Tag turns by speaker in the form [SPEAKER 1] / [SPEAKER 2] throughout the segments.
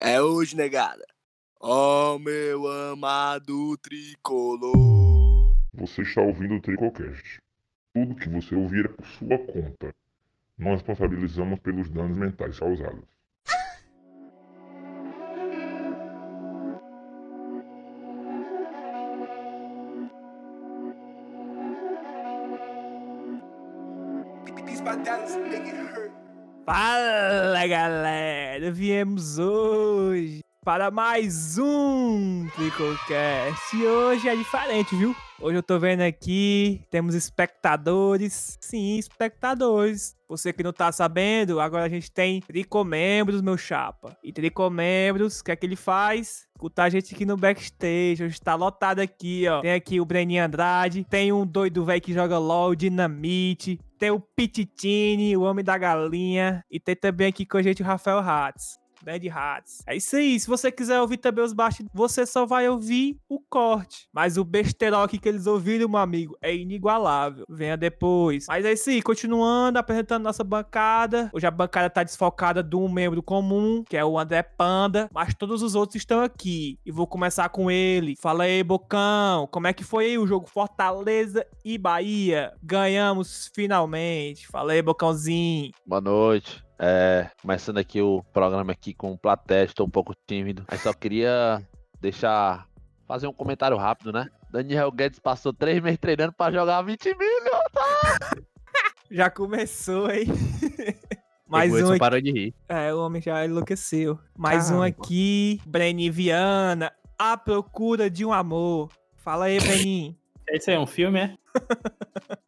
[SPEAKER 1] É hoje, negada. Oh, meu amado tricolor.
[SPEAKER 2] Você está ouvindo o Tricocast. Tudo que você ouvir é por sua conta. Não responsabilizamos pelos danos mentais causados.
[SPEAKER 3] Fala galera, viemos hoje para mais um Tricocast. E hoje é diferente, viu? Hoje eu tô vendo aqui, temos espectadores. Sim, espectadores. Você que não tá sabendo, agora a gente tem tricomembros, meu chapa. E tricomembros, o que é que ele faz? Escutar a gente aqui no backstage. Hoje tá lotado aqui, ó. Tem aqui o Breninho Andrade, tem um doido velho que joga LOL, Dinamite, tem o Pititini, o Homem da Galinha, e tem também aqui com a gente o Rafael Hatz. Grande Hats. É isso aí. Se você quiser ouvir também os bastidores, você só vai ouvir o corte. Mas o besterol aqui que eles ouviram, meu amigo, é inigualável. Venha depois. Mas é isso aí. Continuando apresentando nossa bancada. Hoje a bancada tá desfocada de um membro comum, que é o André Panda. Mas todos os outros estão aqui. E vou começar com ele. Fala aí, Bocão. Como é que foi aí o jogo Fortaleza e Bahia? Ganhamos finalmente. Fala aí, Bocãozinho.
[SPEAKER 4] Boa noite. É, começando aqui o programa aqui com o Platé, estou um pouco tímido, mas só queria deixar fazer um comentário rápido, né? Daniel Guedes passou três meses treinando para jogar 20 mil.
[SPEAKER 3] Já começou, hein?
[SPEAKER 5] Mas
[SPEAKER 3] Mais
[SPEAKER 5] o Edson
[SPEAKER 3] um aqui.
[SPEAKER 5] parou de rir.
[SPEAKER 3] É, o homem já enlouqueceu. Mais um
[SPEAKER 5] Caramba.
[SPEAKER 3] aqui. Breni Viana, A Procura de um Amor. Fala aí, Brenin.
[SPEAKER 6] Esse é um filme, é?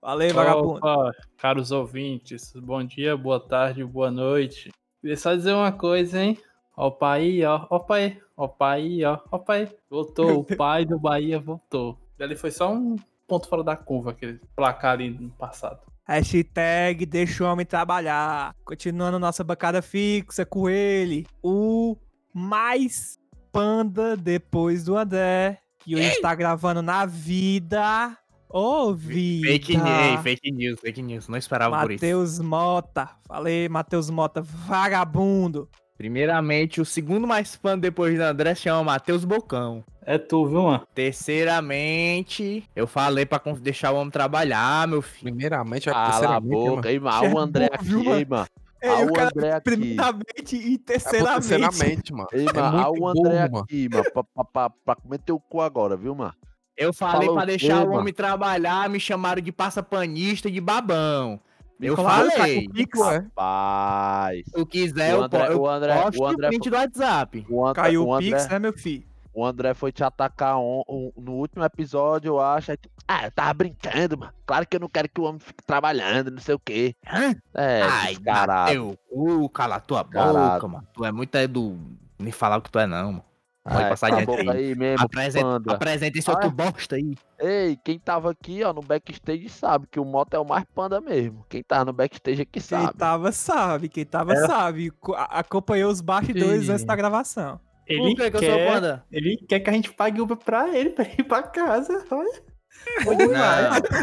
[SPEAKER 3] Fala aí, vagabundo.
[SPEAKER 6] Opa, caros ouvintes, bom dia, boa tarde, boa noite. Queria só dizer uma coisa, hein? Ó o pai, ó, ó o pai, ó o pai, ó, ó o pai. Voltou, o pai do Bahia voltou. Ali foi só um ponto fora da curva, aquele placar ali no passado.
[SPEAKER 3] Hashtag deixa o homem trabalhar. Continuando nossa bancada fixa com ele. O mais panda depois do André. Que hoje está gravando na vida. Ô, vida.
[SPEAKER 5] Fake news, fake news, fake news. Não esperava por isso.
[SPEAKER 3] Matheus Mota. Falei, Matheus Mota, vagabundo.
[SPEAKER 5] Primeiramente, o segundo mais fã depois do André se chama Matheus Bocão.
[SPEAKER 6] É tu, viu, mano?
[SPEAKER 5] Terceiramente, eu falei pra con- deixar o homem trabalhar, meu filho.
[SPEAKER 7] Primeiramente, a
[SPEAKER 4] Cala a
[SPEAKER 7] terceiramente, né, mano?
[SPEAKER 4] boca, hein, mano? Olha o André aqui,
[SPEAKER 3] é viu, mano?
[SPEAKER 4] hein, mano?
[SPEAKER 3] Ei,
[SPEAKER 4] Olha
[SPEAKER 3] o
[SPEAKER 4] o
[SPEAKER 3] cara, é tá-
[SPEAKER 4] André aqui.
[SPEAKER 3] primeiramente e
[SPEAKER 7] É a
[SPEAKER 3] terceiramente.
[SPEAKER 7] terceiramente, mano.
[SPEAKER 4] Ei,
[SPEAKER 7] É
[SPEAKER 4] mano, olha
[SPEAKER 7] muito
[SPEAKER 4] o André
[SPEAKER 7] burro, mano.
[SPEAKER 4] aqui, mano, pra, pra, pra, pra comer teu cu agora, viu, mano?
[SPEAKER 5] Eu falei
[SPEAKER 4] Falou
[SPEAKER 5] pra
[SPEAKER 4] o quê,
[SPEAKER 5] deixar o
[SPEAKER 4] mano?
[SPEAKER 5] homem trabalhar, me chamaram de passapanista e de babão. Eu
[SPEAKER 3] Claro, tá
[SPEAKER 5] falei.
[SPEAKER 3] com
[SPEAKER 7] Pico,
[SPEAKER 3] Pix.
[SPEAKER 7] é.
[SPEAKER 4] Paz.
[SPEAKER 5] Se eu quiser,
[SPEAKER 4] o
[SPEAKER 5] eu, po-
[SPEAKER 4] André,
[SPEAKER 5] eu
[SPEAKER 4] o André,
[SPEAKER 5] posto
[SPEAKER 4] o
[SPEAKER 5] o
[SPEAKER 4] André,
[SPEAKER 5] print do WhatsApp.
[SPEAKER 4] o André,
[SPEAKER 3] Caiu
[SPEAKER 4] o
[SPEAKER 3] o
[SPEAKER 4] André,
[SPEAKER 3] Pix, né, meu filho?
[SPEAKER 4] o André foi te atacar on- on- no último episódio, eu acho. aí tu, Ah, eu tava brincando, mano. Claro que eu não quero que o homem fique trabalhando, não sei o quê.
[SPEAKER 5] Hã?
[SPEAKER 4] É,
[SPEAKER 5] Ai,
[SPEAKER 4] descarado.
[SPEAKER 5] Teu cu, cala tua boca,
[SPEAKER 4] Caralho.
[SPEAKER 5] mano. Tu é muito é do. Nem falar o que tu é, não, mano. Pode
[SPEAKER 4] É,
[SPEAKER 5] passar
[SPEAKER 4] cala a
[SPEAKER 5] adiante
[SPEAKER 4] boca aí mesmo,
[SPEAKER 5] Apresenta,
[SPEAKER 4] panda.
[SPEAKER 5] apresenta esse
[SPEAKER 4] Ah.
[SPEAKER 5] outro bosta aí.
[SPEAKER 4] Ei, quem tava aqui, ó, no backstage sabe que o Mota é o mais panda mesmo. Quem tava no backstage aqui
[SPEAKER 3] Quem
[SPEAKER 4] sabe.
[SPEAKER 3] tava sabe, quem tava sabe. Co- a- Acompanhou os bastidores
[SPEAKER 5] Ih.
[SPEAKER 3] antes da gravação.
[SPEAKER 6] Ele,
[SPEAKER 5] Por que
[SPEAKER 6] quer,
[SPEAKER 5] que eu sou panda?
[SPEAKER 6] ele quer que a gente pague Uber pra ele, pra ir pra casa. Olha.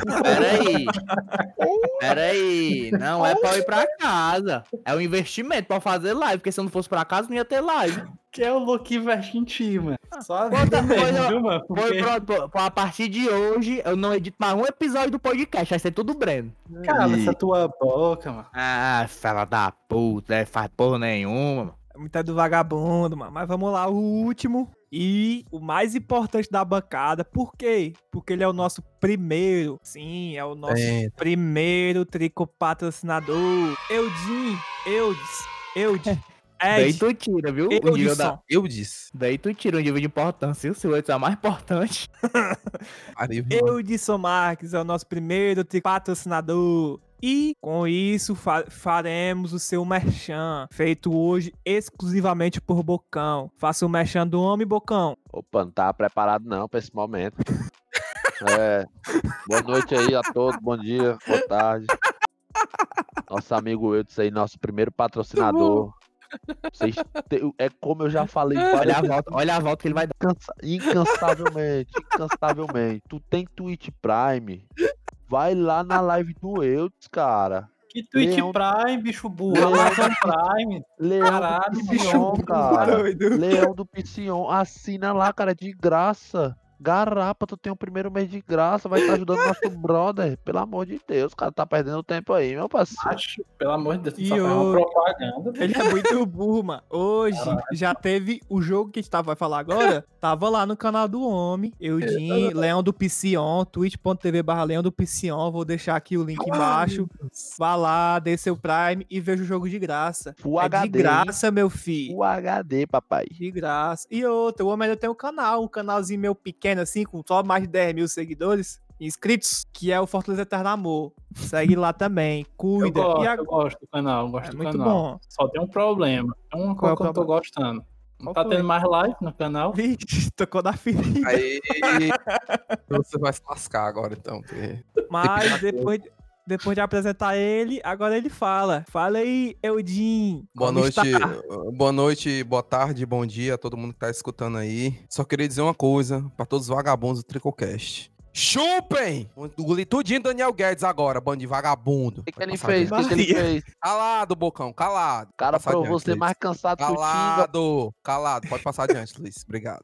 [SPEAKER 5] Não, peraí. Peraí. Não é pra eu ir pra casa. É um investimento pra fazer live. Porque se eu não fosse pra casa, não ia ter live.
[SPEAKER 6] Que é o Loki Version Team, Só a vida
[SPEAKER 5] Outra coisa-
[SPEAKER 6] mesmo, viu, mano?
[SPEAKER 5] Foi
[SPEAKER 6] Porque,
[SPEAKER 5] pro, pro- pro- a partir de hoje, eu não edito mais um episódio do podcast. Vai ser tudo Breno.
[SPEAKER 6] cala essa tua boca, mano.
[SPEAKER 5] Ah, fala da puta. é, Faz porra nenhuma.
[SPEAKER 3] É Muita do vagabundo, mano. Mas vamos lá, o último e o mais importante da bancada. Por quê? Porque ele é o nosso primeiro. Sim, é o nosso
[SPEAKER 7] É,
[SPEAKER 3] primeiro trico patrocinador. Eudin, Eudes, Eudes,
[SPEAKER 5] Daí
[SPEAKER 3] Ed,
[SPEAKER 5] tu tira, viu? O um nível da-
[SPEAKER 3] Eudson.
[SPEAKER 7] eu disse.
[SPEAKER 5] Daí tu tira um nível de importância. Se o outro é mais importante.
[SPEAKER 7] Parei, mano.
[SPEAKER 3] Eudson Marques é o nosso primeiro tri- patrocinador. E com isso fa- faremos o seu merchan, feito hoje exclusivamente por Bocão. Faça o merchan do homem, Bocão.
[SPEAKER 4] Opa, não tava preparado não pra esse momento. É, boa noite aí a todos, bom dia, boa tarde. Nosso amigo Eudes aí, nosso primeiro patrocinador. Vocês te- é como eu já falei
[SPEAKER 5] Olha a
[SPEAKER 4] várias vezes,
[SPEAKER 5] volta, olha a volta que ele vai dar.
[SPEAKER 4] cansa- incansavelmente, incansavelmente. Tu tem Twitch Prime, vai lá na live do Eudes, cara.
[SPEAKER 6] Que Twitch
[SPEAKER 4] Leão-
[SPEAKER 6] Prime, bicho burro. Amazon Prime.
[SPEAKER 4] Leão
[SPEAKER 6] Caralho,
[SPEAKER 4] do
[SPEAKER 6] mano.
[SPEAKER 4] Piscion, cara.
[SPEAKER 3] doido.
[SPEAKER 4] Leão do Piscion, assina lá, cara, de graça. Garapa, tu tem o primeiro mês de graça, vai estar ajudando nosso brother. Pelo amor de Deus, cara, tá perdendo tempo aí, meu parceiro.
[SPEAKER 6] Acho, pelo amor de Deus,
[SPEAKER 3] E
[SPEAKER 6] só faz uma
[SPEAKER 3] o-
[SPEAKER 6] propaganda.
[SPEAKER 3] Ele é muito burro, mano. Hoje já teve o jogo que a gente tá- vai falar agora. Tava lá no canal do homem. Eudin, Leão do Piscion, twitch.tv barra Leão do Piscion. Vou deixar aqui o link embaixo. Vá lá, dê seu Prime e veja o jogo de graça.
[SPEAKER 4] Full
[SPEAKER 3] é de
[SPEAKER 4] HD.
[SPEAKER 3] graça, meu filho.
[SPEAKER 4] O HD, papai.
[SPEAKER 3] De graça. E outra, o homem ainda tem um canal, um canalzinho meu pequeno assim, com só mais de 10 mil seguidores, inscritos, que é o Fortaleza Eterno Amor. Segue lá também,
[SPEAKER 6] Eu
[SPEAKER 3] cuida.
[SPEAKER 6] gosto,
[SPEAKER 3] e
[SPEAKER 6] eu
[SPEAKER 3] agora,
[SPEAKER 6] gosto do canal, eu
[SPEAKER 3] é
[SPEAKER 6] gosto do
[SPEAKER 3] muito
[SPEAKER 6] canal.
[SPEAKER 3] bom.
[SPEAKER 6] Só tem um problema. É uma
[SPEAKER 3] Qual é
[SPEAKER 6] coisa
[SPEAKER 3] o
[SPEAKER 6] que eu não tô gostando.
[SPEAKER 3] Qual
[SPEAKER 6] Não tá
[SPEAKER 3] foi?
[SPEAKER 6] tendo mais live no canal.
[SPEAKER 3] Vixe, tocou na ferida.
[SPEAKER 7] Aí. então Você vai se lascar agora, então. porque-
[SPEAKER 3] Mas depois, depois de apresentar ele, agora ele fala. Fala aí, Eudin.
[SPEAKER 7] Boa
[SPEAKER 3] como
[SPEAKER 7] noite,
[SPEAKER 3] está?
[SPEAKER 7] boa noite, boa tarde, bom dia a todo mundo que tá escutando aí. Só queria dizer uma coisa pra todos os vagabundos do Tricocast. Chupem! Engoli tudinho Daniel Guedes agora, bando de vagabundo.
[SPEAKER 4] O que, que ele fez? O que, que ele
[SPEAKER 3] Maria.
[SPEAKER 4] fez? O
[SPEAKER 7] Calado, Bocão, calado.
[SPEAKER 4] cara
[SPEAKER 7] Passar
[SPEAKER 4] provou
[SPEAKER 7] adiante,
[SPEAKER 4] ser
[SPEAKER 7] Luiz.
[SPEAKER 4] mais cansado
[SPEAKER 3] Tá
[SPEAKER 4] que o Tinga.
[SPEAKER 7] Calado, calado. Pode passar adiante, Luiz. Obrigado.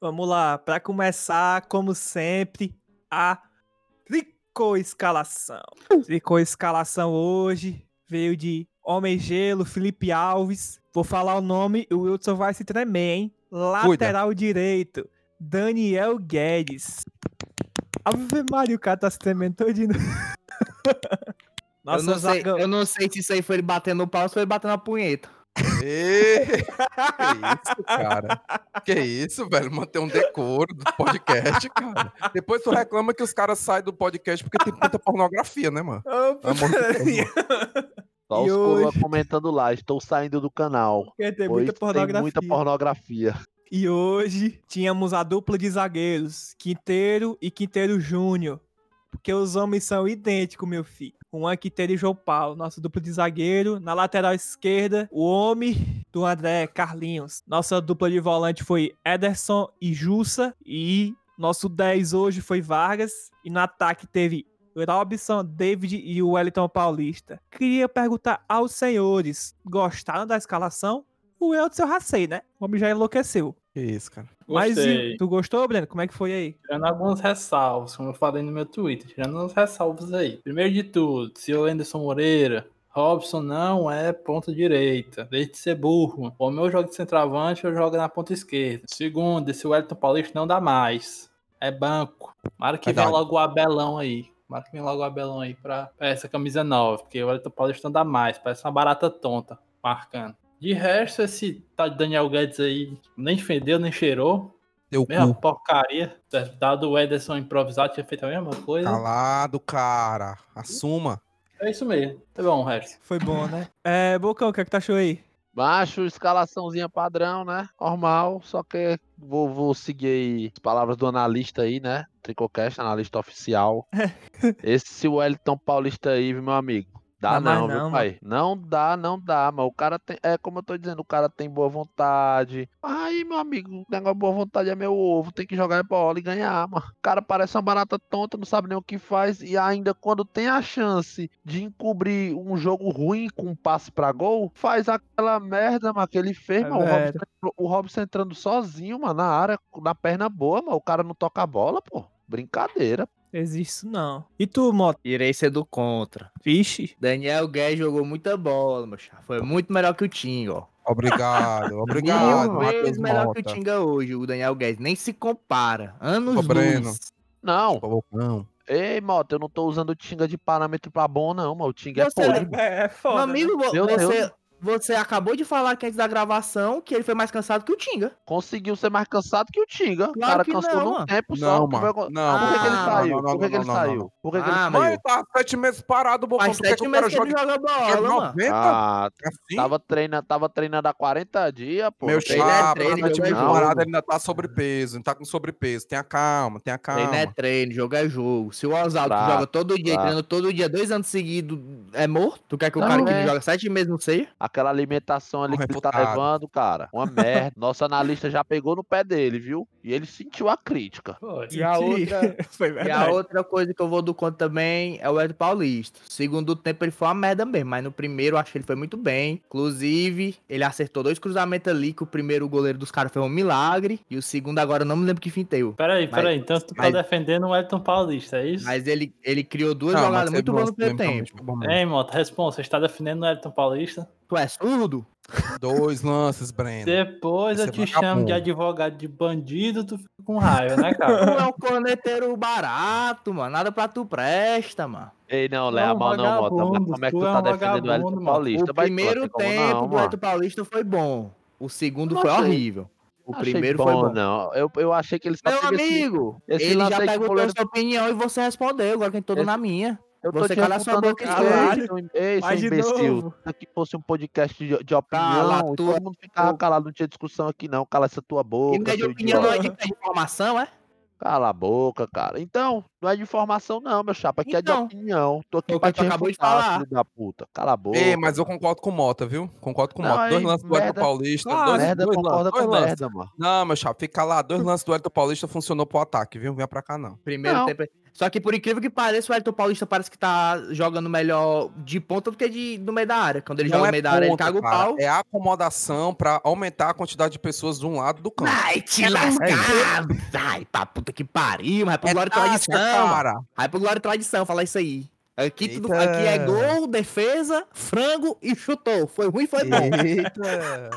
[SPEAKER 3] Vamos lá, pra começar, como sempre, a tricoescalação. Tricoescalação hoje veio de Homem Gelo, Felipe Alves. Vou falar o nome e o Wilson vai se tremer, hein? Lateral direito, Daniel Guedes. Ave Maria, o cara tá se tremendo todinho. Nossa,
[SPEAKER 5] eu, não sei,
[SPEAKER 3] zaga-
[SPEAKER 5] eu não sei se isso aí foi ele batendo no pau ou se foi ele batendo na punheta.
[SPEAKER 7] Ê, que isso, cara? Que isso, velho? Manter um decoro do podcast, cara. Depois tu reclama que os caras saem do podcast porque tem muita pornografia, né, mano?
[SPEAKER 3] Ô,
[SPEAKER 7] Pelo amor de Deus,
[SPEAKER 3] putaria,
[SPEAKER 7] mano.
[SPEAKER 4] Só
[SPEAKER 3] E
[SPEAKER 4] os coroa comentando lá, estou saindo do canal.
[SPEAKER 3] porque tem
[SPEAKER 4] pois
[SPEAKER 3] muita
[SPEAKER 4] Tem muita
[SPEAKER 3] pornografia.
[SPEAKER 4] pornografia.
[SPEAKER 3] E hoje tínhamos a dupla de zagueiros, Quinteiro e Quinteiro Júnior. Porque os homens são idênticos, meu filho. Um é Quinteiro e João Paulo, nosso dupla de zagueiro. Na lateral esquerda, o homem do André Carlinhos. Nossa dupla de volante foi Ederson e Jussa. E nosso 10 hoje foi Vargas. E no ataque teve Robson, David e o Wellington Paulista. Queria perguntar aos senhores: gostaram da escalação? O eu do seu racei, né? O homem já enlouqueceu.
[SPEAKER 7] Que isso, cara?
[SPEAKER 3] Mas e,
[SPEAKER 6] Gostei.
[SPEAKER 3] tu gostou, Breno? Como é que foi aí?
[SPEAKER 6] Tirando alguns ressalvos, como eu falei no meu Twitter, tirando uns ressalvos aí. Primeiro de tudo, se o Anderson Moreira, Robson não é ponta direita, desde de ser burro. O meu jogo de centroavante, eu jogo na ponta esquerda. Segundo, esse Wellington Paulista não dá mais, é banco. Mara que vem
[SPEAKER 7] Verdade.
[SPEAKER 6] logo o Abelão aí. Mara que vem logo o Abelão aí pra, pra essa camisa nova, porque o Wellington Paulista não dá mais, parece uma barata tonta, marcando. De resto, esse tal de Daniel Guedes aí nem fedeu, nem cheirou.
[SPEAKER 7] Teu
[SPEAKER 6] Mesma
[SPEAKER 7] cu
[SPEAKER 6] porcaria. Tivesse Dado o Ederson improvisado, tinha feito a mesma coisa.
[SPEAKER 7] calado, cara. Assuma.
[SPEAKER 6] É isso mesmo. Tá bom, o resto.
[SPEAKER 3] Foi bom, né? É, Bocão, o que é que tu achou aí?
[SPEAKER 4] Macho, escalaçãozinha padrão, né? Normal, só que vou, vou seguir aí as palavras do analista aí, né? Tricocast, analista oficial. Esse Wellington Paulista aí, viu, meu amigo.
[SPEAKER 3] Dá
[SPEAKER 4] Dá
[SPEAKER 3] mais
[SPEAKER 4] não,
[SPEAKER 3] não,
[SPEAKER 4] viu, pai? Não dá, não dá, mas o cara tem. É como eu tô dizendo, o cara tem boa vontade. Aí, meu amigo, o negócio de boa vontade é meu ovo. Tem que jogar bola e ganhar, mano. O cara parece uma barata tonta, não sabe nem o que faz. E ainda quando tem a chance de encobrir um jogo ruim com um passe pra gol, faz aquela merda, mano, que ele fez,
[SPEAKER 3] É
[SPEAKER 4] mano. O Robson,
[SPEAKER 3] verdade.
[SPEAKER 4] entrou- o Robson entrando sozinho, mano, na área, na perna boa, mano. O cara não toca a bola, pô. Brincadeira.
[SPEAKER 3] Existe isso não. E tu, Mota?
[SPEAKER 5] Irei ser do contra.
[SPEAKER 3] Vixe.
[SPEAKER 5] Daniel Guedes jogou muita bola, meu chá. Foi muito melhor que o Tinga, ó.
[SPEAKER 7] Obrigado, obrigado.
[SPEAKER 5] Mil
[SPEAKER 7] é Matheus
[SPEAKER 5] vezes melhor que o
[SPEAKER 7] Mota.
[SPEAKER 5] Tinga hoje, o Daniel Guedes. Nem se compara. Anos
[SPEAKER 7] Ô, Breno.
[SPEAKER 5] luz.
[SPEAKER 4] Não.
[SPEAKER 7] Ô, Bocão.
[SPEAKER 4] Ei, Mota, eu não tô usando o Tinga de parâmetro pra bom, não, mano. O Tinga é
[SPEAKER 5] Você
[SPEAKER 4] podre.
[SPEAKER 3] É,
[SPEAKER 5] Meu
[SPEAKER 3] foda.
[SPEAKER 5] amigo, vo-
[SPEAKER 4] Meu
[SPEAKER 5] você,
[SPEAKER 4] Deus.
[SPEAKER 5] você acabou de falar aqui antes da gravação que ele foi mais cansado que o Tinga.
[SPEAKER 4] Conseguiu ser mais cansado que o Tinga. o
[SPEAKER 5] Claro
[SPEAKER 4] cara
[SPEAKER 5] que
[SPEAKER 4] cansou
[SPEAKER 5] não,
[SPEAKER 4] num
[SPEAKER 5] mano.
[SPEAKER 4] tempo só.
[SPEAKER 7] Não,
[SPEAKER 4] Por que
[SPEAKER 7] mano.
[SPEAKER 4] foi-
[SPEAKER 7] Não,
[SPEAKER 4] Por que, que ele
[SPEAKER 5] Ah,
[SPEAKER 4] saiu?
[SPEAKER 7] não, não,
[SPEAKER 4] Por que, que
[SPEAKER 7] não,
[SPEAKER 4] ele
[SPEAKER 7] não, não,
[SPEAKER 4] saiu? Por que, que ele
[SPEAKER 5] Ah,
[SPEAKER 4] saiu?
[SPEAKER 5] mas-
[SPEAKER 7] Mas ele tava sete meses parado, Bocão.
[SPEAKER 5] Faz
[SPEAKER 7] Tu quer que
[SPEAKER 5] sete
[SPEAKER 7] o cara
[SPEAKER 5] meses que ele
[SPEAKER 7] jogue
[SPEAKER 5] não joga bola, mano.
[SPEAKER 7] 90?
[SPEAKER 4] Ah,
[SPEAKER 7] assim?
[SPEAKER 4] tava treinando, tava treinando há 40 dias, pô.
[SPEAKER 7] Meu
[SPEAKER 4] Treino-
[SPEAKER 5] é
[SPEAKER 7] chapa,
[SPEAKER 5] treino,
[SPEAKER 7] meu
[SPEAKER 4] jogo é
[SPEAKER 7] time de parada
[SPEAKER 4] jogo.
[SPEAKER 7] ele ainda tá sobrepeso, ainda tá com sobrepeso. Tenha calma, tenha calma. Tá,
[SPEAKER 5] Treino é treino, jogo é jogo. Se o Oswaldo que
[SPEAKER 4] Prato,
[SPEAKER 5] joga todo dia, e
[SPEAKER 4] prato.
[SPEAKER 5] treina todo dia, dois anos seguidos, é morto? Tu quer que o cara que
[SPEAKER 4] Não, é.
[SPEAKER 5] joga sete meses não seja?
[SPEAKER 4] A Aquela alimentação ali
[SPEAKER 7] Um
[SPEAKER 4] que ele tá
[SPEAKER 7] reputado.
[SPEAKER 4] levando, cara. Uma merda. Nosso analista já pegou no pé dele, viu? E ele sentiu a crítica.
[SPEAKER 6] Foi.
[SPEAKER 5] E a outra-
[SPEAKER 3] né? Foi
[SPEAKER 5] E a
[SPEAKER 3] verdade.
[SPEAKER 5] outra coisa que eu vou do conto também é o Ed Paulista. Segundo tempo ele foi uma merda mesmo, mas no primeiro eu acho que ele foi muito bem. Inclusive, ele acertou dois cruzamentos ali, que o primeiro goleiro dos caras foi um milagre. E o segundo agora eu não me lembro que finteio.
[SPEAKER 6] Peraí,
[SPEAKER 5] Mas-
[SPEAKER 6] peraí. Então tu tá
[SPEAKER 5] mas-
[SPEAKER 6] defendendo o Elton Paulista, é isso?
[SPEAKER 5] Mas ele, ele criou duas
[SPEAKER 7] Não,
[SPEAKER 5] jogadas
[SPEAKER 7] mas
[SPEAKER 5] muito
[SPEAKER 7] você
[SPEAKER 5] boas no primeiro tempo.
[SPEAKER 7] foi bom mesmo.
[SPEAKER 6] Ei, Mota, responsa. Você está defendendo o Elton Paulista?
[SPEAKER 5] Tu é surdo?
[SPEAKER 7] Dois lances, Breno.
[SPEAKER 6] é Depois eu
[SPEAKER 7] Você
[SPEAKER 6] te
[SPEAKER 7] vagabundo.
[SPEAKER 6] chamo de advogado de bandido, tu fica com raiva, né,
[SPEAKER 5] Tu
[SPEAKER 6] cara?
[SPEAKER 5] é um corneteiro barato, mano. Nada pra tu presta, mano.
[SPEAKER 4] Ei, não,
[SPEAKER 6] é
[SPEAKER 4] leva
[SPEAKER 6] um
[SPEAKER 4] mal não, Mota. Mas
[SPEAKER 6] vagabundo,
[SPEAKER 4] como é que
[SPEAKER 6] tu
[SPEAKER 4] tu
[SPEAKER 6] é
[SPEAKER 4] tá
[SPEAKER 6] um
[SPEAKER 4] defendendo o
[SPEAKER 6] vagabundo,
[SPEAKER 4] Elton
[SPEAKER 6] mano.
[SPEAKER 4] Paulista?
[SPEAKER 5] o
[SPEAKER 4] vai, tu
[SPEAKER 5] primeiro
[SPEAKER 4] vai ter como
[SPEAKER 5] tempo
[SPEAKER 4] não,
[SPEAKER 5] do
[SPEAKER 4] mano.
[SPEAKER 5] Elton Paulista foi bom. O segundo
[SPEAKER 4] Não
[SPEAKER 5] foi
[SPEAKER 4] achei.
[SPEAKER 5] horrível. O
[SPEAKER 4] Achei
[SPEAKER 5] primeiro foi bom.
[SPEAKER 4] Não, eu, eu achei que eles
[SPEAKER 5] Meu amigo,
[SPEAKER 4] esse
[SPEAKER 5] ele
[SPEAKER 4] lance
[SPEAKER 5] já
[SPEAKER 4] aí que o
[SPEAKER 5] perguntou
[SPEAKER 4] goleiro-
[SPEAKER 5] sua opinião e você respondeu. Agora que eu tô
[SPEAKER 4] Esse-
[SPEAKER 5] na minha.
[SPEAKER 4] Eu
[SPEAKER 5] Você cala sua
[SPEAKER 4] apontando
[SPEAKER 5] boca,
[SPEAKER 4] aqui,
[SPEAKER 5] caralho.
[SPEAKER 4] seu im- Ei, seu
[SPEAKER 3] Mas de
[SPEAKER 4] imbecil.
[SPEAKER 3] novo.
[SPEAKER 4] Se aqui fosse um podcast de, de opinião,
[SPEAKER 5] Cala a
[SPEAKER 4] e
[SPEAKER 5] tua
[SPEAKER 4] todo mundo ficava calado, não tinha discussão aqui não. Cala essa tua
[SPEAKER 5] E
[SPEAKER 4] boca,
[SPEAKER 5] média
[SPEAKER 4] seu
[SPEAKER 5] opinião não
[SPEAKER 4] idiota.
[SPEAKER 5] é de pé de informação, é?
[SPEAKER 4] Cala a boca, cara. Então, não é de informação não, meu chapa. Aqui é
[SPEAKER 5] Então,
[SPEAKER 4] de opinião. Tô
[SPEAKER 5] é
[SPEAKER 4] aqui
[SPEAKER 5] o
[SPEAKER 4] pra
[SPEAKER 5] que
[SPEAKER 4] te
[SPEAKER 5] tu acabou de
[SPEAKER 4] refutar,
[SPEAKER 5] falar.
[SPEAKER 4] filho da puta. Cala a boca.
[SPEAKER 7] Ei, mas eu concordo com o Mota, viu? Concordo com o
[SPEAKER 4] Não,
[SPEAKER 7] Mota. Dois
[SPEAKER 4] aí,
[SPEAKER 7] lances do Elton
[SPEAKER 4] merda.
[SPEAKER 7] Paulista.
[SPEAKER 5] Ah,
[SPEAKER 3] Claro.
[SPEAKER 7] dois,
[SPEAKER 4] Merda
[SPEAKER 7] dois
[SPEAKER 4] concorda
[SPEAKER 7] lances, dois
[SPEAKER 4] com
[SPEAKER 7] lances.
[SPEAKER 4] merda, mano.
[SPEAKER 7] Não, meu chapa, fica lá. Dois lances do Elton Paulista funcionou pro ataque, viu? Venha pra cá, não.
[SPEAKER 5] Primeiro
[SPEAKER 4] Não.
[SPEAKER 5] tempo. Só que por incrível que pareça, o Elton Paulista parece que tá jogando melhor de ponta do que de, no meio da área. Quando ele joga no meio da área, ele
[SPEAKER 7] ponto,
[SPEAKER 5] caga o
[SPEAKER 7] é cara.
[SPEAKER 5] pau.
[SPEAKER 7] É acomodação pra aumentar a quantidade de pessoas de um lado do campo.
[SPEAKER 5] Vai te lascar! Vai pra puta que pariu, mas pro
[SPEAKER 7] É
[SPEAKER 5] Glória e
[SPEAKER 7] tática,
[SPEAKER 5] Tradição. mano.
[SPEAKER 7] cara.
[SPEAKER 5] Vai pro Glória e Tradição, falar isso aí. Aqui, tudo,
[SPEAKER 7] Eita.
[SPEAKER 5] aqui é gol, defesa, frango e chutou. Foi ruim, foi bom.
[SPEAKER 7] Eita.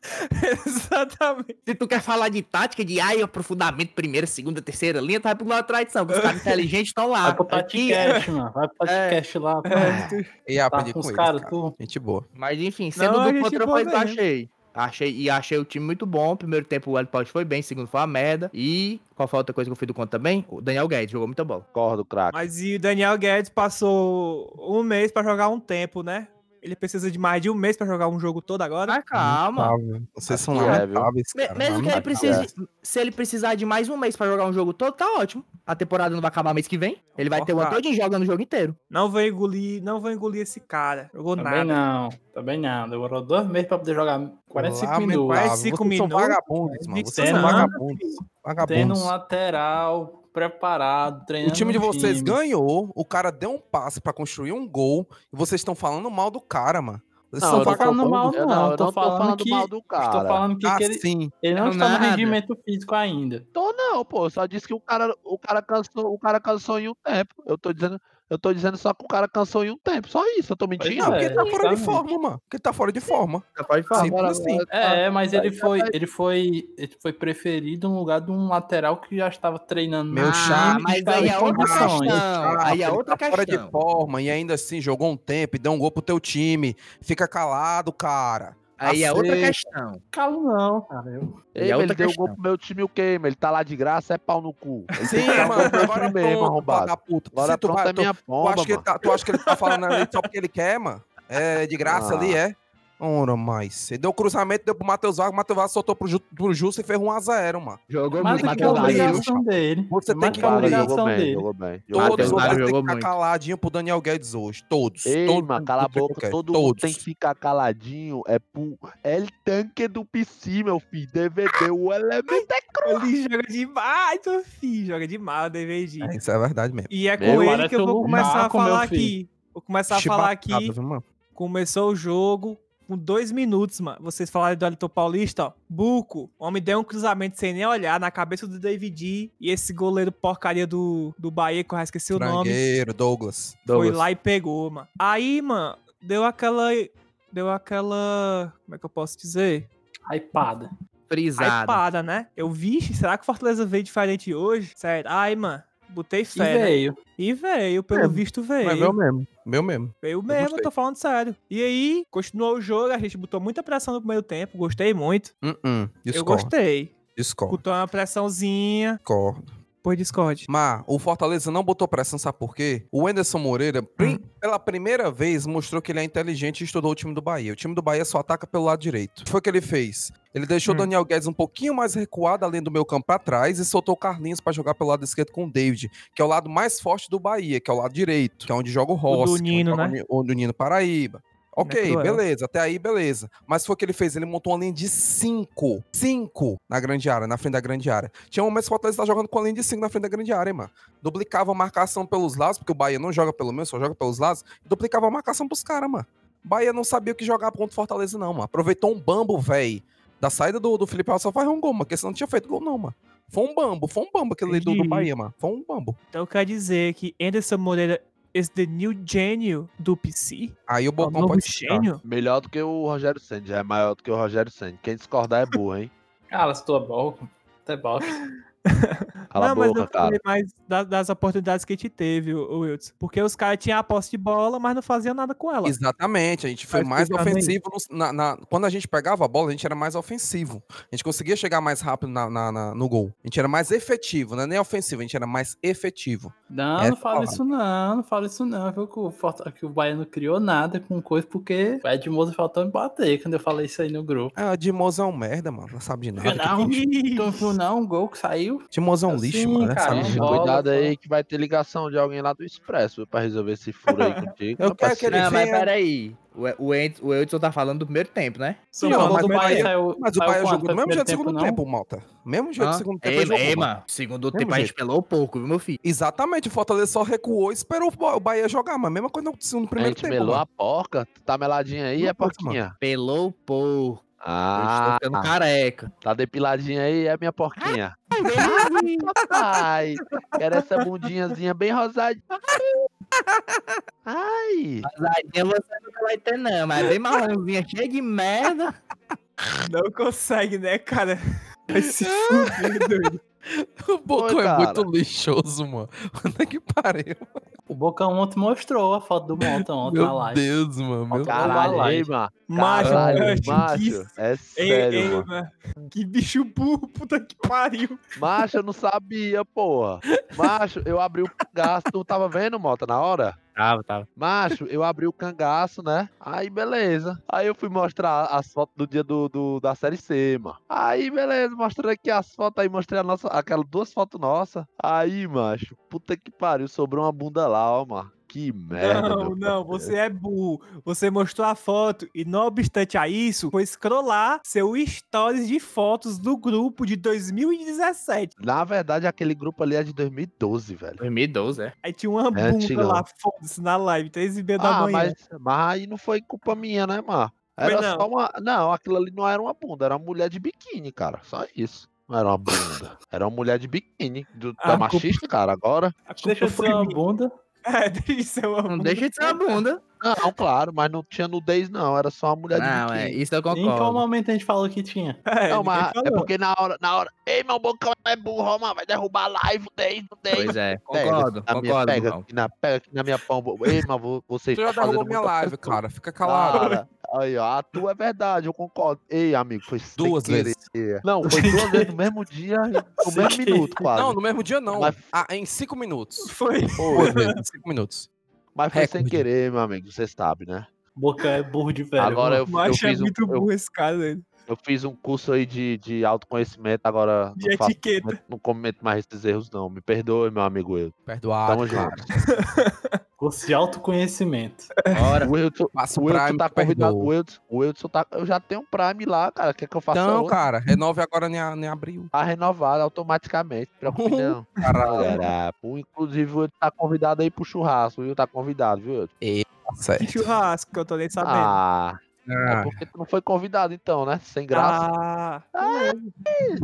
[SPEAKER 3] Exatamente.
[SPEAKER 5] Se tu quer falar de tática, de ai, aprofundamento, primeira, segunda, terceira linha, tu vai pro lado da tradição, porque os caras inteligentes estão lá.
[SPEAKER 6] Vai É pro
[SPEAKER 5] Aqui- é.
[SPEAKER 6] podcast, mano. Vai pro podcast lá, pá.
[SPEAKER 7] E aprendi
[SPEAKER 6] Tá com
[SPEAKER 7] com
[SPEAKER 6] os
[SPEAKER 7] eles,
[SPEAKER 6] caras,
[SPEAKER 7] cara.
[SPEAKER 6] tu.
[SPEAKER 7] Gente boa.
[SPEAKER 5] Mas enfim, sendo
[SPEAKER 3] Não, a
[SPEAKER 5] do
[SPEAKER 3] gente
[SPEAKER 5] contra,
[SPEAKER 3] boa
[SPEAKER 5] foi o que eu
[SPEAKER 3] mesmo.
[SPEAKER 5] achei. Achei, e achei o time muito bom. Primeiro tempo o Hélio Paulista foi bem, segundo foi uma merda. E qual foi a outra coisa que eu fui do contra também? O Daniel Guedes jogou muita bola.
[SPEAKER 4] Concordo, craque.
[SPEAKER 3] Mas e o Daniel Guedes passou um mês pra jogar um tempo, né? Ele precisa de mais de um mês pra jogar um jogo todo agora.
[SPEAKER 5] Ah, calma.
[SPEAKER 7] Lamentável. Vocês são
[SPEAKER 4] Acho que é,
[SPEAKER 7] lamentáveis,
[SPEAKER 5] Me-
[SPEAKER 7] cara.
[SPEAKER 5] mesmo que ele
[SPEAKER 7] Lamentáveis.
[SPEAKER 5] precise. Se ele precisar de mais um mês pra jogar um jogo todo, tá ótimo. A temporada não vai acabar mês que vem. Ele vai ter o ano
[SPEAKER 3] Porra.
[SPEAKER 5] todinho jogando o jogo inteiro.
[SPEAKER 3] Não vou engolir, não vou engolir esse cara. Jogou
[SPEAKER 6] Também
[SPEAKER 3] nada.
[SPEAKER 6] não. Também não. Demorou dois meses pra poder jogar 45
[SPEAKER 7] Lamentável.
[SPEAKER 6] minutos.
[SPEAKER 3] Mas cinco
[SPEAKER 7] Vocês são
[SPEAKER 3] minutos,
[SPEAKER 7] vagabundos, mano. Vocês são
[SPEAKER 6] Tendo um-
[SPEAKER 7] vagabundos.
[SPEAKER 6] Tendo
[SPEAKER 7] Vagabundos.
[SPEAKER 6] um lateral preparado,
[SPEAKER 7] O
[SPEAKER 6] treinando.
[SPEAKER 7] time de
[SPEAKER 6] um
[SPEAKER 7] vocês
[SPEAKER 6] time.
[SPEAKER 7] ganhou, o cara deu um passe pra construir um gol e vocês estão falando mal do cara, mano. Vocês
[SPEAKER 4] Não,
[SPEAKER 7] são
[SPEAKER 4] eu tô
[SPEAKER 7] vagabundos.
[SPEAKER 6] falando mal,
[SPEAKER 4] eu
[SPEAKER 6] não,
[SPEAKER 4] eu
[SPEAKER 6] tô
[SPEAKER 4] não tô
[SPEAKER 6] falando
[SPEAKER 4] falando
[SPEAKER 6] que-
[SPEAKER 4] mal do cara.
[SPEAKER 6] Estou falando que, que ele,
[SPEAKER 7] Assim,
[SPEAKER 6] ele não
[SPEAKER 5] Não
[SPEAKER 6] está
[SPEAKER 5] nada.
[SPEAKER 6] no rendimento físico ainda.
[SPEAKER 4] Tô não, pô. Eu Só disse que o cara, o cara cansou, o cara cansou em um tempo. Eu tô dizendo, eu tô dizendo só que o cara cansou em um tempo. Só isso, eu tô mentindo.
[SPEAKER 7] não, porque ele tá
[SPEAKER 6] é,
[SPEAKER 7] fora de
[SPEAKER 6] exatamente.
[SPEAKER 7] forma, mano. Porque ele tá fora de forma.
[SPEAKER 5] Pode
[SPEAKER 7] falar. Sim.
[SPEAKER 4] Agora,
[SPEAKER 7] assim.
[SPEAKER 6] É, mas ele
[SPEAKER 4] Aí Ah, já
[SPEAKER 6] foi,
[SPEAKER 4] vai-
[SPEAKER 6] ele foi, ele foi preferido no lugar de um lateral que já estava treinando.
[SPEAKER 7] Meu
[SPEAKER 6] no
[SPEAKER 7] chá,
[SPEAKER 6] time,
[SPEAKER 5] mas
[SPEAKER 6] estava
[SPEAKER 5] aí
[SPEAKER 6] em
[SPEAKER 5] é outra
[SPEAKER 6] condições.
[SPEAKER 5] questão.
[SPEAKER 7] Ah,
[SPEAKER 5] Aí é
[SPEAKER 7] ele
[SPEAKER 5] outra
[SPEAKER 7] tá fora de
[SPEAKER 5] questão.
[SPEAKER 7] forma e ainda assim jogou um tempo e deu um gol pro teu time. Fica calado, cara.
[SPEAKER 5] Aí é outra
[SPEAKER 7] Aceita.
[SPEAKER 5] questão.
[SPEAKER 6] Calo não, cara. Eu...
[SPEAKER 4] Ei, mas
[SPEAKER 5] é
[SPEAKER 4] ele
[SPEAKER 5] outra
[SPEAKER 4] deu
[SPEAKER 5] questão.
[SPEAKER 4] gol pro meu time o quê, meu? Ele tá lá de graça, é pau no cu. Ele tem
[SPEAKER 7] Sim,
[SPEAKER 4] que dar um
[SPEAKER 7] mano,
[SPEAKER 4] gol pro
[SPEAKER 7] agora
[SPEAKER 4] time mesmo,
[SPEAKER 7] pronto, filho
[SPEAKER 4] arrombado.
[SPEAKER 7] da puta.
[SPEAKER 4] Agora
[SPEAKER 7] Se tu,
[SPEAKER 4] pronto
[SPEAKER 7] vai-
[SPEAKER 4] é
[SPEAKER 7] tu,
[SPEAKER 4] minha
[SPEAKER 7] tu,
[SPEAKER 4] pomba,
[SPEAKER 7] acha que ele
[SPEAKER 4] mano.
[SPEAKER 7] tá, tu acha que ele tá falando ali só porque ele quer, mano? É de graça
[SPEAKER 4] Ah.
[SPEAKER 7] ali, é? Ora, mais. Ele deu cruzamento, deu pro Matheus Vargas, o Matheus Vargas soltou pro, Ju, pro Justo e ferrou 1x0, mano.
[SPEAKER 5] Jogou
[SPEAKER 6] Mas
[SPEAKER 5] muito,
[SPEAKER 6] tem que é a
[SPEAKER 5] Matheus
[SPEAKER 7] Mateus
[SPEAKER 5] Vargas.
[SPEAKER 6] obrigação dele.
[SPEAKER 7] Você tem
[SPEAKER 6] Mas
[SPEAKER 7] que
[SPEAKER 6] é a
[SPEAKER 4] Cara,
[SPEAKER 7] valer.
[SPEAKER 6] obrigação
[SPEAKER 4] jogou bem,
[SPEAKER 6] dele.
[SPEAKER 4] jogou bem. jogou
[SPEAKER 5] Matheus
[SPEAKER 7] Todos
[SPEAKER 4] bem.
[SPEAKER 7] vocês
[SPEAKER 5] Vargas
[SPEAKER 7] têm que
[SPEAKER 5] jogou
[SPEAKER 7] ficar
[SPEAKER 5] muito.
[SPEAKER 7] caladinho pro Daniel Guedes hoje. Todos.
[SPEAKER 4] Ei,
[SPEAKER 7] todos
[SPEAKER 4] mano, cala a
[SPEAKER 7] do
[SPEAKER 4] boca.
[SPEAKER 7] Tricocast,
[SPEAKER 4] Todo mundo
[SPEAKER 7] todos.
[SPEAKER 4] tem que ficar caladinho. É pro é el tanque do PC, meu filho. DVD, o elemento é
[SPEAKER 3] Ele joga demais, meu filho. Joga demais, o DVD.
[SPEAKER 7] É, Isso é verdade mesmo.
[SPEAKER 3] E é com
[SPEAKER 4] Meu,
[SPEAKER 3] ele que
[SPEAKER 6] parece
[SPEAKER 3] eu vou
[SPEAKER 6] o
[SPEAKER 3] começar a
[SPEAKER 6] Marco, meu
[SPEAKER 3] falar
[SPEAKER 6] filho.
[SPEAKER 3] aqui. Vou começar a falar aqui.
[SPEAKER 7] Chibatada, viu, mano?
[SPEAKER 3] Começou o jogo com dois minutos, mano. Vocês falaram do Elton Paulista, ó. Buco. O homem deu um cruzamento sem nem olhar na cabeça do David. E esse goleiro porcaria do, do Bahia, que eu já esqueci o nome.
[SPEAKER 7] Frangueiro, Douglas.
[SPEAKER 3] Foi lá e pegou, mano. Aí, mano, deu aquela. Deu aquela. Como é que eu posso dizer?
[SPEAKER 6] Hypada.
[SPEAKER 5] Frisado.
[SPEAKER 3] Hypada, né? Eu vi, será que o Fortaleza veio diferente hoje? Sério. Ai, mano, botei
[SPEAKER 6] E
[SPEAKER 3] fé. né?
[SPEAKER 6] veio.
[SPEAKER 3] E veio, pelo
[SPEAKER 7] É,
[SPEAKER 3] visto veio.
[SPEAKER 7] Mas meu mesmo. Meu mesmo.
[SPEAKER 3] Veio mesmo, eu
[SPEAKER 7] gostei.
[SPEAKER 3] tô falando sério. E aí, continuou o jogo, a gente botou muita pressão no primeiro tempo, gostei muito.
[SPEAKER 7] Uh -uh.
[SPEAKER 3] Eu
[SPEAKER 7] Discordo.
[SPEAKER 3] gostei.
[SPEAKER 7] Discordo.
[SPEAKER 3] Botou uma pressãozinha.
[SPEAKER 7] Discordo.
[SPEAKER 3] Pô, Discord.
[SPEAKER 7] Mas o Fortaleza não botou pressão, sabe por quê? O Enderson Moreira, pri-
[SPEAKER 3] Hum.
[SPEAKER 7] pela primeira vez, mostrou que ele é inteligente e estudou o time do Bahia. O time do Bahia só ataca pelo lado direito. Foi o que ele fez. Ele deixou o
[SPEAKER 3] Hum.
[SPEAKER 7] Daniel Guedes um pouquinho mais recuado além do meu campo pra trás e soltou o Carlinhos pra jogar pelo lado esquerdo com o David, que é o lado mais forte do Bahia, que é o lado direito, que é onde joga o Rossi, que é onde
[SPEAKER 3] Nino,
[SPEAKER 7] joga
[SPEAKER 3] né?
[SPEAKER 7] o Nino Paraíba. Ok,
[SPEAKER 3] cruel.
[SPEAKER 7] beleza, até aí beleza. Mas foi o que ele fez, ele montou uma linha de 5. 5 na grande área, na frente da grande área. Tinha momentos que o Fortaleza tá jogando com a linha de 5 na frente da grande área, hein, mano. Duplicava a marcação pelos lados, porque o Bahia não joga pelo meio, só joga pelos lados. Duplicava a marcação pros caras, mano. Bahia não sabia o que jogar contra o Fortaleza, não, mano. Aproveitou um bambo, véi. Da saída do, do Felipe Alves só faz um gol, mano, porque senão não tinha feito gol, não, mano. Foi um bambo, foi um bambo aquele do, do
[SPEAKER 3] Entendi.
[SPEAKER 7] Bahia, mano. Foi um bambo.
[SPEAKER 3] Então quer dizer que Anderson Moreira is the new gênio do PC?
[SPEAKER 7] Aí o
[SPEAKER 3] É O
[SPEAKER 7] Bocão
[SPEAKER 3] novo
[SPEAKER 7] pode ficar.
[SPEAKER 3] gênio?
[SPEAKER 4] Melhor do que o Rogério Senna, já é maior do que o Rogério Senna. Quem discordar é burro, hein?
[SPEAKER 6] Cala tua boca. Até bosta.
[SPEAKER 4] Cala
[SPEAKER 3] não,
[SPEAKER 4] a
[SPEAKER 3] mas
[SPEAKER 4] boca,
[SPEAKER 3] eu
[SPEAKER 4] cara.
[SPEAKER 3] falei mais da- das, oportunidades que a gente teve, o, o Wiltz. Porque os caras tinham a posse de bola, mas não faziam nada com ela.
[SPEAKER 7] Exatamente, a gente foi
[SPEAKER 3] Faz
[SPEAKER 7] mais
[SPEAKER 3] pensar nisso.
[SPEAKER 7] ofensivo. no- na- na- quando a gente pegava a bola, a gente era mais ofensivo. A gente conseguia chegar mais rápido na- na- na- no gol. A gente era mais efetivo, não é nem ofensivo, a gente era mais efetivo.
[SPEAKER 6] Não,
[SPEAKER 7] Essa
[SPEAKER 6] não fala
[SPEAKER 7] palavra.
[SPEAKER 6] isso não, não fala isso não, viu? Que o, Forta- que o Bahia não criou nada com coisa, porque o Edmundo faltou me bater quando eu falei isso aí no grupo.
[SPEAKER 7] Ah, Dimoso é um merda, mano. Não sabe de nada.
[SPEAKER 6] Viu
[SPEAKER 7] que
[SPEAKER 6] não,
[SPEAKER 7] lixo.
[SPEAKER 3] Então,
[SPEAKER 6] Tu
[SPEAKER 4] Então,
[SPEAKER 6] não viu não, um gol que saiu.
[SPEAKER 7] Dimoso é um
[SPEAKER 6] Eu
[SPEAKER 7] lixo,
[SPEAKER 6] sim,
[SPEAKER 7] mano. né?
[SPEAKER 6] cara,
[SPEAKER 7] Sabe de
[SPEAKER 4] Bicho,
[SPEAKER 6] bola,
[SPEAKER 7] nada.
[SPEAKER 4] Cuidado aí
[SPEAKER 6] fala.
[SPEAKER 4] que vai ter ligação de alguém lá do Expresso viu, pra resolver esse furo aí contigo.
[SPEAKER 7] Eu
[SPEAKER 4] Não é pra
[SPEAKER 7] quero que
[SPEAKER 4] ser-
[SPEAKER 7] ele
[SPEAKER 5] Não, mas
[SPEAKER 7] venha-
[SPEAKER 5] peraí. O, o, Ent- o Edson tá falando do primeiro tempo, né?
[SPEAKER 7] Sim,
[SPEAKER 6] Não,
[SPEAKER 7] mas
[SPEAKER 6] mas
[SPEAKER 7] o
[SPEAKER 6] o
[SPEAKER 7] Bahia-
[SPEAKER 6] saiu-
[SPEAKER 7] Mas o
[SPEAKER 6] saiu
[SPEAKER 7] Bahia
[SPEAKER 6] quanto
[SPEAKER 7] jogou do
[SPEAKER 6] no
[SPEAKER 7] mesmo
[SPEAKER 6] primeiro
[SPEAKER 7] jeito do segundo
[SPEAKER 6] não?
[SPEAKER 7] tempo, Malta. Mesmo jeito do
[SPEAKER 5] Hã?
[SPEAKER 7] segundo tempo.
[SPEAKER 5] Ei,
[SPEAKER 7] ele jogou,
[SPEAKER 5] ei,
[SPEAKER 7] mano.
[SPEAKER 5] Ah, é, mano. Segundo
[SPEAKER 7] Mesmo
[SPEAKER 5] tempo a gente
[SPEAKER 7] jeito.
[SPEAKER 5] pelou pouco, viu, meu filho?
[SPEAKER 7] Exatamente, o Fortaleza só recuou e esperou o Ba- o Bahia jogar, mano. Mesma coisa no
[SPEAKER 4] A
[SPEAKER 7] primeiro
[SPEAKER 4] gente
[SPEAKER 7] tempo.
[SPEAKER 4] melou
[SPEAKER 7] mano.
[SPEAKER 4] a porca. Tu tá meladinha aí,
[SPEAKER 7] Não
[SPEAKER 4] é
[SPEAKER 7] posso, mano. tá
[SPEAKER 4] porquinha.
[SPEAKER 5] Pelou pouco.
[SPEAKER 4] Ah,
[SPEAKER 5] eu estou tá ficando careca.
[SPEAKER 4] tá depiladinha aí, é minha porquinha. Ai, quero essa bundinhazinha bem rosadinha. Ai,
[SPEAKER 5] Zadinha você nunca vai ter, não. tá Mas é bem malandrinha, cheia de merda.
[SPEAKER 3] Não consegue, né, cara? Vai se fuder, doido.
[SPEAKER 7] O Bocão é
[SPEAKER 4] cara.
[SPEAKER 7] muito lixoso, mano. Puta que pariu.
[SPEAKER 6] O Bocão ontem mostrou a foto do Monta ontem na
[SPEAKER 7] Meu
[SPEAKER 6] live.
[SPEAKER 7] Deus, mano. Meu
[SPEAKER 4] caralho,
[SPEAKER 6] lá,
[SPEAKER 4] ei,
[SPEAKER 6] gente.
[SPEAKER 4] mano.
[SPEAKER 3] Macho,
[SPEAKER 4] Caralho,
[SPEAKER 3] macho, que
[SPEAKER 4] macho. É
[SPEAKER 3] Ei,
[SPEAKER 4] sério,
[SPEAKER 3] ei,
[SPEAKER 4] mano.
[SPEAKER 3] mano. Que bicho burro, puta que pariu.
[SPEAKER 4] Macho, eu não sabia, porra. Macho, eu abri o cangaço. Tu tava vendo, Mota, na hora?
[SPEAKER 5] Tava, tava.
[SPEAKER 4] Macho, eu abri o cangaço, né? Aí, beleza. Aí eu fui mostrar as fotos do dia do, do- da Série C, mano. Aí, beleza, mostrando aqui as fotos. Aí mostrei a nossa, aquelas duas fotos nossas. Aí, macho, puta que pariu, sobrou uma bunda lá, ó, mano. Que merda,
[SPEAKER 3] não,
[SPEAKER 4] meu
[SPEAKER 3] não,
[SPEAKER 4] parceiro.
[SPEAKER 3] você é burro. Você mostrou a foto e, não obstante a isso, foi scrollar seu stories de fotos do grupo de 2017.
[SPEAKER 4] Na verdade, aquele grupo ali é de 2012, velho.
[SPEAKER 5] 2012, é.
[SPEAKER 3] Aí tinha uma bunda
[SPEAKER 4] antigão.
[SPEAKER 3] lá, foda-se, na live, 3 e meia da
[SPEAKER 4] Ah,
[SPEAKER 3] manhã.
[SPEAKER 4] mas, mas aí não foi culpa minha, né, mano?
[SPEAKER 3] Foi
[SPEAKER 4] Era
[SPEAKER 3] não.
[SPEAKER 4] só uma. Não, aquilo ali não era uma bunda, era uma mulher de biquíni, cara. Só isso. Não era uma bunda. Era uma mulher de biquíni. Do,
[SPEAKER 3] Ah,
[SPEAKER 4] tá
[SPEAKER 3] culpa-
[SPEAKER 4] machista, cara, agora?
[SPEAKER 3] A culpa
[SPEAKER 6] Deixa eu
[SPEAKER 3] foi
[SPEAKER 6] ser uma
[SPEAKER 3] minha.
[SPEAKER 6] bunda.
[SPEAKER 3] É, deixa de ser uma
[SPEAKER 5] Não
[SPEAKER 3] bunda.
[SPEAKER 5] deixa de ser uma bunda.
[SPEAKER 4] Não, claro, mas não tinha nudez, não. Era só uma mulher de
[SPEAKER 5] Não, é,
[SPEAKER 4] biquíni.
[SPEAKER 5] isso eu
[SPEAKER 6] Em qual
[SPEAKER 5] concordo.
[SPEAKER 6] momento a gente falou que tinha?
[SPEAKER 3] É,
[SPEAKER 4] não,
[SPEAKER 3] ninguém
[SPEAKER 4] mas é
[SPEAKER 3] falou.
[SPEAKER 4] porque na hora, na hora. Ei, meu bocão é burro, ó, mano. Vai derrubar a live, nudez, nudez.
[SPEAKER 5] Pois é,
[SPEAKER 4] Pega
[SPEAKER 5] concordo,
[SPEAKER 4] na minha-
[SPEAKER 5] concordo,
[SPEAKER 4] pega,
[SPEAKER 5] Lucão.
[SPEAKER 4] aqui na, pega aqui na minha pão. Ei, mas vo- você.
[SPEAKER 7] Tu já
[SPEAKER 4] tá
[SPEAKER 7] derrubou
[SPEAKER 4] fazendo
[SPEAKER 7] minha
[SPEAKER 4] muita
[SPEAKER 7] live,
[SPEAKER 4] pressão.
[SPEAKER 7] cara. Fica calado.
[SPEAKER 4] Cara, aí, ó, a tua é verdade, eu concordo. Ei, amigo, foi sem
[SPEAKER 7] Duas
[SPEAKER 4] querer.
[SPEAKER 7] vezes.
[SPEAKER 4] Não, foi duas vezes no mesmo dia, no
[SPEAKER 6] Sem
[SPEAKER 4] mesmo
[SPEAKER 6] querer.
[SPEAKER 4] minuto, quase.
[SPEAKER 7] Não, no mesmo dia não.
[SPEAKER 4] Mas-
[SPEAKER 7] Ah, em cinco minutos.
[SPEAKER 3] Foi.
[SPEAKER 4] foi,
[SPEAKER 7] Duas vezes, em cinco minutos.
[SPEAKER 4] mas foi sem
[SPEAKER 7] recorde.
[SPEAKER 4] querer, meu amigo, você sabe, né?
[SPEAKER 6] Bocão é burro de velho.
[SPEAKER 4] Agora eu,
[SPEAKER 3] O
[SPEAKER 4] eu
[SPEAKER 3] macho é
[SPEAKER 4] fiz um,
[SPEAKER 3] muito
[SPEAKER 4] eu,
[SPEAKER 3] burro esse cara, velho.
[SPEAKER 4] eu fiz um curso aí de, de autoconhecimento, agora
[SPEAKER 3] De
[SPEAKER 4] não, faço,
[SPEAKER 3] etiqueta.
[SPEAKER 4] não cometo mais esses erros, não. Me perdoe, meu amigo eu.
[SPEAKER 7] Perdoado,
[SPEAKER 4] Tamo
[SPEAKER 7] cara.
[SPEAKER 4] junto.
[SPEAKER 6] Curso de autoconhecimento.
[SPEAKER 5] Bora.
[SPEAKER 4] O Wilson,
[SPEAKER 7] Passa o
[SPEAKER 4] o Wilson
[SPEAKER 7] Prime,
[SPEAKER 4] tá
[SPEAKER 7] tá
[SPEAKER 4] convidado.
[SPEAKER 7] perdoa.
[SPEAKER 4] O Wilson, o Wilson tá. Eu já tenho um Prime lá, cara. Quer que eu faça
[SPEAKER 7] Então,
[SPEAKER 4] outro?
[SPEAKER 7] cara, renove agora nem, a- nem abriu.
[SPEAKER 4] Tá renovado automaticamente.
[SPEAKER 7] Uhum.
[SPEAKER 4] Não se preocupe, não.
[SPEAKER 7] Caralho.
[SPEAKER 4] Galera, o- inclusive, o Wilson tá convidado aí pro churrasco, viu? Tá convidado, viu? Wilson?
[SPEAKER 7] Tá
[SPEAKER 3] Que
[SPEAKER 7] certo.
[SPEAKER 3] churrasco, eu tô nem sabendo.
[SPEAKER 4] Ah, é
[SPEAKER 7] Ah,
[SPEAKER 4] porque tu não foi convidado, então, né? Sem graça.
[SPEAKER 3] Ah,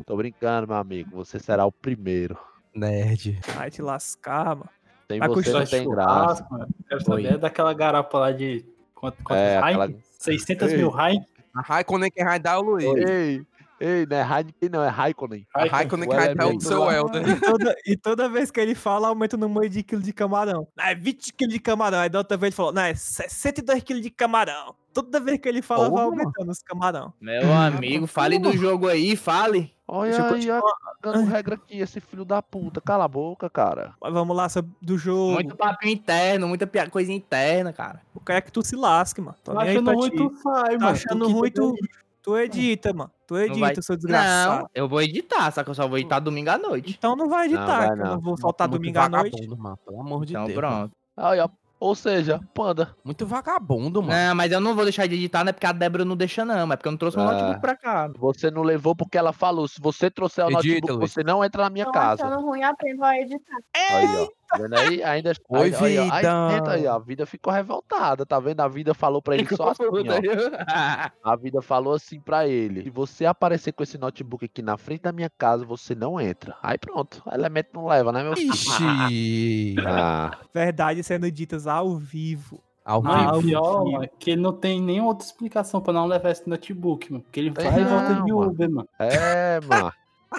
[SPEAKER 4] Tô brincando, meu amigo. Você será o primeiro.
[SPEAKER 7] nerd.
[SPEAKER 3] vai te lascar, mano.
[SPEAKER 4] Sem
[SPEAKER 7] Tá
[SPEAKER 3] Vai
[SPEAKER 4] você
[SPEAKER 3] custar
[SPEAKER 4] não
[SPEAKER 6] Só
[SPEAKER 4] tem graça.
[SPEAKER 6] churrasco, mano. Quero
[SPEAKER 5] Oi.
[SPEAKER 6] saber daquela garapa lá de. Quanto, quanto
[SPEAKER 4] É,
[SPEAKER 6] Heineken?
[SPEAKER 4] aquela-
[SPEAKER 6] 600
[SPEAKER 4] Ei.
[SPEAKER 6] mil Heineken?
[SPEAKER 7] A Raikkonen quem vai dar é o Luiz.
[SPEAKER 4] Ei, ei, não é Heineken, não, é Raikkonen.
[SPEAKER 7] A
[SPEAKER 6] Heineken.
[SPEAKER 7] Raikkonen
[SPEAKER 4] o
[SPEAKER 7] quem vai dar é o
[SPEAKER 4] elemento
[SPEAKER 7] seu
[SPEAKER 4] lá.
[SPEAKER 7] Helder.
[SPEAKER 3] E toda, e toda vez que ele fala, aumenta no meio de quilo de camarão. Ah, é 20 quilos de camarão. Aí da outra vez ele falou, não, é 62 quilos de camarão. Toda vez que ele fala, vai
[SPEAKER 4] Porra.
[SPEAKER 3] aumentando os camarão.
[SPEAKER 5] Meu amigo, fale do jogo aí, fale.
[SPEAKER 3] Deixa eu
[SPEAKER 4] Olha aí, ó, dando regra aqui, esse filho da puta. Cala a boca, cara.
[SPEAKER 3] Mas vamos lá, sobre- do jogo.
[SPEAKER 5] Muito papinho interno, muita pia- coisa interna, cara.
[SPEAKER 3] O cara é que tu se lasque, mano. Tô
[SPEAKER 6] Tá
[SPEAKER 3] nem aí
[SPEAKER 6] achando
[SPEAKER 3] pra
[SPEAKER 6] ruim,
[SPEAKER 3] ti.
[SPEAKER 6] tu sai,
[SPEAKER 3] Tá
[SPEAKER 6] mano. Tu
[SPEAKER 3] achando
[SPEAKER 6] que
[SPEAKER 3] ruim, tu,
[SPEAKER 6] tem-
[SPEAKER 3] tu edita, mano. Tu edita,
[SPEAKER 5] vai-
[SPEAKER 3] seu desgraçado.
[SPEAKER 5] Não, eu vou editar, só que eu só vou editar domingo à noite.
[SPEAKER 3] Então não vai editar,
[SPEAKER 4] vai
[SPEAKER 3] que eu
[SPEAKER 4] não.
[SPEAKER 3] não vou faltar
[SPEAKER 7] Muito
[SPEAKER 3] domingo à noite.
[SPEAKER 7] vagabundo, mano, Pelo amor de
[SPEAKER 5] Então
[SPEAKER 7] Deus.
[SPEAKER 5] pronto.
[SPEAKER 4] Olha, Ou seja, Panda.
[SPEAKER 7] Muito vagabundo, mano.
[SPEAKER 5] Não, mas eu não vou deixar de editar, não é porque a Débora não deixa, não. É porque eu não trouxe meu
[SPEAKER 4] Ah.
[SPEAKER 5] notebook pra cá.
[SPEAKER 4] Você não levou porque ela falou: se você trouxer o
[SPEAKER 7] Edita,
[SPEAKER 4] notebook,
[SPEAKER 7] Luiz.
[SPEAKER 4] você não entra na minha
[SPEAKER 8] Estão
[SPEAKER 4] casa.
[SPEAKER 8] achando ruim, aprendo a editar.
[SPEAKER 4] Aí, ó. Tá Vendo aí? Ainda.
[SPEAKER 7] Oi,
[SPEAKER 4] aí, aí, ó. Aí,
[SPEAKER 7] vida.
[SPEAKER 4] tenta aí, ó. A vida ficou revoltada, tá vendo? A vida falou pra ele só assim, ó. A vida falou assim pra ele: se você aparecer com esse notebook aqui na frente da minha casa, você não entra. Aí pronto, o elemento não leva, né, meu filho?
[SPEAKER 7] Ixi.
[SPEAKER 4] Ah,
[SPEAKER 3] Verdade sendo ditas ao vivo.
[SPEAKER 7] Ao
[SPEAKER 6] Ah,
[SPEAKER 7] vivo.
[SPEAKER 6] o pior,
[SPEAKER 3] vivo.
[SPEAKER 6] mano, que ele não tem nenhuma outra explicação pra não levar esse notebook, mano. Porque ele
[SPEAKER 4] Tem
[SPEAKER 6] vai e volta
[SPEAKER 4] não,
[SPEAKER 6] de
[SPEAKER 4] mano.
[SPEAKER 6] Uber, mano.
[SPEAKER 4] é, mano.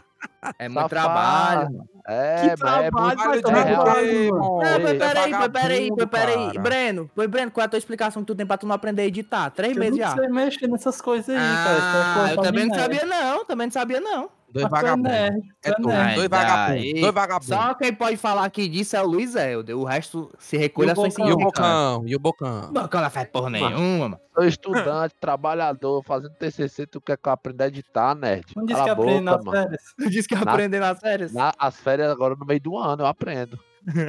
[SPEAKER 5] É
[SPEAKER 4] Safado.
[SPEAKER 5] muito trabalho.
[SPEAKER 4] É,
[SPEAKER 3] Que
[SPEAKER 4] mano. É
[SPEAKER 3] trabalho,
[SPEAKER 4] muito...
[SPEAKER 3] vai
[SPEAKER 7] Trabalho de
[SPEAKER 3] tomar
[SPEAKER 4] é,
[SPEAKER 3] no cu.
[SPEAKER 7] quê,
[SPEAKER 6] mano?
[SPEAKER 7] mano?
[SPEAKER 5] Não, mas
[SPEAKER 7] Ele
[SPEAKER 5] peraí,
[SPEAKER 7] é
[SPEAKER 5] mas peraí, mas
[SPEAKER 7] vagabundo,
[SPEAKER 5] peraí.
[SPEAKER 7] cara.
[SPEAKER 5] Breno, pois Breno, qual é a tua explicação que tu tem pra tu não aprender a editar? Três
[SPEAKER 6] Eu
[SPEAKER 5] meses
[SPEAKER 6] não
[SPEAKER 5] já.
[SPEAKER 6] sei mexer nessas coisas aí, cara.
[SPEAKER 5] Ah,
[SPEAKER 6] Isso é
[SPEAKER 5] eu
[SPEAKER 6] coisa
[SPEAKER 5] também não
[SPEAKER 6] minha.
[SPEAKER 5] sabia, não. Também não sabia, não.
[SPEAKER 7] Dois
[SPEAKER 6] Ah, tu é
[SPEAKER 7] vagabundos.
[SPEAKER 6] nerd, tu
[SPEAKER 7] É
[SPEAKER 6] é
[SPEAKER 7] tu,
[SPEAKER 6] nerd.
[SPEAKER 7] dois
[SPEAKER 5] Ai,
[SPEAKER 7] vagabundos.
[SPEAKER 5] daí.
[SPEAKER 7] Dois vagabundos.
[SPEAKER 5] Só quem pode falar aqui disso é o Luiz Helder. O resto se
[SPEAKER 6] E
[SPEAKER 5] recolhe
[SPEAKER 6] o
[SPEAKER 5] a sua
[SPEAKER 6] Bocão?
[SPEAKER 7] E o
[SPEAKER 5] insignificância.
[SPEAKER 7] bocão, e o bocão.
[SPEAKER 5] O Bocão não faz porra nenhuma, mano.
[SPEAKER 4] Sou estudante, trabalhador, fazendo TCC, tu quer que eu aprenda a editar, nerd?
[SPEAKER 6] Não disse
[SPEAKER 4] Cala
[SPEAKER 6] que
[SPEAKER 4] a
[SPEAKER 6] aprende
[SPEAKER 4] boca,
[SPEAKER 6] nas
[SPEAKER 4] mano.
[SPEAKER 6] férias.
[SPEAKER 5] Tu disse que ia
[SPEAKER 4] Na-
[SPEAKER 5] aprender nas férias?
[SPEAKER 4] Na- as férias agora no meio do ano eu aprendo.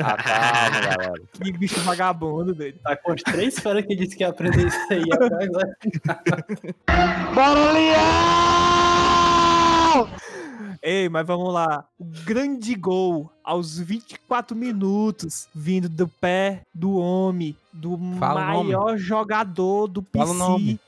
[SPEAKER 4] Ah, calma, galera.
[SPEAKER 3] Que bicho vagabundo, doido.
[SPEAKER 6] Tá com as três férias que disse que ia aprender isso aí. até agora.
[SPEAKER 3] Ei, mas vamos lá. O grande gol aos 24 minutos, vindo do pé do homem, do
[SPEAKER 7] Fala o nome.
[SPEAKER 3] maior jogador do PC.
[SPEAKER 7] Fala o nome. Fala o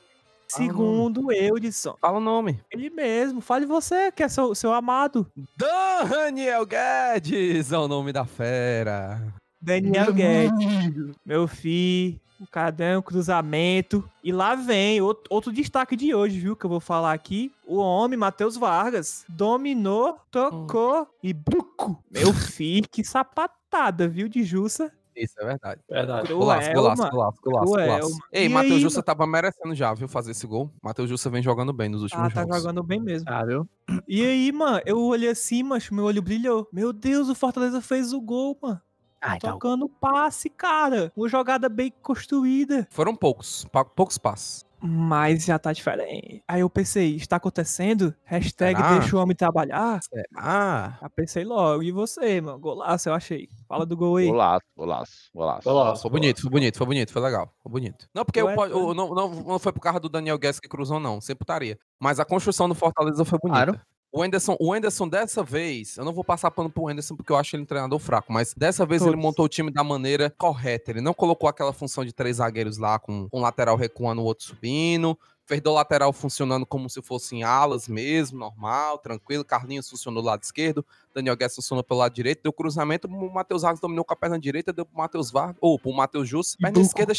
[SPEAKER 3] Segundo Eudson.
[SPEAKER 7] Fala o nome.
[SPEAKER 3] Ele mesmo. Fale você, que é seu, seu amado.
[SPEAKER 7] Daniel Guedes é o nome da fera.
[SPEAKER 3] Daniel Guedes. Meu filho. O cara deu um cruzamento. E lá vem out- outro destaque de hoje, viu? Que eu vou falar aqui. O homem, Matheus Vargas, dominou, tocou e buco. Meu filho, que sapatada, viu? De Jussa.
[SPEAKER 7] Isso é verdade.
[SPEAKER 6] Verdade.
[SPEAKER 3] Cruel,
[SPEAKER 7] Golaço, golaço,
[SPEAKER 3] mano.
[SPEAKER 7] golaço, golaço,
[SPEAKER 3] Cruel,
[SPEAKER 7] golaço.
[SPEAKER 3] mano.
[SPEAKER 7] Ei,
[SPEAKER 3] E
[SPEAKER 7] Matheus
[SPEAKER 3] aí,
[SPEAKER 7] Jussa tava merecendo já, viu, fazer esse gol. Matheus Jussa vem jogando bem nos últimos
[SPEAKER 3] Ah, tá
[SPEAKER 7] jogos.
[SPEAKER 3] jogando bem mesmo.
[SPEAKER 5] Ah, viu?
[SPEAKER 3] E aí, mano, eu olhei assim, macho, meu olho brilhou. Meu Deus, o Fortaleza fez o gol, mano.
[SPEAKER 5] Ai, tá.
[SPEAKER 3] Tocando passe, cara. Uma jogada bem construída.
[SPEAKER 7] Foram poucos, pa- poucos passes.
[SPEAKER 3] Mas já tá diferente. Aí eu pensei, está acontecendo? Hashtag
[SPEAKER 7] Será?
[SPEAKER 3] deixa o homem trabalhar.
[SPEAKER 7] Ah,
[SPEAKER 3] Já pensei logo. E você, mano? Golaço, eu achei. Fala do gol aí.
[SPEAKER 4] Golaço, golaço, golaço.
[SPEAKER 6] Golaço.
[SPEAKER 7] foi bonito, foi bonito, foi bonito, foi legal, foi bonito. Não, porque
[SPEAKER 3] Ué,
[SPEAKER 7] eu po-
[SPEAKER 3] foi.
[SPEAKER 7] eu não, não, não foi por causa do Daniel Guedes que cruzou, não, sem putaria. Mas a construção do Fortaleza foi bonita.
[SPEAKER 5] Claro.
[SPEAKER 7] O Anderson, o Anderson dessa vez, eu não vou passar pano pro Anderson porque eu acho ele um treinador fraco, mas dessa vez ele
[SPEAKER 3] Todos.
[SPEAKER 7] montou o time da maneira correta. Ele não colocou aquela função de três zagueiros lá com um lateral recuando, o outro subindo. Fez do lateral funcionando como se fossem alas mesmo, normal, tranquilo. Carlinhos funcionou do lado esquerdo, Daniel Guedes funcionou pelo lado direito, deu cruzamento, o Matheus Vargas dominou com a perna direita, deu pro Matheus Vargas, ou pro Matheus Jussa,
[SPEAKER 3] E
[SPEAKER 7] perna
[SPEAKER 3] Duco.
[SPEAKER 7] esquerda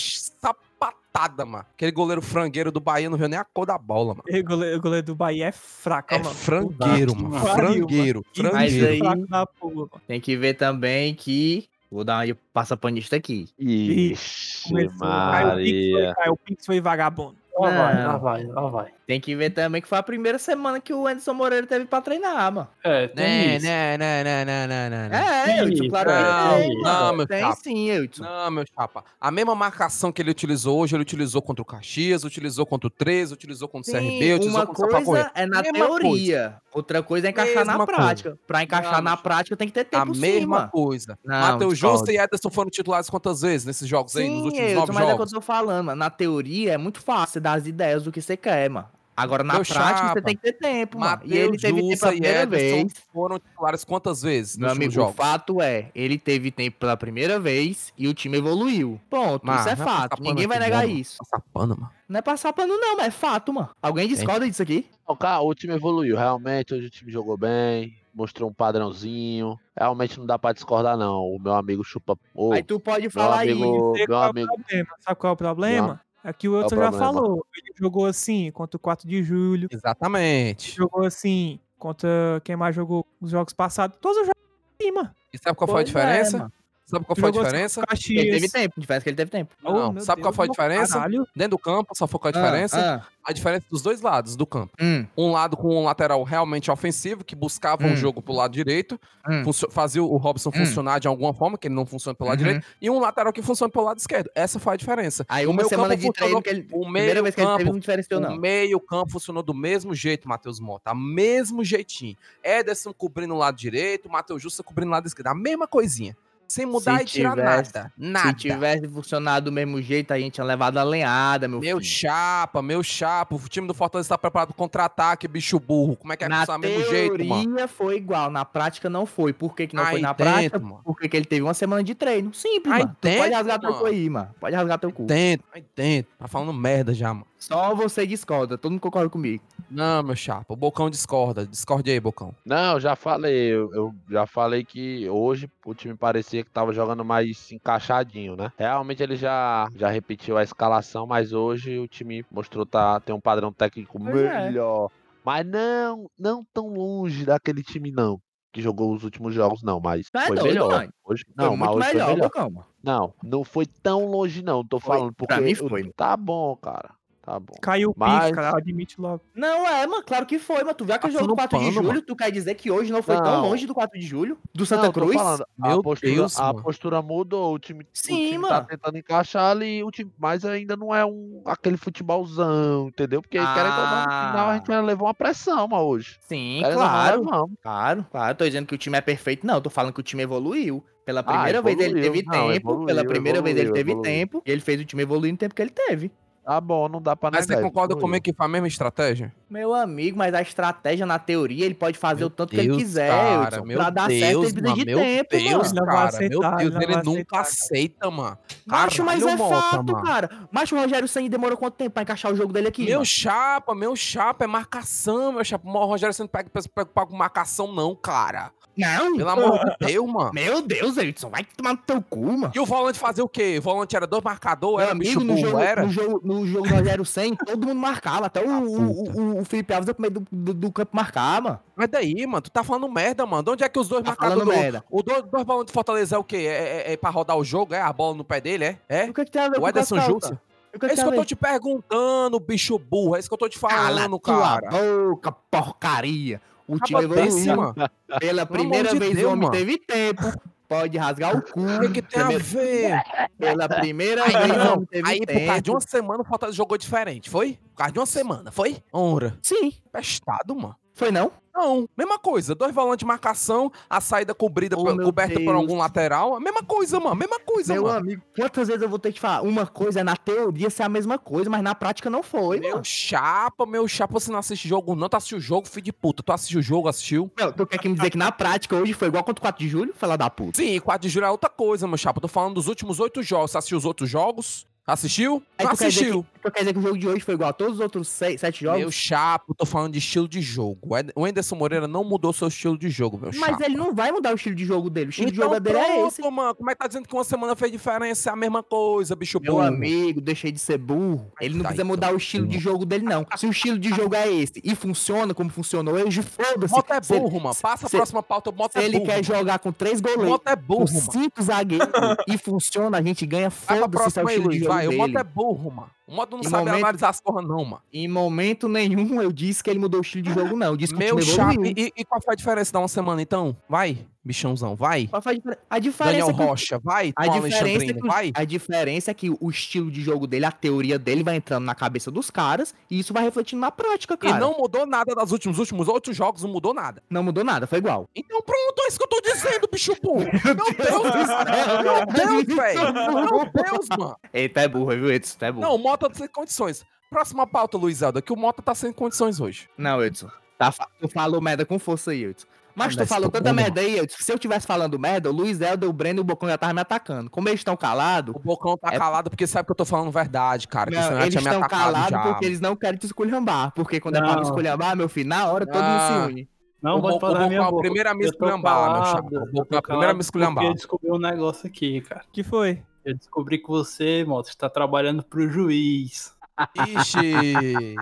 [SPEAKER 7] sapatada, mano. Aquele goleiro frangueiro do Bahia não viu nem a cor da bola, mano.
[SPEAKER 3] Ei, O goleiro, o goleiro do Bahia é fraco,
[SPEAKER 7] É
[SPEAKER 3] mano.
[SPEAKER 7] frangueiro, mano.
[SPEAKER 3] pariu,
[SPEAKER 7] Frangueiro,
[SPEAKER 3] Que
[SPEAKER 7] frangueiro.
[SPEAKER 5] aí-
[SPEAKER 3] fraco da porra, mano.
[SPEAKER 5] Tem que ver também que. Vou dar uma de passapanista aqui.
[SPEAKER 4] Ixi,
[SPEAKER 3] Começou. Caio Pix foi-
[SPEAKER 4] Maria.
[SPEAKER 3] Caio Pix foi vagabundo.
[SPEAKER 6] Então, Lá vai,
[SPEAKER 5] Não.
[SPEAKER 6] lá vai, lá vai.
[SPEAKER 5] Tem que ver também que foi a primeira semana que o Anderson Moreira teve pra treinar, mano.
[SPEAKER 6] É, tem
[SPEAKER 7] Né,
[SPEAKER 6] isso.
[SPEAKER 7] né, né, né, né, né, né, né.
[SPEAKER 5] É, é,
[SPEAKER 6] Ih,
[SPEAKER 5] Eudson, claro
[SPEAKER 7] não,
[SPEAKER 5] que tem,
[SPEAKER 7] não,
[SPEAKER 5] mano.
[SPEAKER 7] meu
[SPEAKER 5] Tem
[SPEAKER 7] chapa.
[SPEAKER 5] sim, Eudson.
[SPEAKER 7] Não, meu chapa. A mesma marcação que ele utilizou hoje, ele utilizou contra o Caxias, utilizou contra o 13, utilizou contra o CRB,
[SPEAKER 5] Sim,
[SPEAKER 7] utilizou
[SPEAKER 5] uma
[SPEAKER 7] contra o Sapagoia.
[SPEAKER 5] coisa é na
[SPEAKER 7] Mesma
[SPEAKER 5] teoria, outra coisa é encaixar
[SPEAKER 7] Mesma
[SPEAKER 5] na
[SPEAKER 7] coisa.
[SPEAKER 5] prática. Pra encaixar
[SPEAKER 7] Não,
[SPEAKER 5] na prática tem que ter tempo
[SPEAKER 7] A
[SPEAKER 5] sim,
[SPEAKER 7] mesma
[SPEAKER 5] mano.
[SPEAKER 7] coisa.
[SPEAKER 5] Não,
[SPEAKER 7] Matheus Justa
[SPEAKER 5] discordo.
[SPEAKER 7] e Ederson foram titulares quantas vezes nesses jogos aí, nos
[SPEAKER 5] Sim,
[SPEAKER 7] últimos
[SPEAKER 5] Eudson,
[SPEAKER 7] nove
[SPEAKER 5] mas é o que
[SPEAKER 7] jogos?
[SPEAKER 5] eu tô falando, mano. Na teoria é muito fácil você dar as ideias do que você quer, mano. Agora na
[SPEAKER 7] Meu
[SPEAKER 5] prática
[SPEAKER 7] chapa,
[SPEAKER 5] você tem que ter tempo, mano.
[SPEAKER 7] Matheus
[SPEAKER 5] E ele teve tempo
[SPEAKER 7] Jussa
[SPEAKER 5] pela primeira vez.
[SPEAKER 7] foram titulares quantas vezes
[SPEAKER 5] Meu
[SPEAKER 7] nos últimos
[SPEAKER 5] amigo, o
[SPEAKER 7] jogos?
[SPEAKER 5] fato é, ele teve tempo pela primeira vez e o time evoluiu. Ponto,
[SPEAKER 7] Mas
[SPEAKER 5] isso é
[SPEAKER 7] vai Ah, passar
[SPEAKER 5] fato.
[SPEAKER 7] pano
[SPEAKER 5] Ninguém vai
[SPEAKER 7] aqui,
[SPEAKER 5] negar
[SPEAKER 7] não,
[SPEAKER 5] isso.
[SPEAKER 7] Passa pano, mano.
[SPEAKER 5] Não é passar pano não, mas é fato, mano. Alguém discorda disso aqui?
[SPEAKER 4] Não, cara, o time evoluiu, realmente. Hoje o time jogou bem, mostrou um padrãozinho. Realmente não dá pra discordar, não. O meu amigo chupa. Ô,
[SPEAKER 5] Aí tu pode
[SPEAKER 4] meu
[SPEAKER 5] falar aí.
[SPEAKER 4] amigo,
[SPEAKER 3] Sei
[SPEAKER 4] meu
[SPEAKER 3] qual é o
[SPEAKER 4] amigo.
[SPEAKER 3] problema. Sabe qual é o problema? É que o outro já
[SPEAKER 4] problema?
[SPEAKER 3] falou. Ele jogou assim contra o 4 de julho.
[SPEAKER 7] Exatamente.
[SPEAKER 3] Jogou assim contra quem mais jogou os jogos passados. Todos os jogos em cima.
[SPEAKER 7] E sabe qual foi
[SPEAKER 5] Pois
[SPEAKER 7] a
[SPEAKER 5] é,
[SPEAKER 7] diferença?
[SPEAKER 5] mano. assim
[SPEAKER 7] Sabe qual foi a
[SPEAKER 3] Jogou assim
[SPEAKER 7] diferença?
[SPEAKER 3] Caxias.
[SPEAKER 5] Ele teve tempo, diferença que ele teve tempo.
[SPEAKER 3] Oh,
[SPEAKER 7] Não,
[SPEAKER 3] meu
[SPEAKER 7] sabe qual
[SPEAKER 3] Deus,
[SPEAKER 7] foi a
[SPEAKER 3] meu
[SPEAKER 7] diferença?
[SPEAKER 3] Caralho.
[SPEAKER 7] Dentro do campo, só foi qual a diferença? a diferença dos dois lados do campo.
[SPEAKER 5] Ah, hum,
[SPEAKER 7] Um lado com um lateral realmente ofensivo, que buscava um
[SPEAKER 5] Hum.
[SPEAKER 7] jogo pro lado direito,
[SPEAKER 5] Hum.
[SPEAKER 7] funcio- fazia o Robson funcionar de alguma forma, que ele não funciona pelo lado
[SPEAKER 5] Uhum.
[SPEAKER 7] direito, e um lateral que funciona pelo lado esquerdo. Essa foi a diferença.
[SPEAKER 5] Aí
[SPEAKER 7] O
[SPEAKER 5] uma
[SPEAKER 7] meio
[SPEAKER 5] semana
[SPEAKER 7] campo
[SPEAKER 5] de treino
[SPEAKER 7] funcionou-
[SPEAKER 5] que ele.
[SPEAKER 7] O
[SPEAKER 5] Primeira
[SPEAKER 7] meio
[SPEAKER 5] vez que ele teve,
[SPEAKER 7] campo,
[SPEAKER 5] não diferenciou,
[SPEAKER 7] o
[SPEAKER 5] não.
[SPEAKER 7] meio campo funcionou do mesmo jeito, Matheus Mota, a mesmo jeitinho. Ederson cobrindo o lado direito, Matheus Justa cobrindo o lado esquerdo, a mesma coisinha. Sem mudar
[SPEAKER 5] Se
[SPEAKER 7] e tirar
[SPEAKER 5] tivesse-
[SPEAKER 7] nada. Nada.
[SPEAKER 5] Se tivesse funcionado do mesmo jeito, a gente tinha levado a lenhada, meu,
[SPEAKER 7] Meu
[SPEAKER 5] filho.
[SPEAKER 7] chapa, meu chapa. O time do Fortaleza tá preparado pro contra-ataque, bicho burro. Como é que é
[SPEAKER 5] Na
[SPEAKER 7] funcionar do mesmo jeito, mano?
[SPEAKER 5] teoria foi igual, na prática não foi. Por que, que não
[SPEAKER 7] Aí
[SPEAKER 5] foi na
[SPEAKER 7] dentro,
[SPEAKER 5] prática?
[SPEAKER 7] mano.
[SPEAKER 5] Porque que ele teve uma semana de treino. Simples,
[SPEAKER 7] Aí
[SPEAKER 5] mano. Tu pode
[SPEAKER 7] dentro,
[SPEAKER 5] rasgar teu cu
[SPEAKER 7] mano.
[SPEAKER 5] aí, mano. Pode rasgar teu cu.
[SPEAKER 7] Dentro, aí dentro. Tá falando merda já, mano.
[SPEAKER 5] Só você discorda, todo mundo concorda comigo.
[SPEAKER 7] Não, meu chapa. O Bocão discorda. Discorde aí, Bocão.
[SPEAKER 4] Não, eu já falei. Eu, eu já falei que hoje o time parecia que tava jogando mais encaixadinho, né? Realmente ele já, já repetiu a escalação, mas hoje o time mostrou tá, tem um padrão técnico
[SPEAKER 5] Pois é.
[SPEAKER 4] melhor. Mas não, não tão longe daquele time, não. Que jogou os últimos jogos, não, mas
[SPEAKER 5] Tá
[SPEAKER 4] foi
[SPEAKER 5] doido,
[SPEAKER 4] melhor.
[SPEAKER 5] mano.
[SPEAKER 4] Hoje,
[SPEAKER 5] Foi
[SPEAKER 4] não, mas
[SPEAKER 5] muito
[SPEAKER 4] hoje
[SPEAKER 5] melhor,
[SPEAKER 4] foi melhor.
[SPEAKER 5] Bocão, mano.
[SPEAKER 4] Não, não foi tão longe, não. Tô
[SPEAKER 5] Foi.
[SPEAKER 4] falando, porque.
[SPEAKER 5] Pra mim
[SPEAKER 4] o-
[SPEAKER 5] foi.
[SPEAKER 4] Tá bom, cara. Tá bom.
[SPEAKER 3] Caiu o
[SPEAKER 4] Mas-
[SPEAKER 3] pique, cara. Admite logo.
[SPEAKER 5] Não, é, mano, claro que foi, mano. Tu viu aquele jogo
[SPEAKER 7] Passou
[SPEAKER 5] do
[SPEAKER 7] no
[SPEAKER 5] 4 de
[SPEAKER 7] pano,
[SPEAKER 5] julho?
[SPEAKER 7] mano.
[SPEAKER 5] Tu quer dizer que hoje não foi tão
[SPEAKER 4] Tá Não.
[SPEAKER 5] longe do 4 de julho? Do Santa
[SPEAKER 4] Não, eu tô
[SPEAKER 5] Cruz?
[SPEAKER 4] falando,
[SPEAKER 7] Meu
[SPEAKER 4] a postura,
[SPEAKER 7] Deus,
[SPEAKER 4] a
[SPEAKER 7] mano.
[SPEAKER 4] postura mudou, o time,
[SPEAKER 5] Sim,
[SPEAKER 4] o time tá
[SPEAKER 5] mano.
[SPEAKER 4] tentando encaixar ali, o time, mas ainda não é um, aquele futebolzão, entendeu? Porque querendo ou não, no final a gente
[SPEAKER 5] Ah.
[SPEAKER 4] já levou uma pressão mas hoje.
[SPEAKER 5] Sim,
[SPEAKER 4] Querendo ou não, é
[SPEAKER 5] claro.
[SPEAKER 4] levamos.
[SPEAKER 5] Claro, claro. Tô dizendo que o time é perfeito, não. Tô falando que o time evoluiu.
[SPEAKER 7] Ah,
[SPEAKER 5] Pela primeira vez ele
[SPEAKER 4] evoluiu.
[SPEAKER 5] teve
[SPEAKER 4] Não,
[SPEAKER 5] tempo. pela
[SPEAKER 4] evoluiu,
[SPEAKER 5] primeira vez ele
[SPEAKER 4] evoluiu,
[SPEAKER 5] teve
[SPEAKER 4] evoluiu.
[SPEAKER 5] tempo. E ele fez o time evoluir no tempo que ele teve.
[SPEAKER 4] Tá bom, não dá pra
[SPEAKER 7] Mas
[SPEAKER 4] negar.
[SPEAKER 7] você concorda
[SPEAKER 4] isso
[SPEAKER 7] comigo que foi a mesma estratégia?
[SPEAKER 5] Meu amigo, mas a estratégia, na teoria, ele pode fazer
[SPEAKER 7] Meu
[SPEAKER 5] o tanto que ele
[SPEAKER 7] Deus,
[SPEAKER 5] quiser.
[SPEAKER 7] cara,
[SPEAKER 5] Hudson.
[SPEAKER 7] meu
[SPEAKER 5] pra dar certo,
[SPEAKER 7] Deus,
[SPEAKER 5] ele precisa
[SPEAKER 7] mano,
[SPEAKER 5] de
[SPEAKER 7] meu
[SPEAKER 5] tempo,
[SPEAKER 7] Deus,
[SPEAKER 5] mano.
[SPEAKER 3] Não vai
[SPEAKER 7] cara,
[SPEAKER 3] aceitar,
[SPEAKER 7] meu Deus,
[SPEAKER 3] não
[SPEAKER 7] ele
[SPEAKER 3] vai
[SPEAKER 7] nunca
[SPEAKER 3] aceitar,
[SPEAKER 7] aceita, mano.
[SPEAKER 5] Macho, mas
[SPEAKER 7] Caralho,
[SPEAKER 5] é
[SPEAKER 7] Mota,
[SPEAKER 5] fato,
[SPEAKER 7] mano.
[SPEAKER 5] cara. Macho, o Rogério Senni demorou quanto tempo pra encaixar o jogo dele aqui?
[SPEAKER 7] Meu
[SPEAKER 5] mano?
[SPEAKER 7] chapa, meu chapa, é marcação, meu chapa. O Rogério você não pega, pega, pega com marcação, não, cara.
[SPEAKER 5] Não,
[SPEAKER 7] Pelo amor de Deus, mano.
[SPEAKER 5] Meu Deus, Edson, vai tomar no teu cu, mano.
[SPEAKER 7] E o volante fazia o quê? O volante era dois marcadores,
[SPEAKER 5] Meu
[SPEAKER 7] era bicho
[SPEAKER 5] amigo, no
[SPEAKER 7] burro,
[SPEAKER 5] jogo,
[SPEAKER 7] era? Ah,
[SPEAKER 5] no jogo, no jogo do Rogério Senni, todo mundo marcava. Até o, o, o, o Felipe Alves ia pro meio do, do, do campo marcar, mano.
[SPEAKER 7] Mas daí, mano, tu tá falando merda, mano. De onde é que os dois
[SPEAKER 5] Tá
[SPEAKER 7] marcadores.
[SPEAKER 5] falando
[SPEAKER 7] do-
[SPEAKER 5] merda.
[SPEAKER 7] O dois, dois balões do Fortaleza é o quê? É, é, é pra rodar o jogo? É a bola no pé dele? É? É?
[SPEAKER 5] O que, que tem a ver
[SPEAKER 7] O
[SPEAKER 5] com
[SPEAKER 7] Ederson
[SPEAKER 5] Cascalta?
[SPEAKER 7] Júnior?
[SPEAKER 5] O
[SPEAKER 7] É
[SPEAKER 5] que
[SPEAKER 7] isso que eu tô te perguntando, bicho burro. É isso que eu tô te falando,
[SPEAKER 5] Cala
[SPEAKER 7] cara.
[SPEAKER 5] tua boca, porcaria. O time
[SPEAKER 7] Acaba desse,
[SPEAKER 5] evoluiu.
[SPEAKER 7] mano.
[SPEAKER 5] Pela
[SPEAKER 7] Pelo amor
[SPEAKER 5] primeira
[SPEAKER 7] de
[SPEAKER 5] vez
[SPEAKER 7] Deus,
[SPEAKER 5] o homem
[SPEAKER 7] mano.
[SPEAKER 5] teve tempo. Pode rasgar o cu.
[SPEAKER 7] O que, que tem a
[SPEAKER 5] Primeiro-
[SPEAKER 7] ver?
[SPEAKER 5] Pela primeira
[SPEAKER 7] Aí,
[SPEAKER 5] vez o
[SPEAKER 7] não.
[SPEAKER 5] homem teve
[SPEAKER 7] Aí, por causa de
[SPEAKER 5] tempo.
[SPEAKER 7] uma semana, o Fortaleza jogou diferente, foi? Por causa de uma semana, foi? Honra.
[SPEAKER 5] Sim,
[SPEAKER 7] Pestado, mano.
[SPEAKER 5] foi não?
[SPEAKER 7] Não, mesma coisa. Dois volantes de marcação, a saída cobrida,
[SPEAKER 5] Oh,
[SPEAKER 7] pe-
[SPEAKER 5] meu
[SPEAKER 7] coberta por
[SPEAKER 5] Deus.
[SPEAKER 7] algum lateral. Mesma coisa, mano. Mesma coisa,
[SPEAKER 5] Meu
[SPEAKER 7] mano.
[SPEAKER 5] amigo, quantas vezes eu vou ter que falar? Uma coisa é na teoria ser a mesma coisa, mas na prática não foi,
[SPEAKER 7] meu
[SPEAKER 5] mano.
[SPEAKER 7] chapa, meu chapa, você não assiste jogo não, tu assistiu o jogo, filho de puta. Tu assistiu o jogo, assistiu?
[SPEAKER 5] Não, tu quer que me dizer que na prática hoje foi igual contra o 4 de julho? Fala da puta.
[SPEAKER 7] Sim, 4 de julho é outra coisa, meu chapa. Tô falando dos últimos oito jogos. Você assistiu os outros jogos? Assistiu?
[SPEAKER 5] Aí
[SPEAKER 7] Não
[SPEAKER 5] tu quer dizer
[SPEAKER 7] assistiu.
[SPEAKER 5] Tu quer dizer que o jogo de hoje foi igual a todos os outros seis, sete jogos?
[SPEAKER 7] Meu chapa, tô falando de estilo de jogo. O Ed- O Anderson Moreira não mudou seu estilo de jogo, meu chapa.
[SPEAKER 5] mas ele não vai mudar o estilo de jogo dele. O estilo
[SPEAKER 7] Então,
[SPEAKER 5] de jogo dele é esse.
[SPEAKER 7] pronto, mano. Como é que tá dizendo que uma semana fez diferença? É a mesma coisa, bicho
[SPEAKER 5] Meu
[SPEAKER 7] burro.
[SPEAKER 5] amigo, deixei de ser burro. Ele não
[SPEAKER 7] Uhum. Ai,
[SPEAKER 5] precisa
[SPEAKER 7] tá,
[SPEAKER 5] mudar
[SPEAKER 7] então,
[SPEAKER 5] o estilo de jogo dele, não. Se o estilo de jogo é esse e funciona como funcionou hoje, foda-se.
[SPEAKER 7] Mota é
[SPEAKER 5] Se ele-
[SPEAKER 7] burro, mano. Passa a
[SPEAKER 5] se-
[SPEAKER 7] próxima pauta, Mota
[SPEAKER 5] Se
[SPEAKER 7] é
[SPEAKER 5] ele
[SPEAKER 7] burro.
[SPEAKER 5] quer jogar com três goleiros,
[SPEAKER 7] Mota é
[SPEAKER 5] com
[SPEAKER 7] burro, mano.
[SPEAKER 5] cinco zagueiros e funciona, a gente ganha,
[SPEAKER 7] Vai pra
[SPEAKER 5] foda-se se é o
[SPEAKER 7] próxima aí,
[SPEAKER 5] estilo de
[SPEAKER 7] Luiz.
[SPEAKER 5] jogo
[SPEAKER 7] Vai. O
[SPEAKER 5] dele.
[SPEAKER 7] Mota é burro, mano. O Mota não
[SPEAKER 5] Em
[SPEAKER 7] sabe
[SPEAKER 5] momento-
[SPEAKER 7] analisar as porra, não, mano.
[SPEAKER 5] Em momento nenhum eu disse que ele mudou o estilo de jogo, não. Eu disse que
[SPEAKER 7] Meu
[SPEAKER 5] o time
[SPEAKER 7] chapa.
[SPEAKER 5] evoluiu.
[SPEAKER 7] E, e qual foi a diferença da uma semana, então? Vai, bichãozão, vai.
[SPEAKER 5] Qual foi a diferença? A diferença
[SPEAKER 7] Daniel
[SPEAKER 5] é que o-
[SPEAKER 7] Rocha, vai.
[SPEAKER 5] A
[SPEAKER 7] Tom
[SPEAKER 5] diferença, é
[SPEAKER 7] Alexandrino,
[SPEAKER 5] que,
[SPEAKER 7] vai.
[SPEAKER 5] o- a diferença é que o estilo de jogo dele, a teoria dele vai entrando na cabeça dos caras e isso vai refletindo na prática, cara.
[SPEAKER 7] E não mudou nada das últimas, últimos outros jogos, não mudou nada.
[SPEAKER 5] Não mudou nada, foi igual.
[SPEAKER 7] Então pronto, é isso que eu tô dizendo, bicho burro. Meu Deus do céu, meu Deus, velho. Meu Deus, mano.
[SPEAKER 5] Eita, é burro, viu, Edson? Tu é burro.
[SPEAKER 7] Não, o Mota tá sem condições. Próxima pauta, Luiz Helder, que o Mota tá sem condições hoje.
[SPEAKER 5] Não, Edson. Tá, fa- tu falou merda com força aí, Edson. Mas
[SPEAKER 7] Ah,
[SPEAKER 5] tu
[SPEAKER 7] mas
[SPEAKER 5] falou
[SPEAKER 7] tô
[SPEAKER 5] tanta
[SPEAKER 7] burro,
[SPEAKER 5] merda aí, Edson, que se eu tivesse falando merda, o Luiz Helder, o Breno e o Bocão já estavam me atacando. Como eles estão calados,
[SPEAKER 7] O Bocão tá
[SPEAKER 5] É-
[SPEAKER 7] calado porque sabe que eu tô falando verdade, cara. que senão
[SPEAKER 5] não,
[SPEAKER 7] já
[SPEAKER 5] eles
[SPEAKER 7] tinha me
[SPEAKER 5] estão
[SPEAKER 7] atacado
[SPEAKER 5] calados
[SPEAKER 7] já,
[SPEAKER 5] porque eles não querem te esculhambar. Porque quando é pra me
[SPEAKER 6] Não.
[SPEAKER 5] esculhambar, meu filho, na hora todo mundo
[SPEAKER 7] Não.
[SPEAKER 5] se une.
[SPEAKER 6] Não,
[SPEAKER 7] o
[SPEAKER 6] pode
[SPEAKER 7] Bocão, o
[SPEAKER 6] parar minha
[SPEAKER 7] Bocão, a
[SPEAKER 6] boca.
[SPEAKER 7] primeira me
[SPEAKER 6] Eu tô
[SPEAKER 7] esculhambar, meu
[SPEAKER 6] calado,
[SPEAKER 7] chapa. O
[SPEAKER 6] eu
[SPEAKER 7] Bocão,
[SPEAKER 6] tô
[SPEAKER 7] a primeira
[SPEAKER 6] calado
[SPEAKER 7] me esculhambar.
[SPEAKER 6] Porque eu descobri um negócio aqui, cara.
[SPEAKER 3] que foi?
[SPEAKER 6] Eu descobri que você, Mota, está trabalhando pro juiz.
[SPEAKER 7] Ixi.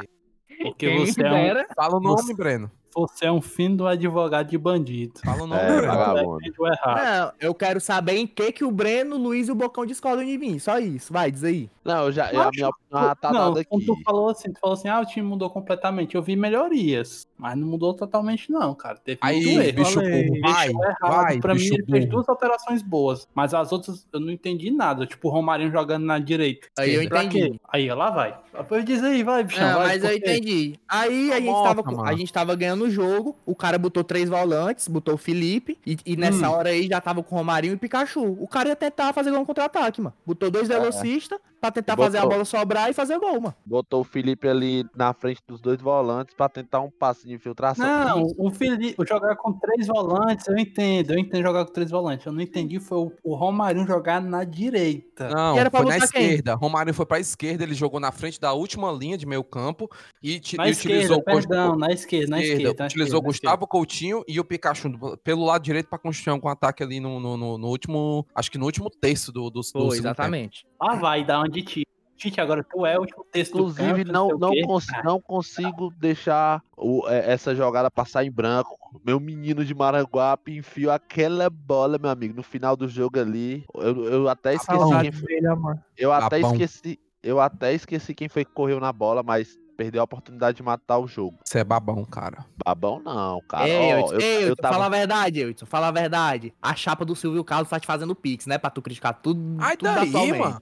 [SPEAKER 6] Porque
[SPEAKER 5] Quem
[SPEAKER 6] você é, um,
[SPEAKER 5] dera.
[SPEAKER 7] Fala o nome,
[SPEAKER 6] Você-
[SPEAKER 7] Breno.
[SPEAKER 6] você é um fim do advogado de bandido.
[SPEAKER 7] Fala o nome,
[SPEAKER 4] É,
[SPEAKER 7] Breno.
[SPEAKER 4] vai lá. Vagabundo.
[SPEAKER 6] Defende o errado.
[SPEAKER 5] Não, eu quero saber em que que o Breno, o Luiz e o Bocão discordam de mim. Só isso, vai, diz aí.
[SPEAKER 4] Não, eu já, eu- a minha opinião já tá
[SPEAKER 6] não,
[SPEAKER 4] dada
[SPEAKER 6] quando
[SPEAKER 4] aqui.
[SPEAKER 6] tu falou assim, tu falou assim, ah, o time mudou completamente. Eu vi melhorias, mas não mudou totalmente não, cara. Teve muito
[SPEAKER 7] Aí,
[SPEAKER 6] erro.
[SPEAKER 7] bicho
[SPEAKER 3] falei,
[SPEAKER 6] é,
[SPEAKER 7] burro,
[SPEAKER 6] Ele
[SPEAKER 7] vai,
[SPEAKER 6] chegou Tá errado.
[SPEAKER 7] vai,
[SPEAKER 6] pra mim,
[SPEAKER 7] bicho
[SPEAKER 6] ele fez
[SPEAKER 7] burro.
[SPEAKER 6] duas alterações boas, mas as outras eu não entendi nada. Tipo, o Romarinho jogando na direita.
[SPEAKER 5] Aí eu
[SPEAKER 6] Pra
[SPEAKER 5] entendi.
[SPEAKER 6] quê? Aí, ó, lá vai. Depois diz aí, vai, bichão.
[SPEAKER 5] Não,
[SPEAKER 6] vai,
[SPEAKER 5] mas eu
[SPEAKER 6] por quê?
[SPEAKER 5] entendi. Aí a gente,
[SPEAKER 7] Nossa,
[SPEAKER 5] tava, com- a
[SPEAKER 7] mano.
[SPEAKER 5] gente tava ganhando começando o jogo, o cara botou três volantes, botou o Felipe, e, e nessa hora aí já tava com o Romarinho e Pikachu. O cara ia tentar fazer gol no contra-ataque, mano. Botou dois velocistas pra tentar fazer a
[SPEAKER 4] Botou.
[SPEAKER 5] bola sobrar e fazer gol, mano.
[SPEAKER 4] Botou o Felipe ali na frente dos dois volantes pra tentar um passe de infiltração.
[SPEAKER 6] Não, o Felipe, o jogar com três volantes, eu entendo, eu entendo jogar com três volantes. Eu não entendi foi o, o Romarinho jogar na direita.
[SPEAKER 7] Não,
[SPEAKER 5] E era pra
[SPEAKER 7] foi na
[SPEAKER 5] botar quem?
[SPEAKER 7] esquerda. Romário foi pra esquerda, ele jogou na frente da última linha de meio campo e, ti-
[SPEAKER 6] na
[SPEAKER 7] e
[SPEAKER 6] esquerda,
[SPEAKER 7] utilizou o Gust-
[SPEAKER 6] perdão, na esquerda, na
[SPEAKER 7] esquerda,
[SPEAKER 6] esquerda. na
[SPEAKER 7] utilizou
[SPEAKER 6] esquerda, na
[SPEAKER 7] Gustavo Coutinho e o Pikachu do- pelo lado direito pra construir um ataque ali no, no, no- no último. Acho que no último terço do, do, do
[SPEAKER 4] é
[SPEAKER 7] segundo
[SPEAKER 5] exatamente.
[SPEAKER 6] esquerda. Lá vai dar onde te. Tite, agora tu é o último texto
[SPEAKER 4] Inclusive,
[SPEAKER 6] do campo,
[SPEAKER 4] não,
[SPEAKER 6] sei o
[SPEAKER 4] não,
[SPEAKER 6] quê.
[SPEAKER 4] cons- não consigo deixar o- é- essa jogada passar em branco. Meu menino de Maranguape enfiou aquela bola, meu amigo, no final do jogo ali. Eu, eu até esqueci
[SPEAKER 3] Saudade
[SPEAKER 4] quem foi.
[SPEAKER 3] dele, amor.
[SPEAKER 4] Eu até
[SPEAKER 7] Babão.
[SPEAKER 4] esqueci. Eu até esqueci quem foi que correu na bola, mas perdeu a oportunidade de matar o jogo.
[SPEAKER 7] Você é babão, cara.
[SPEAKER 4] Babão não, cara.
[SPEAKER 5] Ei,
[SPEAKER 4] Ó,
[SPEAKER 5] Eudson,
[SPEAKER 4] eu,
[SPEAKER 5] ei,
[SPEAKER 4] eu
[SPEAKER 5] Eudson,
[SPEAKER 4] tava-
[SPEAKER 5] fala a verdade, Eudson, fala a verdade. A chapa do Silvio Carlos tá te fazendo pix, né? Pra tu criticar tudo,
[SPEAKER 7] tá Aí
[SPEAKER 5] tudo
[SPEAKER 7] daí,
[SPEAKER 5] atualmente.
[SPEAKER 7] mano. tá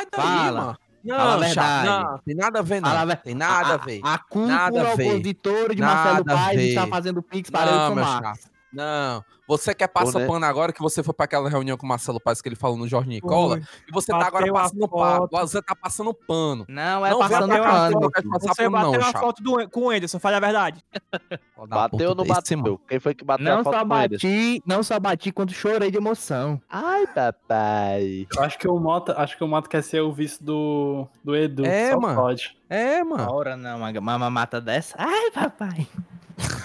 [SPEAKER 7] Aí daí,
[SPEAKER 5] Fala.
[SPEAKER 7] mano. Não,
[SPEAKER 5] Fala a
[SPEAKER 7] chato,
[SPEAKER 5] verdade.
[SPEAKER 7] não, tem nada a ver, não.
[SPEAKER 5] Fala a ver-
[SPEAKER 7] Tem nada
[SPEAKER 6] Ah,
[SPEAKER 7] a
[SPEAKER 5] a,
[SPEAKER 7] ver.
[SPEAKER 5] A, a
[SPEAKER 7] Nada
[SPEAKER 5] cúpula
[SPEAKER 7] a ver.
[SPEAKER 5] opositora de
[SPEAKER 7] Nada
[SPEAKER 5] Marcelo
[SPEAKER 7] a
[SPEAKER 5] Paes
[SPEAKER 7] ver.
[SPEAKER 5] está fazando pix para
[SPEAKER 7] Não,
[SPEAKER 5] ele
[SPEAKER 7] meu
[SPEAKER 5] tomar.
[SPEAKER 7] chato. Não, você quer passa
[SPEAKER 4] né?
[SPEAKER 7] pano agora que você foi pra aquela reunião com o Marcelo Paz que ele falou no Jorge Nicola e você tá agora
[SPEAKER 3] Bateu a
[SPEAKER 7] passando pano.
[SPEAKER 3] foto.
[SPEAKER 7] Você tá passando pano.
[SPEAKER 5] Não é
[SPEAKER 7] não
[SPEAKER 5] passando
[SPEAKER 7] vem
[SPEAKER 3] bateu a
[SPEAKER 5] pano.
[SPEAKER 7] não quero passar
[SPEAKER 3] Você
[SPEAKER 7] pano,
[SPEAKER 3] bateu
[SPEAKER 7] não,
[SPEAKER 3] a
[SPEAKER 7] chato.
[SPEAKER 3] foto do, com o Anderson, fala a verdade.
[SPEAKER 4] Bateu ou não
[SPEAKER 7] Esse,
[SPEAKER 4] bateu?
[SPEAKER 7] mano.
[SPEAKER 4] Quem foi que bateu a
[SPEAKER 5] Não
[SPEAKER 4] foto
[SPEAKER 5] só
[SPEAKER 4] com eles?
[SPEAKER 5] bati, não só bati quanto chorei de emoção.
[SPEAKER 4] Ai, papai.
[SPEAKER 6] Eu Acho que o Mota, acho que o Mota quer ser o vice do, do Edu.
[SPEAKER 7] É,
[SPEAKER 6] só
[SPEAKER 7] mano.
[SPEAKER 6] Pode.
[SPEAKER 7] É, mano.
[SPEAKER 5] Ora não, uma, uma mata dessa. Ai, papai.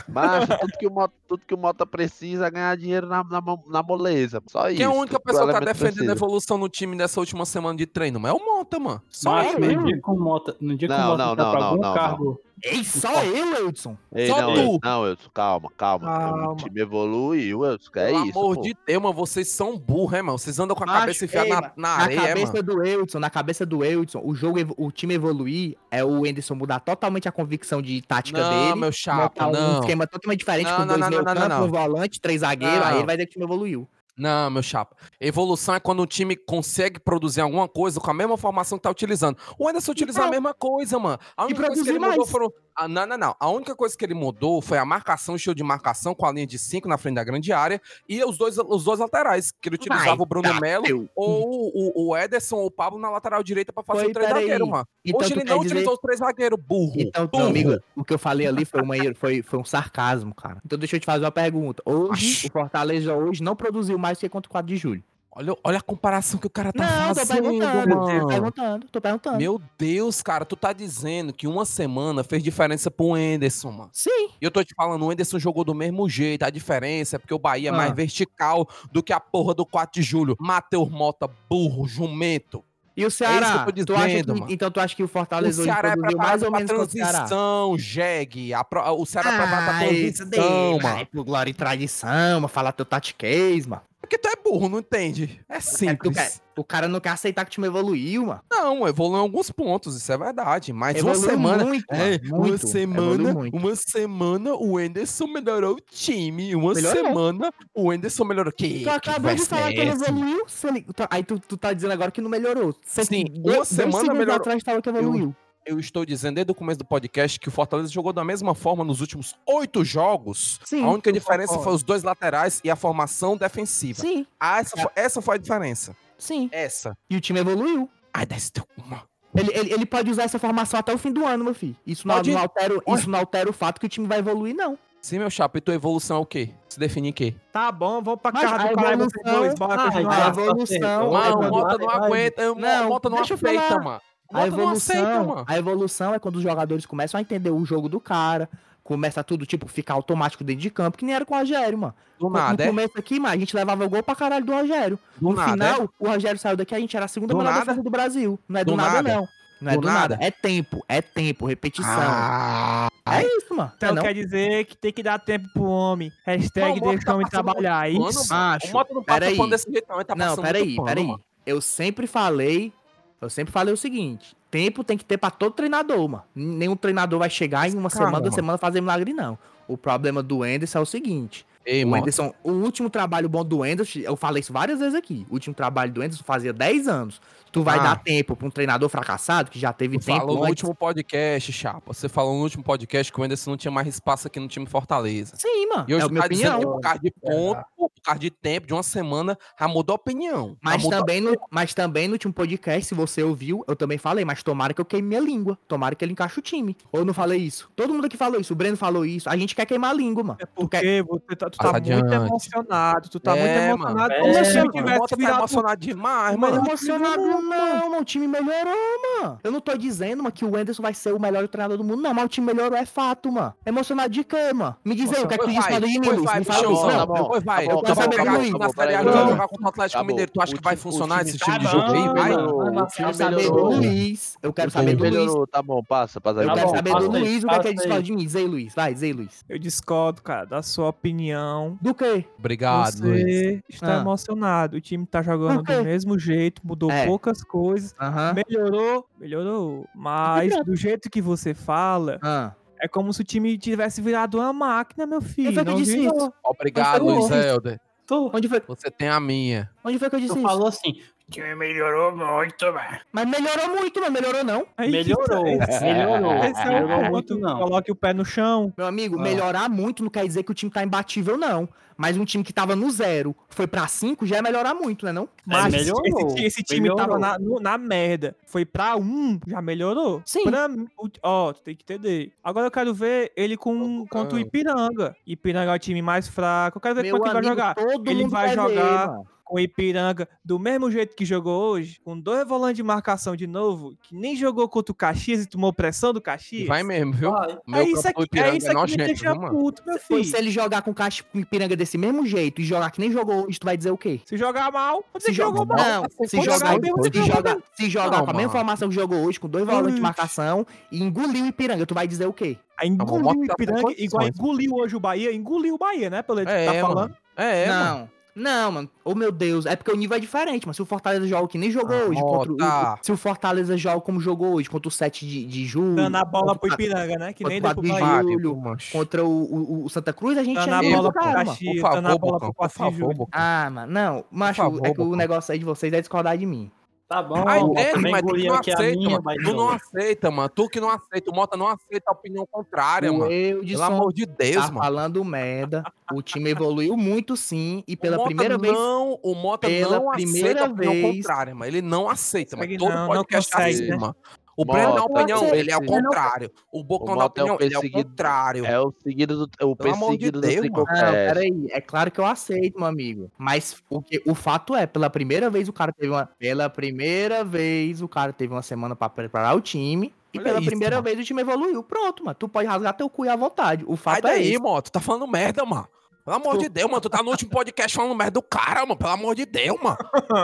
[SPEAKER 4] Mas tudo que o Mota, tudo que o Mota precisa é ganhar dinheiro na, na, mo- na moleza. Só isso.
[SPEAKER 7] Quem é a única
[SPEAKER 4] tudo
[SPEAKER 7] pessoa que tá
[SPEAKER 4] elemento
[SPEAKER 7] defendendo a
[SPEAKER 4] precisa.
[SPEAKER 7] evolução no time nessa última semana de treino? Mas é o Monta, mano. Só
[SPEAKER 6] Mas
[SPEAKER 7] ele.
[SPEAKER 6] no dia que o Mota, no dia que
[SPEAKER 4] Não,
[SPEAKER 6] o Mota
[SPEAKER 4] não,
[SPEAKER 6] entrar
[SPEAKER 4] não,
[SPEAKER 6] tá pra
[SPEAKER 4] não,
[SPEAKER 6] algum
[SPEAKER 4] não,
[SPEAKER 6] cargo.
[SPEAKER 5] Ei, só eu, Edson.
[SPEAKER 4] Ei,
[SPEAKER 7] Só
[SPEAKER 4] não,
[SPEAKER 7] tu.
[SPEAKER 4] Wilson, não, Wilson, calma, calma.
[SPEAKER 3] Calma.
[SPEAKER 4] O time evoluiu, Wilson, que é
[SPEAKER 7] Pelo
[SPEAKER 4] isso.
[SPEAKER 7] amor
[SPEAKER 4] pô.
[SPEAKER 7] de Deus, mano. Vocês são burros, hein, mano. Vocês andam com a
[SPEAKER 5] Macho,
[SPEAKER 7] cabeça enfiada
[SPEAKER 5] ei,
[SPEAKER 7] na,
[SPEAKER 5] mano,
[SPEAKER 7] na
[SPEAKER 5] Na
[SPEAKER 7] areia,
[SPEAKER 5] cabeça
[SPEAKER 7] é, mano.
[SPEAKER 5] do Edson, na cabeça do Edson, o jogo, evo- o time evoluir é o Anderson mudar totalmente a convicção de tática
[SPEAKER 7] Não,
[SPEAKER 5] dele.
[SPEAKER 7] meu chato,
[SPEAKER 5] montar um
[SPEAKER 7] não.
[SPEAKER 5] esquema totalmente diferente
[SPEAKER 7] Não,
[SPEAKER 5] com
[SPEAKER 7] não,
[SPEAKER 5] dois
[SPEAKER 7] não,
[SPEAKER 5] meio
[SPEAKER 7] não, não,
[SPEAKER 5] campo,
[SPEAKER 7] não.
[SPEAKER 5] um volante, três zagueiros,
[SPEAKER 7] Não.
[SPEAKER 5] aí ele vai dizer que o time evoluiu.
[SPEAKER 7] Não, meu chapa. Evolução é quando um time consegue produzir alguma coisa com a mesma formação que tá utilizando. O Anderson utilizou a
[SPEAKER 5] pro-
[SPEAKER 7] mesma coisa, mano. A única coisa que
[SPEAKER 5] produzir
[SPEAKER 7] ele mudou
[SPEAKER 5] mais.
[SPEAKER 7] foram. Ah, não, não, não. A única coisa que ele mudou foi a marcação, o estilo de marcação com a linha de 5 na frente da grande área e os dois, os dois laterais, que ele utilizava
[SPEAKER 5] Vai Tá.
[SPEAKER 7] o Bruno
[SPEAKER 5] dar
[SPEAKER 7] Melo
[SPEAKER 5] teu.
[SPEAKER 7] ou o, o Ederson ou o Pablo na lateral direita pra fazer
[SPEAKER 5] Foi,
[SPEAKER 7] o três
[SPEAKER 5] peraí.
[SPEAKER 7] zagueiro, mano.
[SPEAKER 5] Então
[SPEAKER 7] Hoje
[SPEAKER 5] tu
[SPEAKER 7] ele
[SPEAKER 5] quer
[SPEAKER 7] não
[SPEAKER 5] dizer-
[SPEAKER 7] utilizou os três zagueiros, burro.
[SPEAKER 5] Então, meu
[SPEAKER 7] burro.
[SPEAKER 5] amigo, o que eu falei ali foi, uma, foi, foi um sarcasmo, cara. Então deixa eu te fazer uma pergunta. Hoje,
[SPEAKER 7] Oxi.
[SPEAKER 5] o Fortaleza hoje não produziu mais que contra o 4 de julho.
[SPEAKER 7] Olha, olha a comparação que o cara tá
[SPEAKER 5] não, tô
[SPEAKER 7] fazendo,
[SPEAKER 5] perguntando, tô
[SPEAKER 7] mano.
[SPEAKER 5] perguntando, tô perguntando.
[SPEAKER 7] Meu Deus, cara, tu tá dizendo que uma semana fez diferença pro Enderson, mano.
[SPEAKER 5] Sim.
[SPEAKER 7] E eu tô te falando, o Enderson jogou do mesmo jeito. A diferença é porque o Bahia é mais
[SPEAKER 5] Ah.
[SPEAKER 7] vertical do que a porra do 4 de julho. Matheus Mota, burro, jumento.
[SPEAKER 5] E o
[SPEAKER 7] É isso que
[SPEAKER 5] Ceará?
[SPEAKER 7] eu tô
[SPEAKER 5] tu acha
[SPEAKER 7] dizendo,
[SPEAKER 5] que-
[SPEAKER 7] mano.
[SPEAKER 5] então tu acha que o
[SPEAKER 7] O
[SPEAKER 5] Fortaleza hoje
[SPEAKER 7] Ceará é
[SPEAKER 5] produziu mais
[SPEAKER 7] preparado
[SPEAKER 5] ou
[SPEAKER 7] pra
[SPEAKER 5] menos que o Ceará? Ah,
[SPEAKER 7] transição, jegue. A pro- O Ceará é preparado pra
[SPEAKER 5] isso
[SPEAKER 7] transição,
[SPEAKER 5] daí,
[SPEAKER 7] mano.
[SPEAKER 5] vai pro Glória e Tradição, mano, falar teu tatiquez, mano.
[SPEAKER 7] Porque tu é burro, não entende? É
[SPEAKER 5] É porque o cara-
[SPEAKER 7] simples.
[SPEAKER 5] o cara não quer aceitar que o time evoluiu, mano.
[SPEAKER 7] Não, evoluiu em alguns pontos, isso é verdade. Mas
[SPEAKER 5] Evoluiu
[SPEAKER 7] uma semana.
[SPEAKER 5] muito,
[SPEAKER 7] É,
[SPEAKER 5] mano,
[SPEAKER 7] uma
[SPEAKER 5] Ah, muito,
[SPEAKER 7] semana,
[SPEAKER 5] evoluiu muito.
[SPEAKER 7] uma semana o Enderson melhorou o time. Uma
[SPEAKER 5] Melhorou.
[SPEAKER 7] semana o Enderson melhorou. Que,
[SPEAKER 5] Tu acabou de
[SPEAKER 7] conversa
[SPEAKER 5] falar
[SPEAKER 7] é
[SPEAKER 5] que ele
[SPEAKER 7] essa?
[SPEAKER 5] evoluiu, se ele- tu- aí tu, tu tá dizendo agora que não melhorou. Cê-
[SPEAKER 7] Sim,
[SPEAKER 5] dois-
[SPEAKER 7] uma
[SPEAKER 5] dois
[SPEAKER 7] semana
[SPEAKER 5] segundos
[SPEAKER 7] melhorou.
[SPEAKER 5] atrás tava que evoluiu.
[SPEAKER 7] Eu estou dizendo desde o começo do podcast que o Fortaleza jogou da mesma forma nos últimos oito jogos.
[SPEAKER 5] Sim,
[SPEAKER 7] a única
[SPEAKER 5] eu
[SPEAKER 7] diferença
[SPEAKER 5] concordo.
[SPEAKER 7] foi os dois laterais e a formação defensiva.
[SPEAKER 5] Sim,
[SPEAKER 7] Ah, essa, foi, essa foi a diferença.
[SPEAKER 5] sim.
[SPEAKER 7] Essa.
[SPEAKER 5] E o time evoluiu.
[SPEAKER 7] Ai, desce teu uma.
[SPEAKER 5] Ele, ele, ele pode usar essa formação até o fim do ano, meu filho. Isso não,
[SPEAKER 7] Pode-
[SPEAKER 5] não altera, o-
[SPEAKER 7] Olha.
[SPEAKER 5] isso não altera o fato que o time vai evoluir, não.
[SPEAKER 7] Sim, meu chapa, e tua evolução é o quê? Se definir em quê?
[SPEAKER 3] Tá bom, vamos pra
[SPEAKER 5] Mas
[SPEAKER 3] casa
[SPEAKER 5] a
[SPEAKER 3] do caralho vocês
[SPEAKER 5] evolução-
[SPEAKER 3] dois, bora
[SPEAKER 6] Ah,
[SPEAKER 5] A
[SPEAKER 3] continuar.
[SPEAKER 6] mas-
[SPEAKER 5] evolução.
[SPEAKER 6] Mas
[SPEAKER 5] a
[SPEAKER 7] Mano,
[SPEAKER 6] vai,
[SPEAKER 7] o
[SPEAKER 5] evolu-
[SPEAKER 7] Mota não
[SPEAKER 6] vai, vai.
[SPEAKER 7] aguenta. Não,
[SPEAKER 5] Não,
[SPEAKER 7] o Mota não
[SPEAKER 5] deixa eu
[SPEAKER 7] aceita,
[SPEAKER 5] falar.
[SPEAKER 7] mano. O
[SPEAKER 5] A
[SPEAKER 7] Mota não aceita,
[SPEAKER 5] evolução,
[SPEAKER 7] mano.
[SPEAKER 5] a evolução é quando os jogadores começam a entender o jogo do cara. Começa tudo, tipo, ficar automático dentro de campo, que nem era com o Rogério, mano.
[SPEAKER 7] Do
[SPEAKER 5] No-
[SPEAKER 7] nada,
[SPEAKER 5] no
[SPEAKER 7] é?
[SPEAKER 5] começo aqui, mano, a gente levava gol pra caralho do Rogério.
[SPEAKER 7] Do
[SPEAKER 5] No
[SPEAKER 7] nada, é?
[SPEAKER 5] final, o Rogério saiu daqui, a gente era a segunda
[SPEAKER 7] Do
[SPEAKER 5] melhor
[SPEAKER 7] nada?
[SPEAKER 5] defesa do Brasil. Não é do,
[SPEAKER 7] Do
[SPEAKER 5] nada,
[SPEAKER 7] nada?
[SPEAKER 5] não. Não é
[SPEAKER 7] Do
[SPEAKER 5] do, nada.
[SPEAKER 7] nada?
[SPEAKER 5] É tempo, é tempo, repetição.
[SPEAKER 7] Ah,
[SPEAKER 5] é isso, mano.
[SPEAKER 3] Então
[SPEAKER 5] não é
[SPEAKER 3] quer dizer que tem que dar tempo pro homem. Hashtag
[SPEAKER 7] Não, o Mota
[SPEAKER 3] deixa
[SPEAKER 7] tá
[SPEAKER 3] o homem
[SPEAKER 7] passando
[SPEAKER 3] trabalhar.
[SPEAKER 7] pano,
[SPEAKER 3] Isso.
[SPEAKER 7] mano.
[SPEAKER 5] Macho,
[SPEAKER 7] o Mota não passa
[SPEAKER 5] peraí.
[SPEAKER 7] pano desse jeito, não. Ele tá
[SPEAKER 5] não,
[SPEAKER 7] passando
[SPEAKER 5] peraí,
[SPEAKER 7] muito pano,
[SPEAKER 5] peraí.
[SPEAKER 7] mano.
[SPEAKER 5] Eu sempre falei, eu sempre falei o seguinte, tempo tem que ter pra todo treinador, mano. Nenhum treinador vai chegar em uma
[SPEAKER 7] Cara,
[SPEAKER 5] semana, duas
[SPEAKER 7] mano.
[SPEAKER 5] semanas fazer milagre, não. O problema do Anderson é o seguinte,
[SPEAKER 7] Ei,
[SPEAKER 5] O
[SPEAKER 7] mano.
[SPEAKER 5] Anderson, o último trabalho bom do Anderson, eu falei isso várias vezes aqui. O último trabalho do Anderson fazia 10 anos. Tu vai
[SPEAKER 7] Ah.
[SPEAKER 5] dar tempo pra um treinador fracassado que já teve
[SPEAKER 7] Tu
[SPEAKER 5] tempo
[SPEAKER 7] falou no
[SPEAKER 5] antes?
[SPEAKER 7] último podcast, Chapa. Você falou no último podcast que o Anderson não tinha mais espaço aqui no time Fortaleza.
[SPEAKER 5] Sim, mano.
[SPEAKER 7] E hoje
[SPEAKER 5] é a
[SPEAKER 7] tu
[SPEAKER 5] minha
[SPEAKER 7] tá dizendo que
[SPEAKER 5] opinião.
[SPEAKER 7] por causa de ponto, por causa de tempo, de uma semana, já mudou a opinião. Já
[SPEAKER 5] Mas
[SPEAKER 7] mudou-
[SPEAKER 5] também, no, mas também no último podcast, se você ouviu, eu também falei, mas tomara que eu queime minha língua. Tomara que ele encaixe o time. Ou eu não falei isso? Todo mundo aqui falou isso. O Breno falou isso. A gente quer queimar a língua, mano.
[SPEAKER 3] É
[SPEAKER 5] Tu quer-
[SPEAKER 3] porque você tá, tu tá
[SPEAKER 7] Passa
[SPEAKER 3] muito
[SPEAKER 7] adiante.
[SPEAKER 3] emocionado. Tu tá
[SPEAKER 7] É,
[SPEAKER 3] muito emocionado.
[SPEAKER 6] mano.
[SPEAKER 3] Como
[SPEAKER 6] É,
[SPEAKER 3] se eu
[SPEAKER 7] O Mota
[SPEAKER 3] tivesse
[SPEAKER 7] tá
[SPEAKER 3] virado
[SPEAKER 7] emocionado demais,
[SPEAKER 5] Mas
[SPEAKER 7] mano.
[SPEAKER 5] emocionado não, mano. O time melhorou, mano. Eu não tô dizendo, mano, que o Anderson vai ser o melhor treinador do mundo, não. Mas o time melhorou, é fato, mano. Emocionado de quê, mano? Me diz aí, o que é que tu
[SPEAKER 7] Pois
[SPEAKER 5] disse pra
[SPEAKER 7] vai,
[SPEAKER 5] do
[SPEAKER 7] pois
[SPEAKER 5] Inimigos?
[SPEAKER 7] vai,
[SPEAKER 5] Me fala
[SPEAKER 7] bichão,
[SPEAKER 5] isso,
[SPEAKER 7] tá
[SPEAKER 5] não.
[SPEAKER 7] bom, pois vai.
[SPEAKER 4] tá bom,
[SPEAKER 5] Eu quero
[SPEAKER 7] Vamos
[SPEAKER 5] saber
[SPEAKER 7] jogar
[SPEAKER 5] do
[SPEAKER 7] na
[SPEAKER 5] Igor.
[SPEAKER 7] Série A,
[SPEAKER 4] Tá
[SPEAKER 7] vamos
[SPEAKER 4] bom.
[SPEAKER 7] jogar contra o Atlético
[SPEAKER 4] Tá bom.
[SPEAKER 7] Mineiro. Tu acha
[SPEAKER 4] O
[SPEAKER 7] que vai
[SPEAKER 4] time- o
[SPEAKER 7] funcionar
[SPEAKER 4] time
[SPEAKER 7] esse
[SPEAKER 4] tá
[SPEAKER 7] estilo de
[SPEAKER 6] bom,
[SPEAKER 7] jogo aí? Vai.
[SPEAKER 6] mano.
[SPEAKER 4] Melhorou,
[SPEAKER 6] Vai
[SPEAKER 4] o
[SPEAKER 5] Eu
[SPEAKER 4] time
[SPEAKER 5] quero saber do
[SPEAKER 4] melhorou.
[SPEAKER 5] Luiz. Eu quero
[SPEAKER 4] O
[SPEAKER 5] saber
[SPEAKER 4] time
[SPEAKER 5] do Luiz.
[SPEAKER 4] melhorou. Tá bom, passa, passa.
[SPEAKER 5] Eu
[SPEAKER 6] Tá
[SPEAKER 5] quero
[SPEAKER 6] bom,
[SPEAKER 5] saber do
[SPEAKER 6] passa aí,
[SPEAKER 5] Luiz o que é que
[SPEAKER 6] passa
[SPEAKER 5] ele
[SPEAKER 6] aí.
[SPEAKER 5] discorda de mim. Diz aí, Luiz. Vai, diz aí, Luiz.
[SPEAKER 3] Eu discordo, cara, da sua opinião.
[SPEAKER 5] Do quê?
[SPEAKER 7] Obrigado, Luiz.
[SPEAKER 3] Você está
[SPEAKER 5] Ah.
[SPEAKER 3] emocionado. O time tá jogando
[SPEAKER 5] Ok.
[SPEAKER 3] do mesmo jeito, mudou
[SPEAKER 5] É.
[SPEAKER 3] poucas coisas.
[SPEAKER 5] Aham.
[SPEAKER 3] Melhorou, melhorou. Mas do jeito que você fala,
[SPEAKER 5] Ah.
[SPEAKER 3] é como se o time tivesse virado uma máquina, meu filho.
[SPEAKER 5] Quem foi que
[SPEAKER 3] não
[SPEAKER 5] disse
[SPEAKER 3] virou.
[SPEAKER 5] isso?
[SPEAKER 7] Obrigado,
[SPEAKER 5] Mas
[SPEAKER 7] Luiz
[SPEAKER 5] tá bom.
[SPEAKER 7] Helder.
[SPEAKER 6] Tu,
[SPEAKER 5] Onde foi,
[SPEAKER 7] Você tem a minha.
[SPEAKER 5] onde foi que eu disse
[SPEAKER 6] tu
[SPEAKER 5] isso?
[SPEAKER 6] falou assim, o time melhorou muito, velho.
[SPEAKER 5] Mas melhorou muito, mas melhorou não.
[SPEAKER 3] Aí que
[SPEAKER 6] Melhorou,
[SPEAKER 3] tá- esse-
[SPEAKER 6] melhorou.
[SPEAKER 3] Esse é
[SPEAKER 6] Melhorou
[SPEAKER 3] o
[SPEAKER 6] muito
[SPEAKER 3] ponto.
[SPEAKER 6] não.
[SPEAKER 3] Coloque o pé no chão.
[SPEAKER 5] Meu amigo,
[SPEAKER 6] Ah.
[SPEAKER 5] melhorar muito não quer dizer que o time tá imbatível, não. Mas um time que tava no zero foi pra cinco já é melhorar muito, né não?
[SPEAKER 3] Mas esse,
[SPEAKER 6] É, melhorou,
[SPEAKER 3] ti- esse time tava
[SPEAKER 6] melhorou.
[SPEAKER 3] na, no- na merda. Foi pra um, já melhorou.
[SPEAKER 5] Sim.
[SPEAKER 3] Pra mim, o- ó, tu tem que entender. Agora eu quero ver ele com, contra o Ipiranga. Ipiranga é o time mais fraco. Eu quero ver como é que ele vai jogar.
[SPEAKER 5] todo
[SPEAKER 3] Ele vai
[SPEAKER 5] quer
[SPEAKER 3] jogar-
[SPEAKER 5] mano.
[SPEAKER 3] com o Ipiranga do mesmo jeito que jogou hoje, com dois volantes de marcação de novo, que nem jogou contra o Caxias e tomou pressão do Caxias.
[SPEAKER 7] E vai mesmo, viu?
[SPEAKER 6] Vai.
[SPEAKER 7] O meu
[SPEAKER 3] é isso
[SPEAKER 7] campo do
[SPEAKER 3] aqui,
[SPEAKER 7] Ipiranga
[SPEAKER 3] é isso aqui que me
[SPEAKER 7] nojento,
[SPEAKER 3] deixa
[SPEAKER 7] viu, mano?
[SPEAKER 3] puto, meu
[SPEAKER 5] Pois
[SPEAKER 3] filho.
[SPEAKER 5] se ele jogar com caixa com piranga desse mesmo jeito e jogar que nem jogou hoje, tu vai dizer o quê?
[SPEAKER 3] Se jogar mal, você
[SPEAKER 5] é. Se
[SPEAKER 3] jogou
[SPEAKER 5] joga-
[SPEAKER 3] mal.
[SPEAKER 5] Não, se
[SPEAKER 3] Quando
[SPEAKER 5] jogar,
[SPEAKER 3] jogar bem, você
[SPEAKER 5] se
[SPEAKER 3] joga
[SPEAKER 5] jogar,
[SPEAKER 3] bem.
[SPEAKER 5] se jogar
[SPEAKER 7] Não,
[SPEAKER 5] com a mesma
[SPEAKER 7] mano.
[SPEAKER 5] formação que jogou hoje, com dois volantes
[SPEAKER 3] Putz.
[SPEAKER 5] de marcação e engoliu o Ipiranga, tu vai dizer o quê?
[SPEAKER 3] Aí
[SPEAKER 7] Tá bom,
[SPEAKER 3] engoliu
[SPEAKER 7] bota
[SPEAKER 3] o
[SPEAKER 7] tá sem
[SPEAKER 3] Ipiranga, igual
[SPEAKER 7] condições.
[SPEAKER 3] engoliu hoje o Bahia, engoliu o Bahia, né? Pelo jeito
[SPEAKER 7] É,
[SPEAKER 3] que tá
[SPEAKER 7] é,
[SPEAKER 3] falando.
[SPEAKER 7] mano. É, é, mano.
[SPEAKER 5] não. Não, mano. Oh, meu Deus. É porque o nível é diferente, mano. Se o Fortaleza joga que nem jogou
[SPEAKER 7] Ah,
[SPEAKER 5] hoje.
[SPEAKER 7] ó,
[SPEAKER 5] contra o-
[SPEAKER 7] tá.
[SPEAKER 5] se o Fortaleza joga como jogou hoje, contra o 7 de, de julho.
[SPEAKER 3] Dando a bola pro
[SPEAKER 5] contra o
[SPEAKER 3] Ipiranga, né? Que
[SPEAKER 5] quanto
[SPEAKER 3] nem deu pro
[SPEAKER 5] quatro
[SPEAKER 3] Bahia.
[SPEAKER 5] de
[SPEAKER 7] Pare,
[SPEAKER 5] julho,
[SPEAKER 7] pô, macho.
[SPEAKER 5] Contra o, o- o Santa Cruz, a gente
[SPEAKER 3] Dando a
[SPEAKER 5] é
[SPEAKER 3] bola
[SPEAKER 5] muito
[SPEAKER 3] pro
[SPEAKER 5] caro, mano.
[SPEAKER 7] Por
[SPEAKER 3] Caxias, dando a
[SPEAKER 7] favor,
[SPEAKER 3] bola
[SPEAKER 7] Bocão,
[SPEAKER 3] pro
[SPEAKER 7] por
[SPEAKER 3] Caxias
[SPEAKER 7] favor,
[SPEAKER 3] Júnior.
[SPEAKER 7] Bocão.
[SPEAKER 5] Ah, mano, não, macho,
[SPEAKER 7] favor,
[SPEAKER 5] é que o
[SPEAKER 7] Bocão.
[SPEAKER 5] negócio aí de vocês é discordar de mim.
[SPEAKER 6] Tá bom,
[SPEAKER 7] Ai,
[SPEAKER 6] eu
[SPEAKER 7] dele,
[SPEAKER 6] também
[SPEAKER 7] mas tu
[SPEAKER 6] engoli
[SPEAKER 7] não
[SPEAKER 6] aqui a
[SPEAKER 7] aceita,
[SPEAKER 6] minha,
[SPEAKER 7] mano. Tu não
[SPEAKER 6] baixão.
[SPEAKER 7] aceita, mano. Tu que não aceita. O Mota não aceita a opinião contrária,
[SPEAKER 5] o
[SPEAKER 7] mano.
[SPEAKER 5] eu de
[SPEAKER 7] Pelo
[SPEAKER 5] som
[SPEAKER 7] amor de Deus,
[SPEAKER 5] tá
[SPEAKER 7] mano.
[SPEAKER 5] falando merda. O time evoluiu muito sim e
[SPEAKER 7] O
[SPEAKER 5] pela
[SPEAKER 7] Mota
[SPEAKER 5] primeira vez
[SPEAKER 7] Não, o Mota
[SPEAKER 5] pela
[SPEAKER 7] não aceita
[SPEAKER 5] primeira
[SPEAKER 7] a opinião
[SPEAKER 5] vez-
[SPEAKER 7] contrária, mano. Ele não aceita, mano.
[SPEAKER 3] Consegue
[SPEAKER 7] Todo
[SPEAKER 3] não, não
[SPEAKER 7] podcast é
[SPEAKER 3] consegue,
[SPEAKER 7] assim,
[SPEAKER 4] né?
[SPEAKER 7] mano. O Breno dá
[SPEAKER 4] Mota,
[SPEAKER 7] opinião,
[SPEAKER 4] você-
[SPEAKER 7] ele é o
[SPEAKER 4] você não-
[SPEAKER 7] contrário. O Bocão
[SPEAKER 4] O
[SPEAKER 7] dá
[SPEAKER 4] Mota é o
[SPEAKER 7] opinião, ele é o
[SPEAKER 4] perseguido.
[SPEAKER 7] contrário.
[SPEAKER 4] É o seguido do, é o
[SPEAKER 7] Pelo amor de
[SPEAKER 4] perseguido
[SPEAKER 7] Deus,
[SPEAKER 4] do
[SPEAKER 7] mano. Ah,
[SPEAKER 5] Não,
[SPEAKER 4] Tricocast.
[SPEAKER 5] peraí, é claro que eu aceito, meu amigo. Mas o, que, o fato é, pela primeira vez o cara teve uma. Pela primeira vez o cara teve uma semana pra preparar o time. E
[SPEAKER 7] Olha
[SPEAKER 5] pela
[SPEAKER 7] isso,
[SPEAKER 5] primeira
[SPEAKER 7] mano.
[SPEAKER 5] vez o time evoluiu. Pronto, mano. Tu pode rasgar teu cu à vontade. O
[SPEAKER 7] Sai
[SPEAKER 5] fato é
[SPEAKER 7] daí,
[SPEAKER 5] isso.
[SPEAKER 7] Mota. Tu tá falando merda, mano. Pelo amor de Deus, mano. Tu tá no último podcast falando merda do cara, mano. Pelo amor de Deus, mano.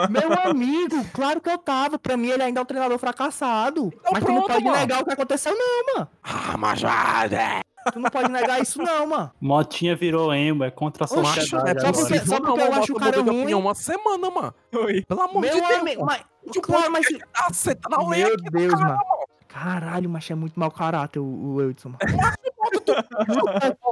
[SPEAKER 5] Meu amigo, claro que eu tava. Pra mim, ele ainda é um treinador fracassado.
[SPEAKER 7] Então
[SPEAKER 5] mas tu não
[SPEAKER 7] pronto,
[SPEAKER 5] pode
[SPEAKER 7] mano.
[SPEAKER 5] negar o que aconteceu, não.
[SPEAKER 7] Ah, mas já, né?
[SPEAKER 5] Tu não pode negar isso, não, mano.
[SPEAKER 6] Motinha virou emo, é contra a
[SPEAKER 7] Oxe,
[SPEAKER 6] sociedade.
[SPEAKER 7] não é
[SPEAKER 5] só
[SPEAKER 6] agora.
[SPEAKER 5] você-
[SPEAKER 7] possível,
[SPEAKER 5] só porque
[SPEAKER 7] não,
[SPEAKER 5] eu
[SPEAKER 7] o
[SPEAKER 5] acho o
[SPEAKER 7] Mota
[SPEAKER 5] cara
[SPEAKER 7] mudou de
[SPEAKER 5] ruim.
[SPEAKER 7] opinião uma semana, mano.
[SPEAKER 3] Oi.
[SPEAKER 7] Pelo amor de
[SPEAKER 5] Meu
[SPEAKER 7] Deus.
[SPEAKER 5] amigo,
[SPEAKER 7] mano.
[SPEAKER 5] mas.
[SPEAKER 7] Último
[SPEAKER 5] Claro, mas.
[SPEAKER 7] podcast tá aceita na orelha
[SPEAKER 5] Meu
[SPEAKER 7] aqui do
[SPEAKER 5] Deus,
[SPEAKER 7] cara,
[SPEAKER 5] mano. Caralho, mas é muito mau caráter o, o Edson, mano.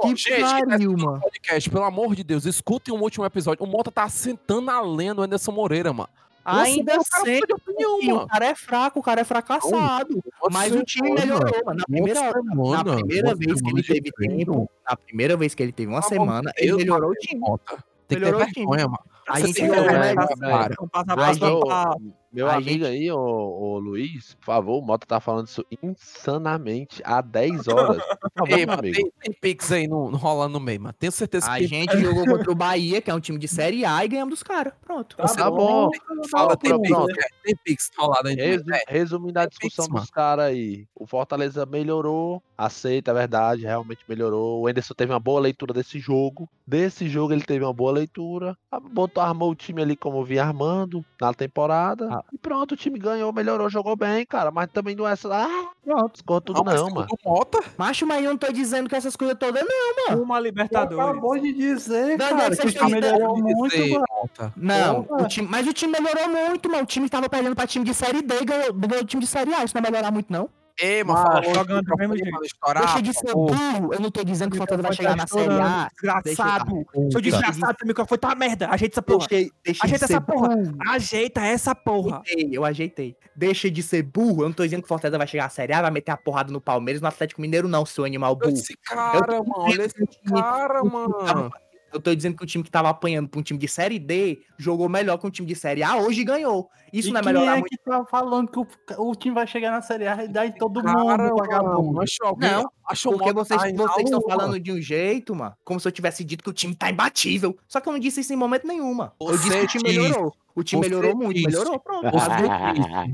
[SPEAKER 7] Ô,
[SPEAKER 5] que
[SPEAKER 7] gente, que tá
[SPEAKER 5] pariu, mano.
[SPEAKER 7] podcast, pelo amor de Deus, escutem o último episódio. O Mota tá assentando a lenda do Anderson Moreira, mano. Nossa,
[SPEAKER 5] Ainda
[SPEAKER 7] o cara
[SPEAKER 5] sempre.
[SPEAKER 7] não tem opinião,
[SPEAKER 5] E o
[SPEAKER 7] mano.
[SPEAKER 5] cara é fraco, o cara é fracassado. Mas o time melhorou, mano. Na primeira, na primeira vez que ele teve tempo, na primeira vez que ele teve uma
[SPEAKER 7] Pelo amor
[SPEAKER 5] semana,
[SPEAKER 7] de
[SPEAKER 5] ele
[SPEAKER 7] Deus,
[SPEAKER 5] melhorou o
[SPEAKER 7] Matheus
[SPEAKER 5] time.
[SPEAKER 7] Mota. Tem que ter
[SPEAKER 5] Melhorou o time.
[SPEAKER 7] vergonha, mano.
[SPEAKER 5] A
[SPEAKER 7] Você
[SPEAKER 5] gente
[SPEAKER 7] tem que ter
[SPEAKER 5] melhorou,
[SPEAKER 7] vergonha,
[SPEAKER 5] né,
[SPEAKER 7] cara.
[SPEAKER 3] Então passa a
[SPEAKER 5] Ai,
[SPEAKER 3] passa
[SPEAKER 4] meu-
[SPEAKER 3] pra-
[SPEAKER 4] Meu
[SPEAKER 5] A
[SPEAKER 4] amigo aí, ô, ô Luiz, por favor, o Mota tá falando isso insanamente há 10 horas. Por favor,
[SPEAKER 7] Ei,
[SPEAKER 4] meu
[SPEAKER 7] mano,
[SPEAKER 4] amigo.
[SPEAKER 7] tem, tem Pix aí no, no rolando no meio, mano. Tenho certeza
[SPEAKER 5] A
[SPEAKER 7] que
[SPEAKER 5] gente jogou contra o Bahia, que é um time de Série A, e ganhamos dos caras. Pronto.
[SPEAKER 4] Tá, bom.
[SPEAKER 7] fala,
[SPEAKER 4] Não,
[SPEAKER 7] tem Pix,
[SPEAKER 4] pronto.
[SPEAKER 7] é, tem Pix rolado aí. né?
[SPEAKER 4] Resu-
[SPEAKER 5] é
[SPEAKER 4] Resumindo a
[SPEAKER 7] tem Pix,
[SPEAKER 4] discussão
[SPEAKER 7] mano.
[SPEAKER 4] dos caras aí, o Fortaleza melhorou, aceita a verdade, realmente melhorou. O Enderson teve uma boa leitura desse jogo. Desse jogo ele teve uma boa leitura. a- Botou, armou o time ali como vinha armando na temporada.
[SPEAKER 5] Ah.
[SPEAKER 4] E pronto, o time ganhou, melhorou, jogou bem, cara. Mas também não é essa. Ah,
[SPEAKER 5] Pronto.
[SPEAKER 4] escorra tudo
[SPEAKER 7] mas
[SPEAKER 4] não,
[SPEAKER 7] o
[SPEAKER 4] mano.
[SPEAKER 7] do Mota,
[SPEAKER 5] Macho, mas eu não tô dizendo que essas coisas todas, não.
[SPEAKER 3] Uma Libertadores.
[SPEAKER 6] Acabou de dizer,
[SPEAKER 5] Não,
[SPEAKER 6] cara,
[SPEAKER 5] não,
[SPEAKER 6] que
[SPEAKER 5] vocês
[SPEAKER 6] o time
[SPEAKER 5] estão me
[SPEAKER 6] melhorou muito,
[SPEAKER 7] dizer,
[SPEAKER 6] mano.
[SPEAKER 7] Mota.
[SPEAKER 5] Não,
[SPEAKER 6] Opa.
[SPEAKER 5] o time, mas o time melhorou muito, mano. O time tava perdendo pra time de Série D e ganhou, ganhou o time de Série A. Isso não é melhorar muito, não.
[SPEAKER 7] Ei, mas fala
[SPEAKER 6] Macho,
[SPEAKER 7] longe do
[SPEAKER 3] jogando do
[SPEAKER 7] microfone
[SPEAKER 3] mesmo
[SPEAKER 7] pra não
[SPEAKER 3] jeito.
[SPEAKER 7] estourar,
[SPEAKER 5] Deixa de
[SPEAKER 7] por
[SPEAKER 5] ser
[SPEAKER 7] favor.
[SPEAKER 5] burro. Então, Eu não tô dizendo que o Fortaleza vai chegar na Série A.
[SPEAKER 3] Desgraçado.
[SPEAKER 5] Deixa-
[SPEAKER 3] Seu desgraçado, seu microfone tá uma merda. Ajeita essa porra.
[SPEAKER 5] Deixa, deixa de
[SPEAKER 3] Ajeita essa
[SPEAKER 5] ser
[SPEAKER 3] porra.
[SPEAKER 5] burro.
[SPEAKER 3] Ajeita essa porra.
[SPEAKER 5] Ajeitei, eu ajeitei. Deixa de ser burro. Eu não tô dizendo que o Fortaleza vai chegar na Série A, vai meter a porrada no Palmeiras, no Atlético Mineiro, não, seu animal
[SPEAKER 7] Olha
[SPEAKER 5] burro.
[SPEAKER 7] esse cara, mano. Olha esse cara, mano.
[SPEAKER 5] Eu tô dizendo que o time que tava apanhando pra um time de Série D jogou melhor que um time de Série A hoje e ganhou. Isso
[SPEAKER 6] E
[SPEAKER 5] não é
[SPEAKER 6] quem
[SPEAKER 5] melhorar
[SPEAKER 6] é
[SPEAKER 5] muito.
[SPEAKER 6] que tá falando que o, o time vai chegar na Série A e dá em todo
[SPEAKER 7] Cara,
[SPEAKER 6] mundo, vagabundo?
[SPEAKER 7] mano. Acho alguém.
[SPEAKER 5] Não,
[SPEAKER 7] acho
[SPEAKER 5] Porque vocês, vocês estão falando
[SPEAKER 7] de
[SPEAKER 5] de um jeito, mano, como se eu tivesse dito que o time tá imbatível. Só que eu não disse isso em momento nenhuma. eu disse que
[SPEAKER 7] Você
[SPEAKER 5] o time
[SPEAKER 7] disse.
[SPEAKER 5] melhorou. O time
[SPEAKER 7] Você
[SPEAKER 5] melhorou muito,
[SPEAKER 7] disse. Ah,
[SPEAKER 5] melhorou, pronto.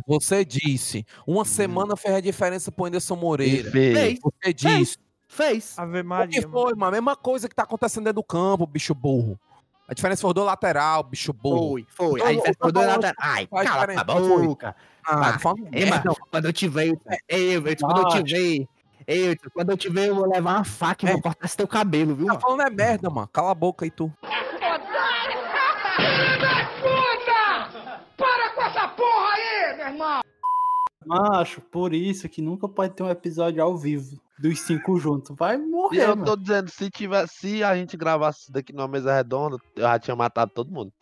[SPEAKER 7] Você disse,
[SPEAKER 4] Hum.
[SPEAKER 7] uma semana fez a diferença pro Anderson Moreira.
[SPEAKER 4] Enfim,
[SPEAKER 5] Fez,
[SPEAKER 7] Você disse.
[SPEAKER 5] fez.
[SPEAKER 3] Ave
[SPEAKER 7] O que
[SPEAKER 3] Maria. mano.
[SPEAKER 7] foi, mano? A mesma coisa que tá acontecendo dentro do campo, bicho burro. A diferença foi do lateral, bicho burro.
[SPEAKER 5] Foi, foi.
[SPEAKER 7] Então,
[SPEAKER 5] Aí
[SPEAKER 7] o
[SPEAKER 5] você
[SPEAKER 7] São
[SPEAKER 5] acordou
[SPEAKER 7] Paulo
[SPEAKER 5] nada. Ai,
[SPEAKER 7] faz
[SPEAKER 5] cala a
[SPEAKER 7] diferença. Foi.
[SPEAKER 5] boca. É.
[SPEAKER 7] Ah,
[SPEAKER 5] Ah,
[SPEAKER 7] fala um
[SPEAKER 5] Ei,
[SPEAKER 7] merda.
[SPEAKER 5] mano, quando eu te vejo, ei, eu, quando eu te vejo, ei, eu, quando eu te vejo, eu vou levar uma faca e
[SPEAKER 7] É.
[SPEAKER 5] vou cortar esse teu cabelo, viu,
[SPEAKER 7] Tá
[SPEAKER 5] mano?
[SPEAKER 7] falando é merda, mano. Cala a boca aí, tu.
[SPEAKER 6] Macho, por isso que nunca pode ter um episódio ao vivo dos cinco juntos. Vai
[SPEAKER 4] e
[SPEAKER 6] morrer,
[SPEAKER 4] eu
[SPEAKER 6] mano.
[SPEAKER 4] tô dizendo, se, tiver, se a gente gravasse isso daqui numa mesa redonda, eu já tinha matado todo mundo.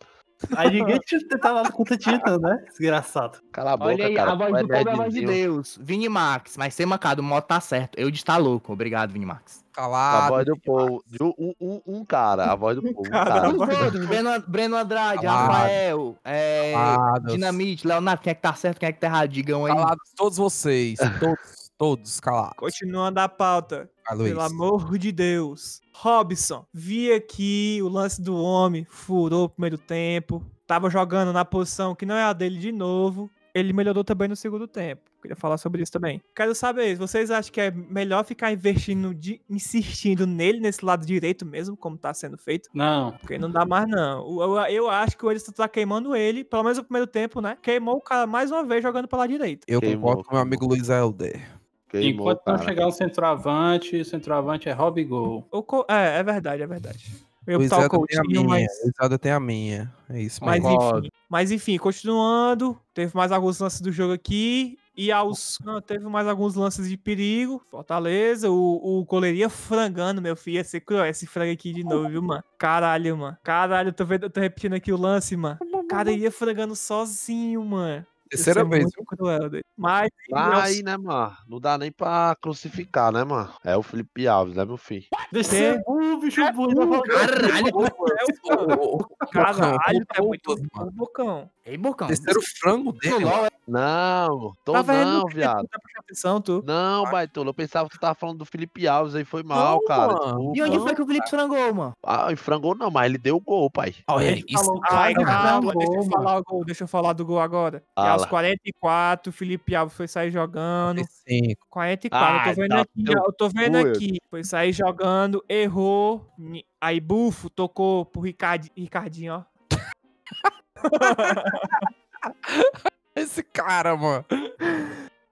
[SPEAKER 6] Aí ninguém tinha tá lá no conta tinta, né? Desgraçado.
[SPEAKER 4] Cala a boca,
[SPEAKER 5] Olha aí,
[SPEAKER 4] cara.
[SPEAKER 5] a voz
[SPEAKER 4] tu é
[SPEAKER 5] do povo é a voz de
[SPEAKER 4] nerdzinho.
[SPEAKER 5] Deus. Vini Max, mas sem mancado, o moto tá certo. Eu de tá louco. Obrigado, Vini Max.
[SPEAKER 4] A
[SPEAKER 7] Calado.
[SPEAKER 4] voz do povo. de um- um, um- um cara, a voz do povo. Um
[SPEAKER 3] cara,
[SPEAKER 4] cara.
[SPEAKER 3] a voz-
[SPEAKER 5] Os outros, Breno, Breno Andrade,
[SPEAKER 7] Calado.
[SPEAKER 5] Rafael, é,
[SPEAKER 7] Calado.
[SPEAKER 5] Dinamite, Leonardo, quem é que tá certo, quem é que tá errado, digam aí.
[SPEAKER 7] Calados, todos vocês. Todos, todos calados.
[SPEAKER 3] Continuando a pauta.
[SPEAKER 7] Vai, Luiz.
[SPEAKER 3] Pelo amor de Deus. Robson, vi aqui o lance do homem, furou o primeiro tempo, tava jogando na posição que não é a dele de novo. Ele melhorou também no segundo tempo. Queria falar sobre isso também. Quero saber, vocês acham que é melhor ficar investindo, de- insistindo nele nesse lado direito mesmo, como tá sendo feito?
[SPEAKER 6] Não.
[SPEAKER 3] Porque não dá mais, não. O- Eu, eu acho que o Edson tá queimando ele, pelo menos no primeiro tempo, né? Queimou o cara mais uma vez jogando pela direita.
[SPEAKER 7] Eu
[SPEAKER 4] Queimou,
[SPEAKER 7] concordo com meu
[SPEAKER 4] queimou.
[SPEAKER 7] amigo Luiz Helder.
[SPEAKER 4] Queimou,
[SPEAKER 6] Enquanto não
[SPEAKER 4] cara.
[SPEAKER 6] chegar um centroavante, o centroavante é Robigol.
[SPEAKER 3] O co- É, é verdade, é verdade. Eu ia
[SPEAKER 7] Luiz
[SPEAKER 3] botar o
[SPEAKER 7] Helder tem a
[SPEAKER 3] Coutinho,
[SPEAKER 7] minha.
[SPEAKER 3] mas...
[SPEAKER 7] Luiz Helder tem a minha. É isso,
[SPEAKER 3] Mas
[SPEAKER 7] mano.
[SPEAKER 3] enfim, mas enfim, continuando, teve mais alguns lances do jogo aqui. E aos, não, teve mais alguns lances de perigo. Fortaleza, o, o goleirinha frangando, meu filho. Ia ser cruel esse frango aqui de novo, viu, mano? Caralho, mano. Caralho, eu tô, vendo, eu tô repetindo aqui o lance, mano. O cara ia frangando sozinho, mano. Ia
[SPEAKER 7] Terceira
[SPEAKER 3] ser
[SPEAKER 7] vez.
[SPEAKER 3] Muito cruel dele. Mas,
[SPEAKER 4] Mas aí, né, mano? Não dá nem pra crucificar, né, mano? É o Felipe Alves, né, meu filho?
[SPEAKER 6] Deixa
[SPEAKER 3] Que?
[SPEAKER 6] ser burro, bicho burro.
[SPEAKER 5] Caralho,
[SPEAKER 3] é caralho, é
[SPEAKER 7] Bocão,
[SPEAKER 3] muito bom,
[SPEAKER 7] mano.
[SPEAKER 3] bocão.
[SPEAKER 5] ei, Bocão.
[SPEAKER 7] Terceiro frango dele. mano.
[SPEAKER 4] Não, tô
[SPEAKER 3] Tava
[SPEAKER 4] não,
[SPEAKER 3] errando o quê?
[SPEAKER 4] viado.
[SPEAKER 3] Tu Tá prestando atenção, tu.
[SPEAKER 4] Não, Baitola, eu pensava que tu tava falando do Felipe Alves aí, foi mal,
[SPEAKER 7] Não,
[SPEAKER 4] cara.
[SPEAKER 7] mano.
[SPEAKER 3] tipo,
[SPEAKER 5] E onde
[SPEAKER 4] desculpa.
[SPEAKER 5] foi que o Felipe frangou, mano?
[SPEAKER 4] Ah, frangou não, mas ele deu o gol, pai.
[SPEAKER 7] Olha
[SPEAKER 6] Ele
[SPEAKER 7] isso.
[SPEAKER 6] falou,
[SPEAKER 3] Ai,
[SPEAKER 6] cara, é
[SPEAKER 3] calma, tá
[SPEAKER 6] mano.
[SPEAKER 3] deixa eu falar o gol, deixa eu falar do gol agora. E aos
[SPEAKER 4] Fala.
[SPEAKER 3] 44, o Felipe Alves foi sair
[SPEAKER 7] é
[SPEAKER 3] jogando.
[SPEAKER 7] Sim.
[SPEAKER 3] 44, eu
[SPEAKER 4] Ai,
[SPEAKER 3] tô vendo
[SPEAKER 4] tá
[SPEAKER 3] aqui,
[SPEAKER 4] teu
[SPEAKER 3] ó, eu tô vendo
[SPEAKER 4] cu,
[SPEAKER 3] aqui. Foi sair jogando, errou. ni- Aí Bufo tocou pro Ricard, Ricardinho, ó.
[SPEAKER 7] Esse cara, mano.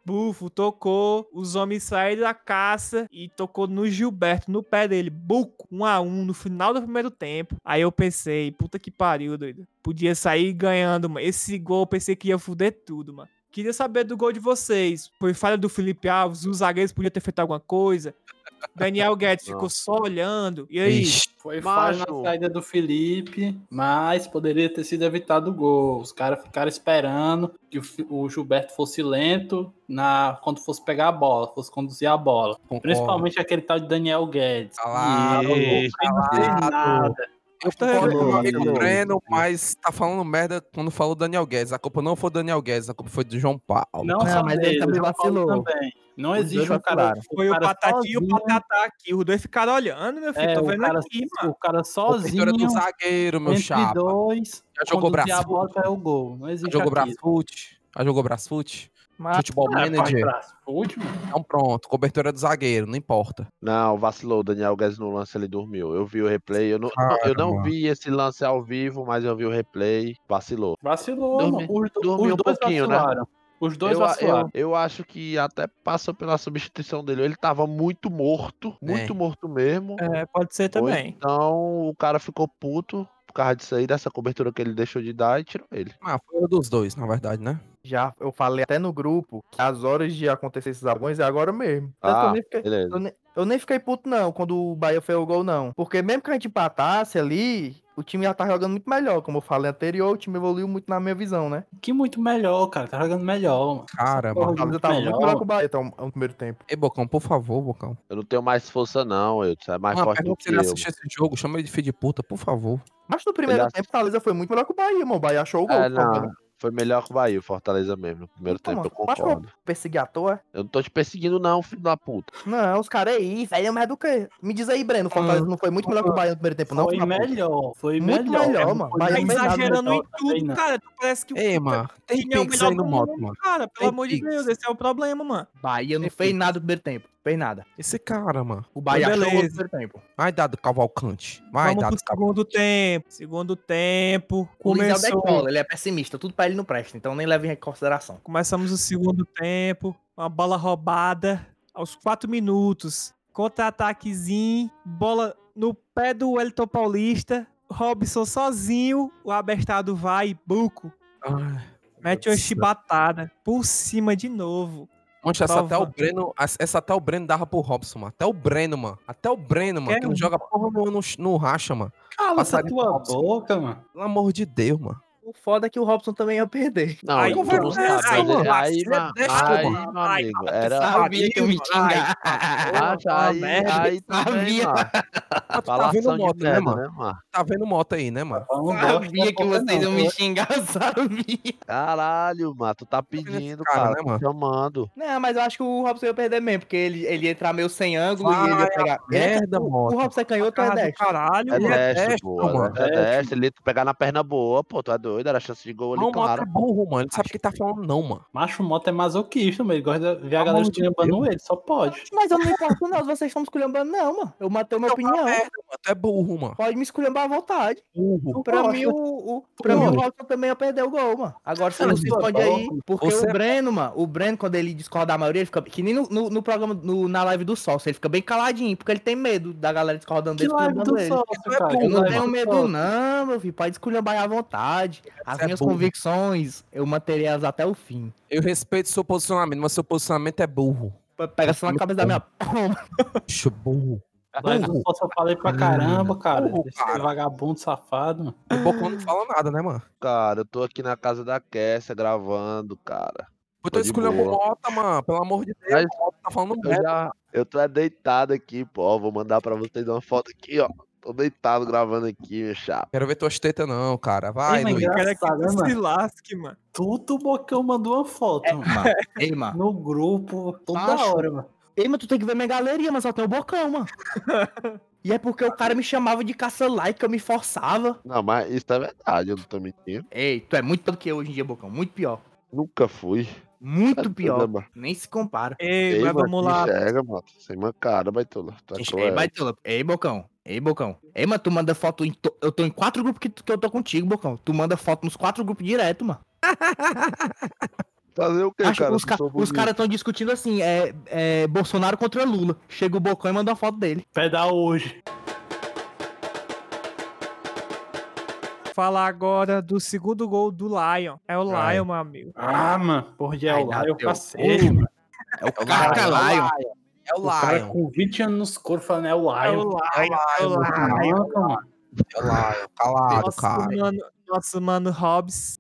[SPEAKER 3] Bufo tocou, os homens saíram da caça e tocou no Gilberto, no pé dele, buco, um a um, no final do primeiro tempo. Aí eu pensei, puta que pariu, doido. Podia sair ganhando, mano. Esse gol eu pensei que ia fuder tudo, mano. Queria saber do gol de vocês. Foi falha do Felipe Alves, os zagueiros podiam ter feito alguma coisa. Daniel Guedes
[SPEAKER 4] Não.
[SPEAKER 3] ficou só olhando. E aí?
[SPEAKER 7] Ixi.
[SPEAKER 6] Foi falha
[SPEAKER 4] Macho.
[SPEAKER 6] na saída do Felipe, mas poderia ter sido evitado o gol. Os caras ficaram esperando que o, Fi- o Gilberto fosse lento na quando fosse pegar a bola, fosse conduzir a bola.
[SPEAKER 7] Concordo.
[SPEAKER 6] Principalmente aquele tal de Daniel Guedes.
[SPEAKER 7] Calado,
[SPEAKER 6] Ih, não fez
[SPEAKER 7] calado.
[SPEAKER 6] nada.
[SPEAKER 7] Eu
[SPEAKER 3] Tá
[SPEAKER 7] concordo com o
[SPEAKER 6] errado.
[SPEAKER 7] amigo
[SPEAKER 6] Não,
[SPEAKER 7] Breno, mas tá falando merda quando falou Daniel Guedes. A culpa não foi do Daniel Guedes, a culpa foi do João Paulo.
[SPEAKER 6] Não,
[SPEAKER 5] Não,
[SPEAKER 6] só
[SPEAKER 5] mas ele
[SPEAKER 6] dele,
[SPEAKER 5] também
[SPEAKER 6] o João Paulo
[SPEAKER 5] vacilou.
[SPEAKER 6] também. Não
[SPEAKER 5] Os
[SPEAKER 6] existe
[SPEAKER 5] dois
[SPEAKER 6] um cara.
[SPEAKER 5] vacilaram.
[SPEAKER 3] Foi o
[SPEAKER 6] cara
[SPEAKER 3] Patati e o
[SPEAKER 6] sozinho. né?
[SPEAKER 3] Patatá aqui. Os dois ficaram olhando, meu filho.
[SPEAKER 6] É,
[SPEAKER 3] tô
[SPEAKER 6] o
[SPEAKER 3] vendo
[SPEAKER 6] cara,
[SPEAKER 3] aqui, mano.
[SPEAKER 6] o cara
[SPEAKER 7] A culpa era
[SPEAKER 6] sozinho.
[SPEAKER 7] do zagueiro, meu
[SPEAKER 6] entre
[SPEAKER 7] chapa.
[SPEAKER 6] dois.
[SPEAKER 7] Já jogou
[SPEAKER 6] conduzir a
[SPEAKER 7] braço.
[SPEAKER 6] bola é o gol. Não existe
[SPEAKER 7] Já jogou
[SPEAKER 6] aquilo.
[SPEAKER 7] Brasfoot. Já jogou Brasfoot?
[SPEAKER 3] Mas-
[SPEAKER 7] Futebol
[SPEAKER 6] Ah,
[SPEAKER 7] Manager.
[SPEAKER 6] faz Brasfoot, mano.
[SPEAKER 7] Então pronto, cobertura do zagueiro, não importa.
[SPEAKER 4] Não, vacilou, o Daniel Guedes no lance ele dormiu. Eu vi o replay, eu não,
[SPEAKER 7] Cara,
[SPEAKER 4] eu não
[SPEAKER 7] mano.
[SPEAKER 4] vi esse lance ao vivo, mas eu vi o replay, vacilou.
[SPEAKER 6] Vacilou,
[SPEAKER 4] Dormi-
[SPEAKER 6] mano. Os, do-
[SPEAKER 4] dormiu
[SPEAKER 6] os
[SPEAKER 4] um
[SPEAKER 6] dois
[SPEAKER 4] pouquinho, né?
[SPEAKER 6] vacilaram. Os dois
[SPEAKER 4] eu,
[SPEAKER 6] vacilaram.
[SPEAKER 4] eu, eu acho que até passou pela substituição dele. Ele tava muito morto, muito morto mesmo.
[SPEAKER 3] É, pode ser
[SPEAKER 4] Ou
[SPEAKER 3] também.
[SPEAKER 4] Então o cara ficou puto por causa disso aí, dessa cobertura que ele deixou de dar e tirou ele.
[SPEAKER 7] Ah, foi o dos um dois, na verdade, né?
[SPEAKER 5] Já eu falei até no grupo que as horas de acontecer esses apagões é agora mesmo. Tanto que
[SPEAKER 4] Ah,
[SPEAKER 5] eu nem fiquei-
[SPEAKER 4] beleza.
[SPEAKER 5] eu, ne- eu nem fiquei puto, não, quando o Bahia fez o gol, não. Porque mesmo que a gente empatasse ali, o time já tá jogando muito melhor. Como eu falei anterior, o time evoluiu muito na minha visão, né?
[SPEAKER 6] Que muito melhor, cara. Tá jogando melhor, mano.
[SPEAKER 7] Cara,
[SPEAKER 6] Porra,
[SPEAKER 7] mano.
[SPEAKER 5] O time já
[SPEAKER 6] muito
[SPEAKER 5] tava
[SPEAKER 6] melhor.
[SPEAKER 5] muito melhor que o Bahia tá, no no primeiro tempo.
[SPEAKER 7] Ei, Bocão, por favor, Bocão.
[SPEAKER 4] Eu não tenho mais força, não, eu. Você é mais
[SPEAKER 7] Mano,
[SPEAKER 4] forte do
[SPEAKER 7] pergunta se
[SPEAKER 4] que
[SPEAKER 7] ele
[SPEAKER 4] eu.
[SPEAKER 7] assiste esse jogo. Chama ele de filho de puta, por favor.
[SPEAKER 5] Mas no primeiro
[SPEAKER 4] Ele acha-
[SPEAKER 5] tempo, o Fortaleza foi muito melhor que o Bahia, mano. O Bahia achou o gol.
[SPEAKER 4] É,
[SPEAKER 6] Ah,
[SPEAKER 5] por favor.
[SPEAKER 4] não. Foi melhor que o Bahia, o Fortaleza mesmo. No primeiro
[SPEAKER 5] Então,
[SPEAKER 4] tempo, eu
[SPEAKER 5] mano, acho que eu-
[SPEAKER 4] concordo.
[SPEAKER 5] Perseguir à toa.
[SPEAKER 4] Eu não tô te perseguindo, não, filho da puta.
[SPEAKER 5] Não, os caras aí, velho, mas do que? Me diz aí, Breno, o Fortaleza não foi muito melhor que o Bahia no primeiro tempo, não?
[SPEAKER 6] Ah, foi
[SPEAKER 5] filho da puta?
[SPEAKER 6] melhor. Foi
[SPEAKER 5] Muito
[SPEAKER 6] melhor.
[SPEAKER 5] melhor, mano.
[SPEAKER 6] Foi
[SPEAKER 5] Bahia
[SPEAKER 3] Tá
[SPEAKER 5] não fez nada
[SPEAKER 3] exagerando
[SPEAKER 6] melhor
[SPEAKER 3] em tudo,
[SPEAKER 6] também, não.
[SPEAKER 3] cara. Tu parece que o
[SPEAKER 7] Ei, mano. Tem
[SPEAKER 3] time é o
[SPEAKER 7] pix aí
[SPEAKER 3] melhor
[SPEAKER 7] no
[SPEAKER 3] do
[SPEAKER 7] moto,
[SPEAKER 3] mundo,
[SPEAKER 7] mano.
[SPEAKER 3] Cara, pelo
[SPEAKER 7] Tem
[SPEAKER 3] amor de
[SPEAKER 7] Pix.
[SPEAKER 3] Deus, esse é o problema, mano.
[SPEAKER 5] Bahia não fez nada no primeiro tempo. Fez nada.
[SPEAKER 7] Esse cara, mano.
[SPEAKER 5] O Bahia achou o gol no
[SPEAKER 3] beleza.
[SPEAKER 5] primeiro tempo.
[SPEAKER 7] Vai, Dado Cavalcante. Vai, tá
[SPEAKER 3] Vamos
[SPEAKER 7] Dado
[SPEAKER 3] pro segundo tempo. Segundo tempo.
[SPEAKER 5] O Luiz é o
[SPEAKER 3] Começou.
[SPEAKER 5] decola, ele é pessimista, tudo pra ele não presta, então nem leva em consideração.
[SPEAKER 3] Começamos o segundo tempo. Uma bola roubada aos quatro minutos. Contra-ataquezinho. Bola no pé do Wellington Paulista. Robson sozinho. O abestado vai. Buco.
[SPEAKER 7] Ai,
[SPEAKER 3] Mete uma
[SPEAKER 7] Deus do céu.
[SPEAKER 3] chibatada. Por cima de novo.
[SPEAKER 7] Mancha, essa até o
[SPEAKER 3] Salva-
[SPEAKER 7] Breno. Essa até o Breno dava pro Robson, mano. Até o Breno, mano. Até o Breno, mano.
[SPEAKER 3] Quer
[SPEAKER 7] Que não
[SPEAKER 3] um-
[SPEAKER 7] joga porra nenhuma no, no racha, mano.
[SPEAKER 6] Cala essa
[SPEAKER 7] Passarinho
[SPEAKER 6] tua
[SPEAKER 7] Robson.
[SPEAKER 6] boca, mano.
[SPEAKER 7] Pelo amor de Deus, mano.
[SPEAKER 5] O foda é que o Robson também ia perder.
[SPEAKER 4] Não,
[SPEAKER 3] Aí,
[SPEAKER 4] eu
[SPEAKER 3] como
[SPEAKER 4] não
[SPEAKER 3] é essa,
[SPEAKER 4] sabe, mas
[SPEAKER 3] mano?
[SPEAKER 4] aí, mano.
[SPEAKER 7] deixa,
[SPEAKER 4] Aí,
[SPEAKER 7] mano.
[SPEAKER 4] meu
[SPEAKER 3] Ai,
[SPEAKER 4] amigo,
[SPEAKER 7] Ah,
[SPEAKER 4] era.
[SPEAKER 5] Sabia que eu me xingar. Ah, tá, né?
[SPEAKER 4] Acha
[SPEAKER 7] tá,
[SPEAKER 4] aí,
[SPEAKER 3] merda,
[SPEAKER 4] aí também,
[SPEAKER 5] sabia.
[SPEAKER 4] mano.
[SPEAKER 7] Ah, tu tá vendo
[SPEAKER 4] Falação de
[SPEAKER 7] moto, né,
[SPEAKER 4] merda,
[SPEAKER 7] mano?
[SPEAKER 4] né, mano?
[SPEAKER 7] Tá vendo moto aí, né, mano?
[SPEAKER 6] Eu não gosto
[SPEAKER 5] Sabia
[SPEAKER 6] da
[SPEAKER 5] que
[SPEAKER 6] boca,
[SPEAKER 5] vocês
[SPEAKER 6] não.
[SPEAKER 5] iam me xingar, sabia.
[SPEAKER 4] Caralho, mano. Tu tá
[SPEAKER 7] vendo esse
[SPEAKER 4] pedindo,
[SPEAKER 7] cara,
[SPEAKER 4] cara.
[SPEAKER 7] né,
[SPEAKER 4] Tá
[SPEAKER 7] mano?
[SPEAKER 4] chamando.
[SPEAKER 5] Não, mas eu acho que o Robson ia perder mesmo, porque ele, ele ia entrar meio sem ângulo e ele ia pegar. Ele é-
[SPEAKER 7] Merda,
[SPEAKER 5] o
[SPEAKER 7] moto.
[SPEAKER 5] Robson é canhoto ou é
[SPEAKER 3] Cara do
[SPEAKER 5] 10?
[SPEAKER 3] caralho,
[SPEAKER 4] É
[SPEAKER 3] mano.
[SPEAKER 4] teste,
[SPEAKER 7] destro,
[SPEAKER 4] pô.
[SPEAKER 7] mano.
[SPEAKER 4] É teste. Ele pegar na perna boa, pô. Tu é doido? Era chance de gol ali,
[SPEAKER 7] Não, o moto
[SPEAKER 4] claro.
[SPEAKER 7] é burro, mano. Ele não sabe o que tá falando, não, mano.
[SPEAKER 6] Macho moto é masoquista, mano. Ele gosta de ver a
[SPEAKER 7] Pelo
[SPEAKER 6] galera
[SPEAKER 7] amor de
[SPEAKER 6] esculhambando ele, só pode.
[SPEAKER 5] Mas eu não me importo não, se vocês estão me esculhambando não, mano. Eu matei a minha opinião.
[SPEAKER 7] Merda, mano. Tu Então, é burro, mano.
[SPEAKER 5] Pode me esculhambar à vontade.
[SPEAKER 7] Burro.
[SPEAKER 5] Pra
[SPEAKER 6] gosto.
[SPEAKER 5] mim, o, o, pra mim, o Robson também ia perder o gol, mano. Agora você
[SPEAKER 6] Cara,
[SPEAKER 5] não
[SPEAKER 6] eu
[SPEAKER 5] se
[SPEAKER 6] tô
[SPEAKER 5] esconde aí,
[SPEAKER 6] louco.
[SPEAKER 5] porque
[SPEAKER 7] Você-
[SPEAKER 5] o Breno, mano, o Breno, quando ele discorda da maioria, ele fica. Que nem no, no, no programa, no- na live do Sol, ele fica bem caladinho, porque ele tem medo da galera discordando
[SPEAKER 6] Que
[SPEAKER 5] dele.
[SPEAKER 6] live
[SPEAKER 5] esculhambando
[SPEAKER 6] do
[SPEAKER 5] ele.
[SPEAKER 6] sócio,
[SPEAKER 7] é
[SPEAKER 6] cara.
[SPEAKER 7] burro,
[SPEAKER 5] Eu não
[SPEAKER 6] Live
[SPEAKER 5] tenho
[SPEAKER 6] do
[SPEAKER 5] medo,
[SPEAKER 6] sócio.
[SPEAKER 5] não, meu filho. Pode esculhambar à vontade. As
[SPEAKER 7] Você é
[SPEAKER 5] minhas
[SPEAKER 7] burro.
[SPEAKER 5] convicções, eu manterei elas até o fim.
[SPEAKER 7] Eu respeito seu posicionamento, mas seu posicionamento é burro.
[SPEAKER 5] Pega só na cabeça da minha pomba.
[SPEAKER 7] Bicho burro.
[SPEAKER 6] Live do
[SPEAKER 7] Burro.
[SPEAKER 6] sócio eu falei pra caramba, cara.
[SPEAKER 7] Burro,
[SPEAKER 6] Esse
[SPEAKER 7] cara.
[SPEAKER 6] vagabundo safado. mano.
[SPEAKER 7] O Bocão não fala nada, né, mano?
[SPEAKER 4] Cara, eu tô aqui na casa da Kessia gravando, cara.
[SPEAKER 7] Eu
[SPEAKER 4] Tô
[SPEAKER 7] tô
[SPEAKER 4] Tá de
[SPEAKER 7] escolhendo
[SPEAKER 4] boa.
[SPEAKER 7] Mota, mano. Pelo amor de Deus,
[SPEAKER 4] Mas-
[SPEAKER 7] o Mota tá falando
[SPEAKER 4] Eu
[SPEAKER 7] merda.
[SPEAKER 4] já. Eu tô é deitado aqui, pô. Ó, Vou mandar pra vocês uma foto aqui, ó. Tô deitado gravando aqui, meu chapa.
[SPEAKER 7] Quero ver tuas tetas, não, cara. Vai,
[SPEAKER 6] Ei, mas
[SPEAKER 7] Luiz.
[SPEAKER 3] Eu quero que
[SPEAKER 6] Engraçado, né,
[SPEAKER 3] tu se
[SPEAKER 6] mano?
[SPEAKER 3] lasque, mano.
[SPEAKER 6] Tudo o Bocão mandou uma foto,
[SPEAKER 5] É.
[SPEAKER 6] mano.
[SPEAKER 5] Ei, mano.
[SPEAKER 6] No grupo, toda
[SPEAKER 5] Macho.
[SPEAKER 6] hora, mano.
[SPEAKER 5] Ei, mas tu tem que ver minha galeria, mas só tem o bocão, mano. E é porque o cara me chamava de caça-like, eu me forçava.
[SPEAKER 4] Não, mas isso é verdade, eu não tô mentindo.
[SPEAKER 5] Ei, tu é muito pior do que eu hoje em dia, Bocão. Muito pior.
[SPEAKER 4] Nunca fui. Tá
[SPEAKER 5] Muito pior.
[SPEAKER 4] Mano.
[SPEAKER 5] Nem se compara.
[SPEAKER 3] Ei,
[SPEAKER 4] Ei,
[SPEAKER 3] mas
[SPEAKER 4] mano,
[SPEAKER 3] vamos
[SPEAKER 4] se
[SPEAKER 3] lá.
[SPEAKER 4] Enxerga, mano. Sem mancada, baitola. Tu é
[SPEAKER 5] Ei,
[SPEAKER 4] cruel.
[SPEAKER 5] Baitola. Ei, Bocão. Ei, Bocão. Ei, mano, tu manda foto em. to- Eu tô em quatro grupos que, tu- que eu tô contigo, Bocão. Tu manda foto nos quatro grupos direto, mano.
[SPEAKER 4] Fazer o quê,
[SPEAKER 5] Acho que
[SPEAKER 4] cara?
[SPEAKER 5] os
[SPEAKER 4] Se eu
[SPEAKER 5] ca-
[SPEAKER 4] sou
[SPEAKER 5] os
[SPEAKER 4] bonito?
[SPEAKER 5] caras tão discutindo assim, é, é Bolsonaro contra Lula. Chega o Bocão e manda uma foto dele.
[SPEAKER 6] Pedal hoje.
[SPEAKER 3] Falar agora do segundo gol do Lion. É o
[SPEAKER 7] Vai.
[SPEAKER 3] Lion, meu amigo.
[SPEAKER 6] Ah, mano. Porra, de
[SPEAKER 5] Ai,
[SPEAKER 6] Elai,
[SPEAKER 5] dá
[SPEAKER 6] o
[SPEAKER 5] teu
[SPEAKER 6] cacete,
[SPEAKER 5] cu.
[SPEAKER 6] mano.
[SPEAKER 5] É o
[SPEAKER 7] Caraca,
[SPEAKER 5] Lion.
[SPEAKER 7] É o
[SPEAKER 6] O cara
[SPEAKER 7] Lion.
[SPEAKER 6] com 20 anos nos coros falando é o
[SPEAKER 3] É o
[SPEAKER 6] Lion.
[SPEAKER 3] Lion. É o Lion.
[SPEAKER 6] Caraca, mano.
[SPEAKER 7] É o Lion. Calado,
[SPEAKER 3] Nosso
[SPEAKER 7] cara.
[SPEAKER 3] mano, nosso mano Hobbs.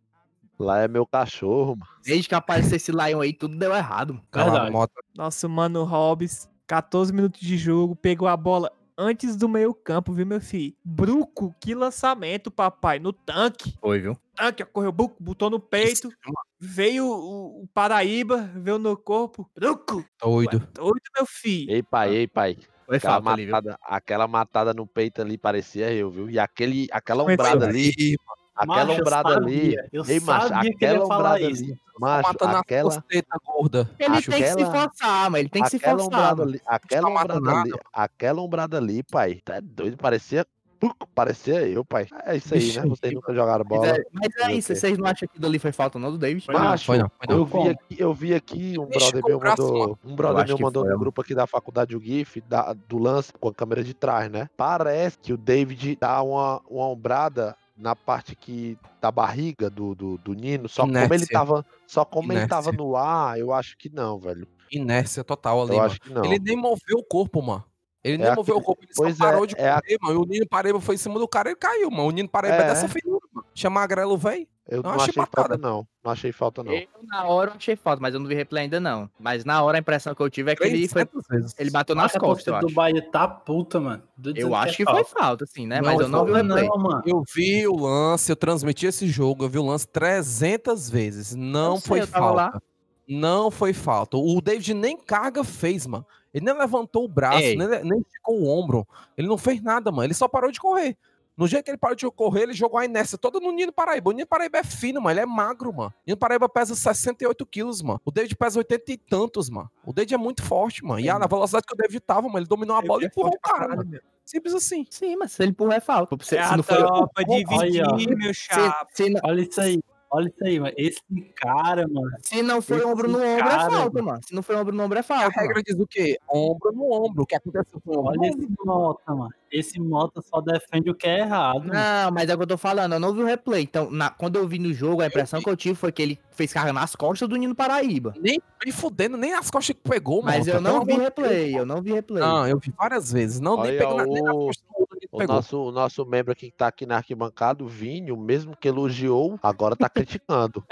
[SPEAKER 4] Lá é meu cachorro, mano.
[SPEAKER 5] Desde que apareceu esse Lion aí, tudo deu errado, mano.
[SPEAKER 7] Calado,
[SPEAKER 6] Verdade.
[SPEAKER 7] Mota.
[SPEAKER 3] Nosso mano Hobbs. 14 minutos de jogo. Pegou a bola antes do meio campo, viu, meu filho? Bruco, que lançamento, papai. No tanque.
[SPEAKER 5] Foi, viu?
[SPEAKER 3] Tanque, ó, correu, buco, botou no peito. Veio o, o Paraíba, veio no corpo. Bruco,
[SPEAKER 7] Doido.
[SPEAKER 3] doido, meu filho.
[SPEAKER 4] Ei, pai, ei, pai.
[SPEAKER 5] Foi
[SPEAKER 4] Aquela
[SPEAKER 5] falta ali, viu?
[SPEAKER 4] matada, aquela matada no peito ali parecia eu, viu? E aquele, aquela
[SPEAKER 3] Mas,
[SPEAKER 4] ombrada ali,
[SPEAKER 7] Ih,
[SPEAKER 4] aquela
[SPEAKER 6] Macho, eu
[SPEAKER 4] ombrada ali.
[SPEAKER 6] sabia, Eu
[SPEAKER 4] Ei, macho,
[SPEAKER 6] sabia que ele
[SPEAKER 4] aquela
[SPEAKER 6] ia falar
[SPEAKER 4] ombrada
[SPEAKER 6] isso.
[SPEAKER 4] ali. Macho,
[SPEAKER 7] Mata na
[SPEAKER 4] aquela,
[SPEAKER 7] suas tetas, gorda.
[SPEAKER 5] Ele
[SPEAKER 4] Acho
[SPEAKER 5] tem que se
[SPEAKER 4] que ela-
[SPEAKER 5] forçar, mano. Ele tem que se
[SPEAKER 4] aquela
[SPEAKER 5] forçar.
[SPEAKER 4] ombrada
[SPEAKER 5] mano.
[SPEAKER 4] ali, aquela
[SPEAKER 7] Não mata
[SPEAKER 4] ombrada
[SPEAKER 7] nada,
[SPEAKER 4] ali, aquela ombrada ali, pai. Tá doido, parecia, puc, parecia eu, pai. É isso aí,
[SPEAKER 7] Vixe,
[SPEAKER 4] né? Vocês
[SPEAKER 7] que
[SPEAKER 4] nunca jogaram
[SPEAKER 5] Mas
[SPEAKER 4] bola.
[SPEAKER 5] é, mas é
[SPEAKER 4] Meu
[SPEAKER 5] isso,
[SPEAKER 4] Deus.
[SPEAKER 5] vocês não acham que dali foi falta, não, do David?
[SPEAKER 6] Foi
[SPEAKER 4] Macho,
[SPEAKER 7] Foi não, foi não.
[SPEAKER 4] Eu
[SPEAKER 6] Como?
[SPEAKER 4] vi, aqui, eu vi aqui, um
[SPEAKER 7] Mexe
[SPEAKER 4] brother
[SPEAKER 7] com o
[SPEAKER 4] meu
[SPEAKER 7] braço,
[SPEAKER 4] mandou, um brother
[SPEAKER 5] acho
[SPEAKER 4] meu
[SPEAKER 5] que
[SPEAKER 4] mandou
[SPEAKER 5] foi,
[SPEAKER 4] no
[SPEAKER 5] mano.
[SPEAKER 4] grupo aqui da faculdade o GIF da- do lance com a câmera de trás, né? Parece que o David dá uma, uma ombrada na parte que da barriga do, do, do Nino, só como ele
[SPEAKER 7] Inércia.
[SPEAKER 4] tava, só como ele
[SPEAKER 7] Inércia.
[SPEAKER 4] tava no ar, eu acho que não, velho.
[SPEAKER 7] Inércia total ali,
[SPEAKER 4] eu
[SPEAKER 7] mano.
[SPEAKER 4] acho que não.
[SPEAKER 7] Ele nem moveu o corpo, mano. Ele nem
[SPEAKER 4] É
[SPEAKER 7] moveu
[SPEAKER 4] aquele-
[SPEAKER 7] o corpo, ele
[SPEAKER 4] pois
[SPEAKER 7] só parou
[SPEAKER 4] é,
[SPEAKER 7] de
[SPEAKER 4] é a-
[SPEAKER 7] correr, mano. E o Nino Pareba foi em cima do cara e ele caiu, mano. O Nino Pareba é,
[SPEAKER 4] É.
[SPEAKER 7] dessa finura, mano. Chama Magrelo, velho.
[SPEAKER 4] Eu não,
[SPEAKER 7] não achei
[SPEAKER 4] achei falta
[SPEAKER 7] patada.
[SPEAKER 4] não, não achei falta não.
[SPEAKER 5] Eu, na hora, achei falta, mas eu não vi replay ainda, não. Mas na hora, a impressão que eu tive é que ele, foi,
[SPEAKER 7] 300 vezes.
[SPEAKER 5] ele bateu nas
[SPEAKER 6] Nossa,
[SPEAKER 5] costas, eu
[SPEAKER 6] do
[SPEAKER 5] acho.
[SPEAKER 6] Bahia tá puta, mano. Tô dizendo
[SPEAKER 5] Eu acho
[SPEAKER 6] é
[SPEAKER 5] que foi
[SPEAKER 6] falta.
[SPEAKER 5] falta, sim, né?
[SPEAKER 7] Não,
[SPEAKER 5] Mas eu não vi o
[SPEAKER 6] Não,
[SPEAKER 5] replay.
[SPEAKER 6] não, mano.
[SPEAKER 7] Eu vi o lance, eu transmiti esse jogo, eu vi o lance 300 vezes. Não
[SPEAKER 5] Eu sei,
[SPEAKER 7] foi
[SPEAKER 5] eu tava
[SPEAKER 7] falta.
[SPEAKER 5] lá.
[SPEAKER 7] Não foi falta. O David nem carga fez, mano. Ele nem levantou o braço,
[SPEAKER 5] Ei.
[SPEAKER 7] nem, nem esticou o ombro. Ele não fez nada, mano. Ele só parou de correr. No jeito que ele parou de correr, ele jogou a inércia toda no Nino Paraíba. O Nino Paraíba é fino, mano. Ele é magro, mano. O Nino Paraíba pesa 68 quilos, mano. O David pesa 80 e tantos, mano. O David é muito forte, mano. E a, na velocidade que o David tava, mano, ele dominou a é
[SPEAKER 5] é
[SPEAKER 7] bola e empurrou o cara, mano. Simples assim.
[SPEAKER 5] Sim, mas se ele empurrar é falta. Se,
[SPEAKER 3] é
[SPEAKER 5] se
[SPEAKER 3] a
[SPEAKER 5] não foi...
[SPEAKER 3] tropa
[SPEAKER 6] Olha, ó.
[SPEAKER 3] dividir, meu chapa.
[SPEAKER 5] se- se não-
[SPEAKER 6] Olha isso aí. Olha isso aí, mano. Esse cara, mano.
[SPEAKER 5] se não foi
[SPEAKER 6] Esse
[SPEAKER 5] ombro no ombro, é
[SPEAKER 6] cara,
[SPEAKER 5] falta, mano. Se não foi ombro no ombro, é falta.
[SPEAKER 7] A
[SPEAKER 5] mano.
[SPEAKER 7] regra diz o quê? Ombro no ombro. O que acontece com o ombro? no
[SPEAKER 6] Olha esse Mota, mano. Esse Mota só defende o que é errado, mano.
[SPEAKER 5] Não, mas é o que eu tô falando, eu não vi o replay. Então, na- quando eu vi no jogo, a impressão que eu tive foi que ele fez carga nas costas do Nino Paraíba.
[SPEAKER 7] Nem, nem fudendo, nem as costas que pegou,
[SPEAKER 5] Mas
[SPEAKER 7] Mota.
[SPEAKER 5] eu não
[SPEAKER 7] Pelo
[SPEAKER 5] vi
[SPEAKER 7] amor de
[SPEAKER 5] replay,
[SPEAKER 7] Deus.
[SPEAKER 5] eu não vi replay.
[SPEAKER 7] Não, eu vi várias vezes. Não, nem
[SPEAKER 4] Aí,
[SPEAKER 7] pegou
[SPEAKER 4] ó,
[SPEAKER 7] na, nem nas
[SPEAKER 4] o-
[SPEAKER 7] costas do outro, ele
[SPEAKER 4] O
[SPEAKER 7] pegou.
[SPEAKER 4] nosso, o nosso membro aqui que tá aqui na arquibancada, o Vinho, mesmo que elogiou, agora tá criticando.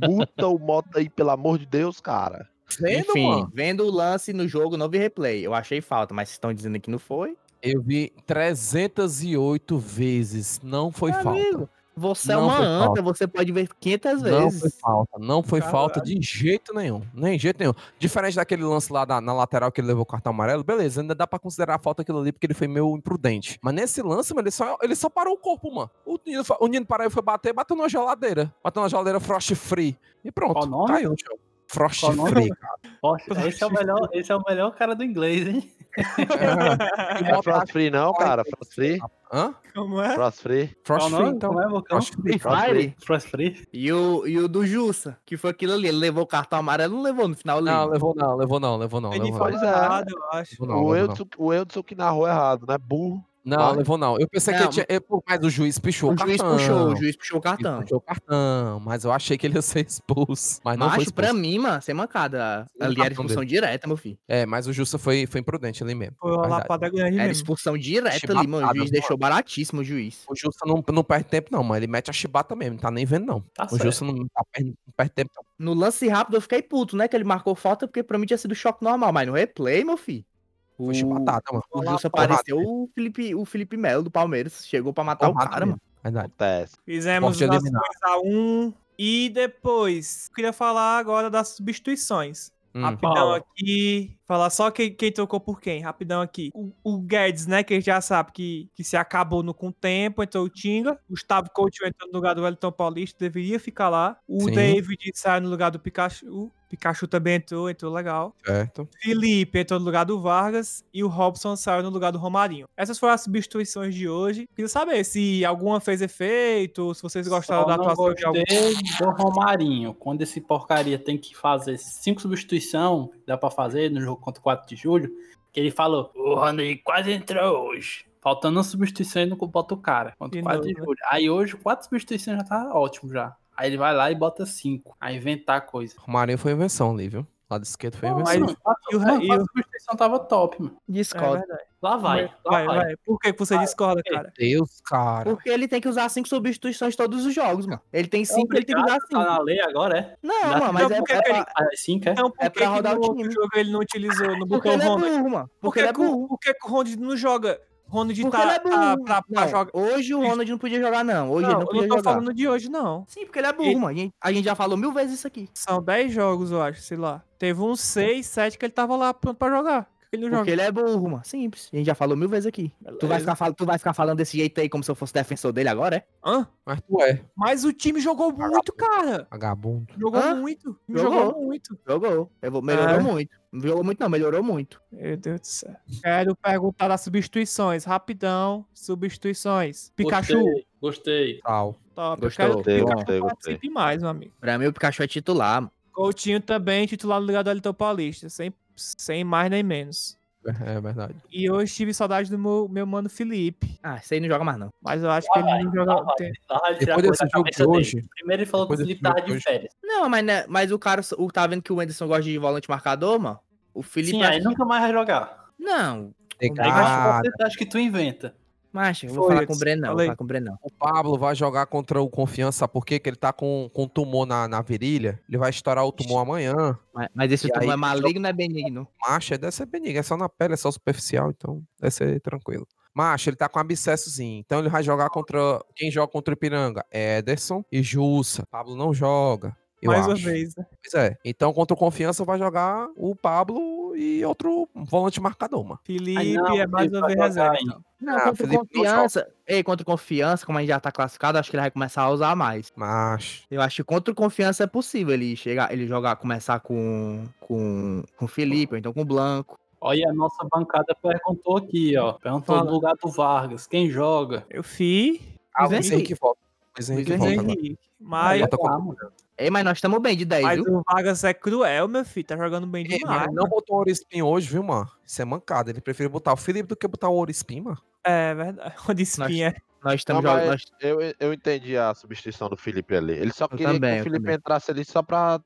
[SPEAKER 4] Muta o Mota aí, pelo amor de Deus, cara.
[SPEAKER 7] Vendo,
[SPEAKER 5] Enfim,
[SPEAKER 7] mano.
[SPEAKER 5] vendo o lance no jogo, não vi replay. Eu achei falta, mas vocês estão dizendo que não foi.
[SPEAKER 7] Eu vi 308 vezes. Não foi
[SPEAKER 5] Meu
[SPEAKER 7] falta.
[SPEAKER 5] amigo, Você
[SPEAKER 7] Não
[SPEAKER 5] é uma
[SPEAKER 7] foi
[SPEAKER 5] anta,
[SPEAKER 7] falta.
[SPEAKER 5] você pode ver 500
[SPEAKER 7] Não foi
[SPEAKER 5] vezes.
[SPEAKER 7] falta. Não foi
[SPEAKER 3] Caralho.
[SPEAKER 7] falta de jeito nenhum. Nem jeito nenhum. Diferente daquele lance lá na, na lateral que ele levou o cartão amarelo, beleza, ainda dá pra considerar a falta aquilo ali porque ele foi meio imprudente. Mas nesse lance, mano, ele só, ele só parou o corpo, mano. O Nino, fa- o Nino Paraíba foi bater, bateu numa geladeira. Bateu numa geladeira frost free. E pronto.
[SPEAKER 6] Qual o nome?
[SPEAKER 7] Caiu no chão. Frost
[SPEAKER 6] Qual o nome?
[SPEAKER 7] free.
[SPEAKER 6] Poxa, esse, é o melhor, esse é o melhor cara do inglês, hein?
[SPEAKER 7] E
[SPEAKER 4] Não é
[SPEAKER 7] botaram-
[SPEAKER 4] Frost Free, não, cara. Frost Free.
[SPEAKER 7] Hã?
[SPEAKER 3] Como é?
[SPEAKER 4] Frost Free.
[SPEAKER 6] Qual o
[SPEAKER 7] Frost free,
[SPEAKER 6] nome?
[SPEAKER 7] então.
[SPEAKER 6] Como é, Vulcão?
[SPEAKER 7] Frost
[SPEAKER 5] Free
[SPEAKER 7] free.
[SPEAKER 5] Fire
[SPEAKER 6] Frost Free?
[SPEAKER 5] e o, e o do Jussa, que foi aquilo ali. Ele levou o cartão amarelo, não levou no final
[SPEAKER 7] Não,
[SPEAKER 5] ali.
[SPEAKER 7] levou não, levou não, levou não.
[SPEAKER 3] Foi
[SPEAKER 7] Levou
[SPEAKER 3] de
[SPEAKER 7] não.
[SPEAKER 3] forma
[SPEAKER 4] Pois é.
[SPEAKER 3] errada, eu acho.
[SPEAKER 7] Levou não,
[SPEAKER 4] o,
[SPEAKER 7] levou não.
[SPEAKER 4] Edson, o Edson que narrou errado, né? Burro.
[SPEAKER 7] Não,
[SPEAKER 4] Vai.
[SPEAKER 7] levou não. Eu pensei que
[SPEAKER 5] Não,
[SPEAKER 7] ele tinha. eh, pô, Mas o juiz pichou o,
[SPEAKER 5] O
[SPEAKER 7] cartão.
[SPEAKER 5] juiz puxou, o juiz puxou o
[SPEAKER 7] Ele
[SPEAKER 5] cartão.
[SPEAKER 7] puxou o cartão, mas eu achei que ele ia ser expulso. Mas não foi
[SPEAKER 5] Macho,
[SPEAKER 7] expulso.
[SPEAKER 5] pra mim, mano, sem mancada.
[SPEAKER 7] Sim,
[SPEAKER 5] Ali
[SPEAKER 7] cartão
[SPEAKER 5] era expulsão direta, meu filho.
[SPEAKER 7] É, mas o Justa foi, foi imprudente ali mesmo.
[SPEAKER 3] Foi uma
[SPEAKER 7] Verdade.
[SPEAKER 3] lapada grande
[SPEAKER 5] Era
[SPEAKER 3] mesmo.
[SPEAKER 5] expulsão direta ali, mano. O
[SPEAKER 7] Chibatada,
[SPEAKER 5] juiz
[SPEAKER 7] mano.
[SPEAKER 5] deixou baratíssimo o juiz.
[SPEAKER 7] O Justa não, não perde tempo, não, mano. Ele mete a chibata mesmo, não tá nem vendo, não.
[SPEAKER 6] Tá
[SPEAKER 7] o
[SPEAKER 6] certo.
[SPEAKER 5] é.
[SPEAKER 7] Justa não, tá perdendo- não perde tempo, não.
[SPEAKER 5] No lance rápido eu fiquei puto, né? Que ele marcou falta porque pra mim tinha sido choque normal, mas no replay, meu filho.
[SPEAKER 7] Foi
[SPEAKER 5] o-
[SPEAKER 7] chibatada, mano.
[SPEAKER 5] O Jussa
[SPEAKER 7] porrada.
[SPEAKER 5] pareceu o Felipe, o Felipe Melo do Palmeiras. Chegou pra matar
[SPEAKER 7] Porrada
[SPEAKER 5] o cara,
[SPEAKER 7] mesmo.
[SPEAKER 5] mano.
[SPEAKER 7] Verdade.
[SPEAKER 4] Acontece.
[SPEAKER 3] Fizemos
[SPEAKER 7] Esporte
[SPEAKER 3] o nosso
[SPEAKER 7] eliminado.
[SPEAKER 3] 2x1. E depois, queria falar agora das substituições.
[SPEAKER 7] Hum.
[SPEAKER 3] Rapidão
[SPEAKER 6] Fala.
[SPEAKER 3] aqui. Falar só quem, quem trocou por quem. Rapidão aqui. O, o Guedes, né? Que a gente já sabe que, que se acabou no com o tempo. Entrou o Tinga. Gustavo Coutinho entrou no lugar do Wellington Paulista. Deveria ficar lá. O
[SPEAKER 7] Sim.
[SPEAKER 3] David saiu no lugar do Pikachu. O Pikachu também entrou. Entrou legal.
[SPEAKER 7] Certo.
[SPEAKER 3] Felipe entrou no lugar do Vargas e o Robson saiu no lugar do Romarinho. Essas foram as substituições de hoje. Queria saber se alguma fez efeito, se vocês gostaram
[SPEAKER 6] Só
[SPEAKER 3] da
[SPEAKER 6] não
[SPEAKER 3] atuação de algum.
[SPEAKER 6] gostei do Romarinho. Quando esse porcaria tem que fazer cinco substituição, dá pra fazer no jogo contra o 4 de julho, que ele falou, o Rony quase entrou hoje. Faltando uma substituição, ele não bota o cara. Contra
[SPEAKER 3] De
[SPEAKER 6] o 4 de
[SPEAKER 3] novo, né?
[SPEAKER 6] julho. Aí hoje, quatro substituições já tá ótimo já. Aí ele vai lá e bota cinco. Aí inventar coisa.
[SPEAKER 7] O Romarinho foi invenção ali, viu? Lado esquerdo foi
[SPEAKER 6] Não,
[SPEAKER 7] invenção.
[SPEAKER 6] mano, quatro-
[SPEAKER 3] e o-
[SPEAKER 6] mano,
[SPEAKER 3] e
[SPEAKER 6] quatro substituição tava top, mano.
[SPEAKER 5] Discordo.
[SPEAKER 6] Lá
[SPEAKER 3] Vai,
[SPEAKER 6] vai. lá vai.
[SPEAKER 3] vai, vai. Por que que você discorda,
[SPEAKER 6] vai.
[SPEAKER 5] É
[SPEAKER 3] cara?
[SPEAKER 7] Deus, cara.
[SPEAKER 5] porque ele tem que usar cinco substituições todos os jogos, mano. Ele tem
[SPEAKER 6] É
[SPEAKER 5] cinco, ele tem que usar
[SPEAKER 6] obrigado, tá
[SPEAKER 5] cinco.
[SPEAKER 6] na lei agora, é?
[SPEAKER 5] Não,
[SPEAKER 6] Não,
[SPEAKER 5] mano, mas
[SPEAKER 3] não,
[SPEAKER 5] é,
[SPEAKER 3] porque
[SPEAKER 5] é
[SPEAKER 3] aquele-
[SPEAKER 5] pra-
[SPEAKER 6] Ah, Cinco, é?
[SPEAKER 3] Então, por que,
[SPEAKER 5] É pra
[SPEAKER 3] que
[SPEAKER 5] rodar
[SPEAKER 3] no
[SPEAKER 5] o
[SPEAKER 3] outro
[SPEAKER 5] time.
[SPEAKER 3] jogo ele não utilizou, não
[SPEAKER 5] porque
[SPEAKER 3] botou o
[SPEAKER 5] ele é
[SPEAKER 3] Ronald?
[SPEAKER 5] burro, mano.
[SPEAKER 3] Por
[SPEAKER 5] Porque
[SPEAKER 3] que,
[SPEAKER 5] ele é
[SPEAKER 3] que o-
[SPEAKER 5] burro.
[SPEAKER 3] por que que o Ronald não joga? Ronald
[SPEAKER 5] Porque ele
[SPEAKER 3] tá,
[SPEAKER 5] é
[SPEAKER 3] tá
[SPEAKER 5] burro.
[SPEAKER 3] pra, pra
[SPEAKER 5] Não,
[SPEAKER 3] jogar.
[SPEAKER 5] Hoje o Ronald não podia jogar, não. Hoje
[SPEAKER 3] Não,
[SPEAKER 5] ele não
[SPEAKER 3] eu não
[SPEAKER 5] podia
[SPEAKER 3] tô
[SPEAKER 5] jogar.
[SPEAKER 3] falando de hoje, não.
[SPEAKER 5] Sim, porque ele é burro,
[SPEAKER 3] Ele-
[SPEAKER 5] mano. A gente- A gente já falou mil vezes isso aqui.
[SPEAKER 3] São 10 jogos, eu acho, sei lá. Teve uns 6, 7 que ele tava lá pronto pra jogar. Por que ele não joga?
[SPEAKER 5] Porque ele é burro, mano. Simples. A gente já falou mil vezes aqui. Tu
[SPEAKER 3] É.
[SPEAKER 5] vai, ficar, fal- tu vai ficar falando desse jeito aí como se eu fosse defensor dele agora, é?
[SPEAKER 3] Hã?
[SPEAKER 7] Mas tu é,
[SPEAKER 3] Mas o time jogou muito, cara.
[SPEAKER 7] vagabundo.
[SPEAKER 3] Jogou
[SPEAKER 5] Hã?
[SPEAKER 3] muito.
[SPEAKER 5] Jogou.
[SPEAKER 3] Jogou, muito.
[SPEAKER 5] Jogou. Eu vou- melhorou
[SPEAKER 3] É.
[SPEAKER 5] muito. Não melhorou muito, não. Melhorou muito.
[SPEAKER 3] Meu Deus do céu. Quero perguntar das substituições. Rapidão. Substituições. Pikachu.
[SPEAKER 6] Gostei, gostei.
[SPEAKER 7] Tal.
[SPEAKER 3] Top.
[SPEAKER 5] Gostou?
[SPEAKER 3] Eu quero que o
[SPEAKER 4] Gostei, gostei,
[SPEAKER 3] Pikachu
[SPEAKER 4] gostei.
[SPEAKER 3] participe mais, meu amigo.
[SPEAKER 5] Pra mim, o Pikachu é titular, mano.
[SPEAKER 3] Coutinho também, titular no lugar do Elton Paulista. Sem, sem mais nem menos.
[SPEAKER 7] É verdade.
[SPEAKER 3] E hoje tive saudade do meu, meu mano Felipe.
[SPEAKER 5] Ah, isso aí não joga mais, não.
[SPEAKER 3] Mas eu acho que ele não joga.
[SPEAKER 6] vai.
[SPEAKER 3] tem-
[SPEAKER 6] Ah, ele já
[SPEAKER 7] Depois
[SPEAKER 6] cortou a
[SPEAKER 7] desse jogo
[SPEAKER 6] cabeça
[SPEAKER 7] de
[SPEAKER 6] dele.
[SPEAKER 7] hoje-
[SPEAKER 6] Primeiro ele falou que o
[SPEAKER 7] depois
[SPEAKER 6] Felipe
[SPEAKER 7] desse
[SPEAKER 6] tava
[SPEAKER 7] jogo de
[SPEAKER 6] de
[SPEAKER 7] hoje-
[SPEAKER 6] férias.
[SPEAKER 5] Não, mas, né, mas o cara, o, tá vendo que o Anderson gosta de volante marcador, mano? O Felipe.
[SPEAKER 6] Sim, aí nunca mais vai jogar.
[SPEAKER 5] Não,
[SPEAKER 6] Aí ah,
[SPEAKER 7] Cara,
[SPEAKER 6] você acha que tu inventa.
[SPEAKER 5] macho, eu vou
[SPEAKER 3] Foi,
[SPEAKER 5] falar com o Breno, não. Vou
[SPEAKER 3] falei.
[SPEAKER 5] falar com o Breno, não.
[SPEAKER 7] o Pablo vai jogar contra o Confiança, sabe por quê? Que ele tá com, com tumor na, na virilha. Ele vai estourar o tumor amanhã.
[SPEAKER 5] Mas, mas esse
[SPEAKER 7] E
[SPEAKER 5] turno
[SPEAKER 7] aí,
[SPEAKER 5] é maligno, não é benigno.
[SPEAKER 7] Macho, deve ser benigno. É só na pele, é só superficial, então deve ser tranquilo. Macho, ele tá com abscessozinho. Então ele vai jogar contra. Quem joga contra o Ipiranga? Ederson e Jussa. Pablo não joga. Eu
[SPEAKER 3] Mais uma
[SPEAKER 7] acho.
[SPEAKER 3] vez, né?
[SPEAKER 7] Pois é. Então, contra o Confiança, vai jogar o Pablo e outro volante marcador, mano.
[SPEAKER 3] Felipe
[SPEAKER 6] Ai, não,
[SPEAKER 3] é mais
[SPEAKER 6] Felipe
[SPEAKER 3] uma
[SPEAKER 6] vai
[SPEAKER 3] vez
[SPEAKER 6] jogar
[SPEAKER 3] reserva.
[SPEAKER 6] ainda.
[SPEAKER 3] então.
[SPEAKER 5] Não,
[SPEAKER 7] Ah,
[SPEAKER 5] contra
[SPEAKER 7] Felipe, não
[SPEAKER 5] confiança. Ei, contra confiança, como a gente já tá classificado, acho que ele vai começar a usar mais.
[SPEAKER 7] Macho.
[SPEAKER 5] Eu acho que contra confiança é possível ele chegar, ele jogar, começar com com, com o Felipe, ou então com o Blanco.
[SPEAKER 6] Olha, a nossa bancada perguntou aqui, ó. Perguntou
[SPEAKER 3] Fala.
[SPEAKER 6] no lugar do Vargas. Quem joga?
[SPEAKER 3] Eu fi.
[SPEAKER 7] Ah, o
[SPEAKER 5] Luiz
[SPEAKER 7] Luiz
[SPEAKER 5] Henrique.
[SPEAKER 7] Henrique volta. Luiz Henrique
[SPEAKER 5] Luiz
[SPEAKER 7] volta agora.
[SPEAKER 3] Henrique. Mas,
[SPEAKER 7] Volta com-
[SPEAKER 5] Ei, mas nós estamos bem de 10,
[SPEAKER 3] mas
[SPEAKER 5] viu?
[SPEAKER 3] o Vargas é cruel, meu filho. Tá jogando bem
[SPEAKER 7] Ei,
[SPEAKER 3] demais.
[SPEAKER 7] mas Ele não botou o Orispim hoje, viu, mano? Isso é mancada. Ele prefere botar o Felipe do que botar o Orispim, mano.
[SPEAKER 3] É verdade. Onde espinha.
[SPEAKER 5] Nós estamos
[SPEAKER 4] Não,
[SPEAKER 5] jogando.
[SPEAKER 4] mas Eu, eu entendi a substituição do Felipe ali. Ele só queria
[SPEAKER 5] também,
[SPEAKER 4] que
[SPEAKER 5] eu
[SPEAKER 4] o Felipe
[SPEAKER 5] também.
[SPEAKER 4] entrasse ali só pra.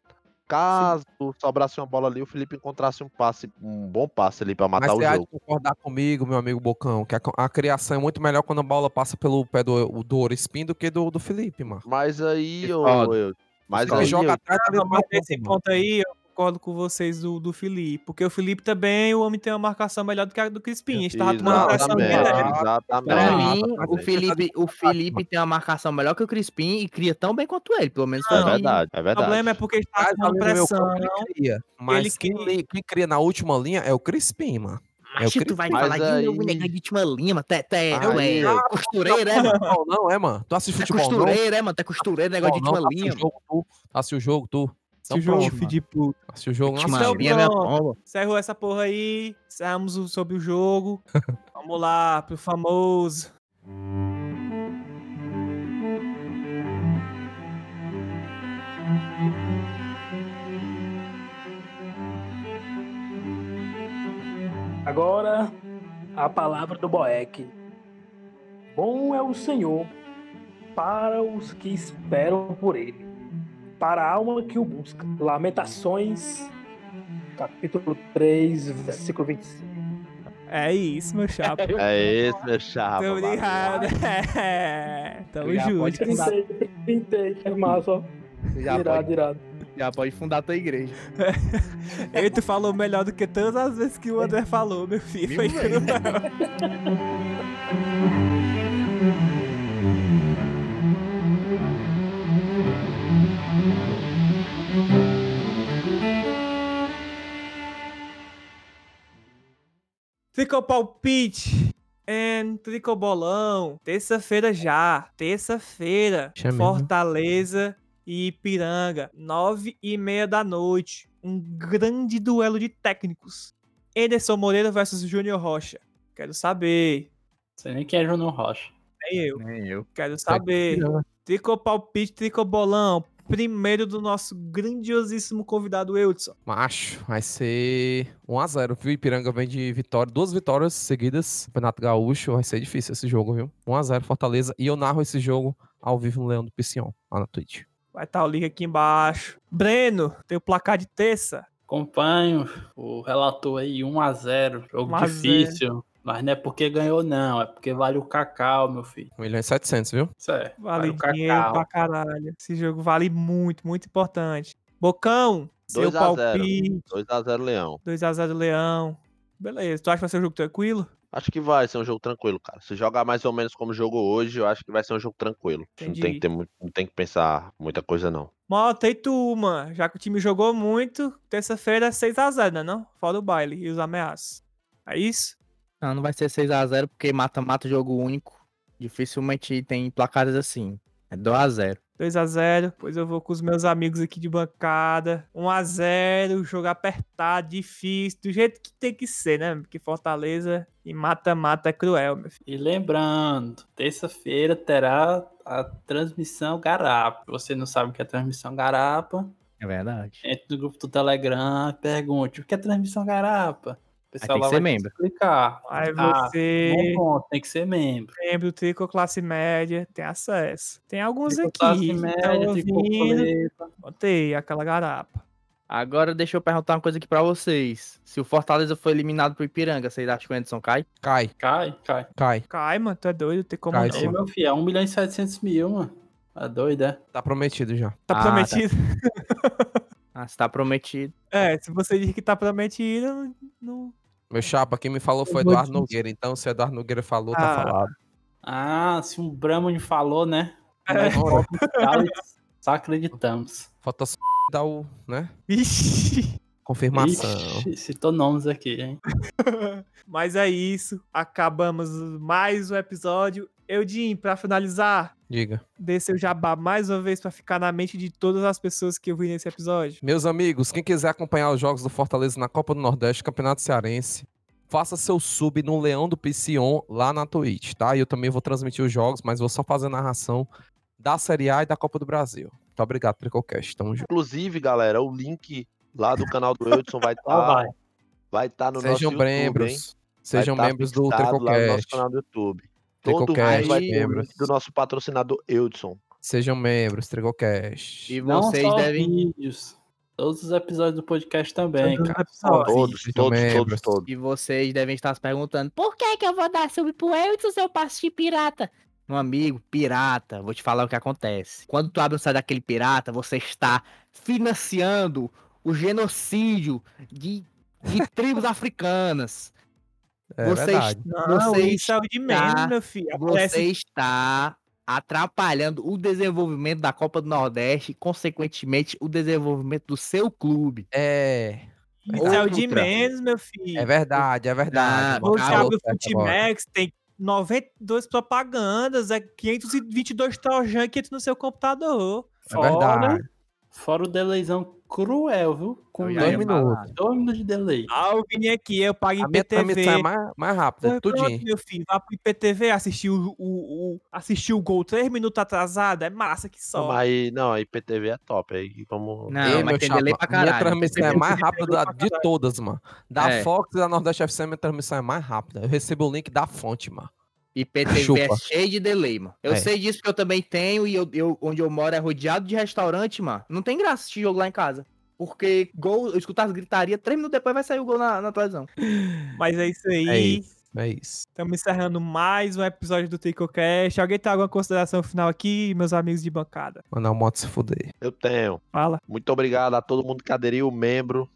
[SPEAKER 4] Caso sobrasse uma bola ali, o Felipe encontrasse um passe, um bom passe ali pra
[SPEAKER 7] Mas
[SPEAKER 4] matar
[SPEAKER 7] você
[SPEAKER 4] o
[SPEAKER 7] há de
[SPEAKER 4] jogo.
[SPEAKER 7] concordar comigo, meu amigo Bocão, que a, a criação é muito melhor quando a bola passa pelo pé do, do Orispim do que do, do Felipe, mano.
[SPEAKER 4] Mas aí, ô,
[SPEAKER 5] Discordo.
[SPEAKER 4] eu. Mas
[SPEAKER 7] Ele
[SPEAKER 4] aí,
[SPEAKER 7] joga
[SPEAKER 4] eu-
[SPEAKER 7] atrás da linha
[SPEAKER 3] Não,
[SPEAKER 7] do
[SPEAKER 3] mas
[SPEAKER 7] meio
[SPEAKER 3] nesse
[SPEAKER 7] campo, assim, mano.
[SPEAKER 3] ponto aí, eu concordo com vocês do, do Felipe. Porque o Felipe também, o homem tem uma marcação melhor do que a do Crispim. A gente tava tomando pressão
[SPEAKER 4] Exatamente,
[SPEAKER 3] dele. né?
[SPEAKER 7] direto.
[SPEAKER 4] exatamente.
[SPEAKER 5] Pra
[SPEAKER 7] Não,
[SPEAKER 5] mim,
[SPEAKER 7] tá
[SPEAKER 5] o
[SPEAKER 7] bem.
[SPEAKER 5] Felipe, é o Felipe tem uma marcação melhor que o Crispim e cria tão bem quanto ele, pelo menos. foi
[SPEAKER 4] É
[SPEAKER 5] o que-
[SPEAKER 4] verdade, é
[SPEAKER 3] O problema é
[SPEAKER 4] verdade.
[SPEAKER 3] porque a gente tava
[SPEAKER 7] Atrás da
[SPEAKER 3] tomando
[SPEAKER 7] linha do meio
[SPEAKER 3] pressão.
[SPEAKER 7] campo, ele cria. Mas
[SPEAKER 3] Ele
[SPEAKER 7] quem,
[SPEAKER 3] cria.
[SPEAKER 7] li- quem cria na última linha é o Crispim, mano. É o
[SPEAKER 5] Macho, tu vai
[SPEAKER 4] Mas
[SPEAKER 5] falar de novo
[SPEAKER 4] aí-
[SPEAKER 5] negócio de última linha, mano. Tu é- tu é- tu
[SPEAKER 4] Aí-
[SPEAKER 5] é costureira, é, mano?
[SPEAKER 7] Não, não, é, mano. Tu assiste
[SPEAKER 4] Tá
[SPEAKER 5] Tu é
[SPEAKER 7] futebol, não?
[SPEAKER 5] costureira, é, mano? Tu é costureira, negócio de
[SPEAKER 7] Não, não,
[SPEAKER 5] última linha,
[SPEAKER 7] Assiste o jogo, tu. Assiste o jogo, tu.
[SPEAKER 3] Se o
[SPEAKER 7] Então
[SPEAKER 3] jogo
[SPEAKER 7] pronto,
[SPEAKER 3] filho de puta.
[SPEAKER 7] Assiste o jogo, não
[SPEAKER 5] Última
[SPEAKER 7] assiste.
[SPEAKER 3] Mano,
[SPEAKER 5] linha é minha
[SPEAKER 3] não.
[SPEAKER 5] pomba.
[SPEAKER 3] Encerrou essa porra aí. Encerramos o- sobre o jogo. Vamos lá pro famoso.
[SPEAKER 8] Agora, a palavra do Boeck. Bom é o Senhor para os que esperam por Ele, para a alma que o busca. Lamentações, capítulo 3, versículo 25.
[SPEAKER 3] É isso, meu chapa.
[SPEAKER 4] É esse, meu chapa.
[SPEAKER 3] Tamo
[SPEAKER 4] mano.
[SPEAKER 3] ligado. É. Tamo
[SPEAKER 5] Obrigado, pode
[SPEAKER 3] junto.
[SPEAKER 5] fundar-
[SPEAKER 8] Pintei, pintei, é massa, ó.
[SPEAKER 5] Já
[SPEAKER 8] Irado,
[SPEAKER 5] pode,
[SPEAKER 8] irado.
[SPEAKER 5] já pode fundar tua igreja.
[SPEAKER 3] Ele tu falou melhor do que todas as vezes que o André falou, meu filho.
[SPEAKER 5] Mil
[SPEAKER 3] Foi
[SPEAKER 5] vezes.
[SPEAKER 3] cruel. Ficou palpite. And tricobolão. É, Terça-feira já. Terça-feira.
[SPEAKER 7] Chama, né?
[SPEAKER 3] Fortaleza e Ipiranga. Nove e meia da noite. Um grande duelo de técnicos. Ederson Moreira versus Júnior Rocha. Quero saber.
[SPEAKER 6] Não sei nem quem é Júnior Rocha.
[SPEAKER 3] Nem eu.
[SPEAKER 5] Nem eu.
[SPEAKER 3] Quero saber. Tricopalpite, tricobolão. Primeiro do nosso grandiosíssimo convidado, Wilson.
[SPEAKER 7] Macho, vai ser 1x0, viu? Ipiranga vem de vitória, duas vitórias seguidas. Campeonato Gaúcho, vai ser difícil esse jogo, viu? 1x0 Fortaleza. E eu narro esse jogo ao vivo no Leão do Piscião, lá na Twitch.
[SPEAKER 3] Vai estar o link aqui embaixo. Breno, tem o placar de terça.
[SPEAKER 6] Acompanho o relator aí, 1x0. Jogo
[SPEAKER 3] 1 a 0.
[SPEAKER 6] difícil. Mas não é porque ganhou, não. É porque vale o cacau, meu filho.
[SPEAKER 7] 1 milhão e 700, viu?
[SPEAKER 6] Isso é.
[SPEAKER 3] Vale
[SPEAKER 6] o cacau.
[SPEAKER 3] dinheiro pra caralho. Esse jogo vale muito, muito importante. Bocão, seu
[SPEAKER 4] 2 a 0.
[SPEAKER 3] palpite.
[SPEAKER 4] 2x0 Leão.
[SPEAKER 3] 2x0 Leão. Beleza. Tu acha que vai ser um jogo tranquilo?
[SPEAKER 4] Acho que vai ser um jogo tranquilo, cara. Se jogar mais ou menos como jogou hoje, eu acho que vai ser um jogo tranquilo. Não tem,
[SPEAKER 3] Entendi.
[SPEAKER 4] que ter muito- não tem que pensar muita coisa, não.
[SPEAKER 3] Malta e tu, mano. Já que o time jogou muito, terça-feira é 6x0, né? Não? Fora o baile e os ameaços. É isso?
[SPEAKER 5] Não, não vai ser 6x0 porque mata-mata jogo único. Dificilmente tem placares assim. É 2x0.
[SPEAKER 3] 2x0. Pois eu vou com os meus amigos aqui de bancada. 1x0. Jogo apertado, difícil. Do jeito que tem que ser, né? Porque Fortaleza e mata-mata é cruel, meu filho.
[SPEAKER 6] E lembrando, terça-feira terá a transmissão Garapa. Se Você não sabe o que é transmissão Garapa?
[SPEAKER 5] É verdade.
[SPEAKER 6] Entre no grupo do Telegram e pergunte o que é transmissão Garapa. pessoal
[SPEAKER 5] tem que
[SPEAKER 6] lá vai
[SPEAKER 5] ser
[SPEAKER 6] ter
[SPEAKER 5] membro.
[SPEAKER 6] explicar.
[SPEAKER 3] Aí
[SPEAKER 6] Ah,
[SPEAKER 3] você,
[SPEAKER 6] Bom ponto, tem que ser membro.
[SPEAKER 3] membro do Trico Classe Média, tem acesso. Tem alguns
[SPEAKER 6] Ficou
[SPEAKER 3] aqui.
[SPEAKER 6] classe
[SPEAKER 3] que
[SPEAKER 6] média,
[SPEAKER 3] tão
[SPEAKER 6] ficou
[SPEAKER 3] ouvindo.
[SPEAKER 6] preta.
[SPEAKER 3] Botei aquela garapa.
[SPEAKER 5] Agora deixa eu perguntar uma coisa aqui pra vocês. Se o Fortaleza foi eliminado pro Ipiranga, vocês acham que o Anderson cai?
[SPEAKER 7] Cai,
[SPEAKER 6] Cai, cai.
[SPEAKER 7] cai.
[SPEAKER 3] Cai, mano, tu é doido, tem como
[SPEAKER 7] Cai,
[SPEAKER 3] não.
[SPEAKER 6] Aí, meu filho, é 1 milhão e 700 mil, mano. Tá doido, é?
[SPEAKER 7] Tá prometido já.
[SPEAKER 3] Tá
[SPEAKER 5] Ah,
[SPEAKER 3] prometido?
[SPEAKER 5] Ah, se tá prometido.
[SPEAKER 3] É, se você diz que tá prometido, não.
[SPEAKER 7] Meu chapa, quem me falou foi
[SPEAKER 3] Eu vou
[SPEAKER 7] Eduardo
[SPEAKER 3] dizer.
[SPEAKER 7] Nogueira. Então, se Eduardo Nogueira
[SPEAKER 3] Ah.
[SPEAKER 7] falou, tá falado.
[SPEAKER 6] Ah, se um Brahman falou, né?
[SPEAKER 3] É.
[SPEAKER 6] Nós pobres caras, Só acreditamos.
[SPEAKER 7] Falta só dar o, né?
[SPEAKER 3] Vixe!
[SPEAKER 7] Confirmação.
[SPEAKER 6] Ixi, citou nomes aqui, hein?
[SPEAKER 3] Mas é isso. Acabamos mais um episódio. Eudim, pra finalizar,
[SPEAKER 7] Diga.
[SPEAKER 3] dê seu jabá mais uma vez pra ficar na mente de todas as pessoas que eu vi nesse episódio.
[SPEAKER 7] Meus amigos, quem quiser acompanhar os jogos do Fortaleza na Copa do Nordeste, Campeonato Cearense, faça seu sub no Leão do Piscion lá na Twitch, tá? E eu também vou transmitir os jogos, mas vou só fazer a narração da Série A e da Copa do Brasil. Muito obrigado, Tricocast. Tamo junto.
[SPEAKER 4] Inclusive, galera, o link lá do canal do Edson vai estar
[SPEAKER 6] Lá vai.
[SPEAKER 4] vai tá no
[SPEAKER 7] Sejam
[SPEAKER 4] nosso YouTube, hein?
[SPEAKER 7] membros. Sejam
[SPEAKER 4] Vai tá
[SPEAKER 7] membros do
[SPEAKER 4] fixado lá no nosso
[SPEAKER 7] Tricocast.
[SPEAKER 4] canal do YouTube. Todo mundo vai
[SPEAKER 7] Tricocast,
[SPEAKER 4] ter o
[SPEAKER 7] membros.
[SPEAKER 4] link do nosso patrocinador Eudson.
[SPEAKER 7] Sejam membros, Tricocast.
[SPEAKER 5] E
[SPEAKER 6] Não
[SPEAKER 5] vocês
[SPEAKER 6] só
[SPEAKER 5] devem.
[SPEAKER 6] vídeos. Todos os episódios do podcast também,
[SPEAKER 3] Todos os
[SPEAKER 6] cara.
[SPEAKER 3] episódios.
[SPEAKER 6] Só
[SPEAKER 4] Todos,
[SPEAKER 7] sejam
[SPEAKER 4] todos,
[SPEAKER 7] membros.
[SPEAKER 4] todos, todos.
[SPEAKER 5] E vocês devem estar se perguntando: por que, que eu vou dar sub pro Elton se eu passo de pirata? Meu amigo, pirata, vou te falar o que acontece. Quando tu abre o site daquele pirata, você está financiando o genocídio de, de tribos africanas.
[SPEAKER 7] É
[SPEAKER 5] vocês-
[SPEAKER 7] verdade.
[SPEAKER 3] Não,
[SPEAKER 5] Você
[SPEAKER 3] isso é o de menos,
[SPEAKER 5] está-
[SPEAKER 3] meu filho. Aparece
[SPEAKER 5] Você está atrapalhando o desenvolvimento da Copa do Nordeste e, consequentemente, o desenvolvimento do seu clube.
[SPEAKER 7] É,
[SPEAKER 3] Isso é o de
[SPEAKER 5] Outra.
[SPEAKER 3] menos, meu filho.
[SPEAKER 7] é verdade, é verdade.
[SPEAKER 5] Ah,
[SPEAKER 7] tá Bom,
[SPEAKER 3] Você
[SPEAKER 5] Cara,
[SPEAKER 7] falou
[SPEAKER 3] abre o
[SPEAKER 7] certo agora.
[SPEAKER 3] Futimax, tem 92 propagandas, é 522 trojan que entra no seu computador.
[SPEAKER 7] É verdade.
[SPEAKER 6] Fora o delayzão cruel, viu? Com
[SPEAKER 5] Eu ia
[SPEAKER 7] Dois
[SPEAKER 6] dois,
[SPEAKER 5] falar.
[SPEAKER 7] minutos.
[SPEAKER 6] dois minutos de delay.
[SPEAKER 3] Ah, eu vim aqui, eu pago
[SPEAKER 7] A minha
[SPEAKER 3] IPTV.
[SPEAKER 7] transmissão é mais, mais rápida,
[SPEAKER 3] Pois
[SPEAKER 7] tudinho.
[SPEAKER 3] pronto, meu filho, vai pro IPTV assistir o, o, o- assistir o gol 3 minutos atrasado, é massa que
[SPEAKER 4] Não,
[SPEAKER 3] só.
[SPEAKER 4] mas aí, não, a IPTV é top. Aí vamos.
[SPEAKER 5] Não,
[SPEAKER 7] Ei,
[SPEAKER 5] mas
[SPEAKER 7] meu
[SPEAKER 5] tem
[SPEAKER 7] chapa,
[SPEAKER 5] delay pra
[SPEAKER 7] Minha
[SPEAKER 5] caralho.
[SPEAKER 7] transmissão é mais rápida
[SPEAKER 3] pra
[SPEAKER 7] de todas, mano. Da
[SPEAKER 5] É.
[SPEAKER 7] Fox e da Nordeste FC, minha transmissão é mais rápida. Eu recebo o link da fonte, mano.
[SPEAKER 5] IPTV
[SPEAKER 7] Chupa.
[SPEAKER 5] é cheio de delay, mano. Eu
[SPEAKER 7] É.
[SPEAKER 5] sei disso porque eu também tenho e eu, eu- onde eu moro é rodeado de restaurante, mano. Não tem graça assistir jogo lá em casa. Porque gol, eu escutar as gritarias, três minutos depois vai sair o gol na, na televisão.
[SPEAKER 3] Mas é isso
[SPEAKER 7] É
[SPEAKER 3] aí.
[SPEAKER 7] isso. É isso.
[SPEAKER 3] Estamos encerrando mais um episódio do TricoCast. Alguém tem alguma consideração final aqui, meus amigos de bancada?
[SPEAKER 7] Mandar o moto um se fuder.
[SPEAKER 4] Eu tenho.
[SPEAKER 3] Fala.
[SPEAKER 4] Muito obrigado a todo mundo que aderiu, membro.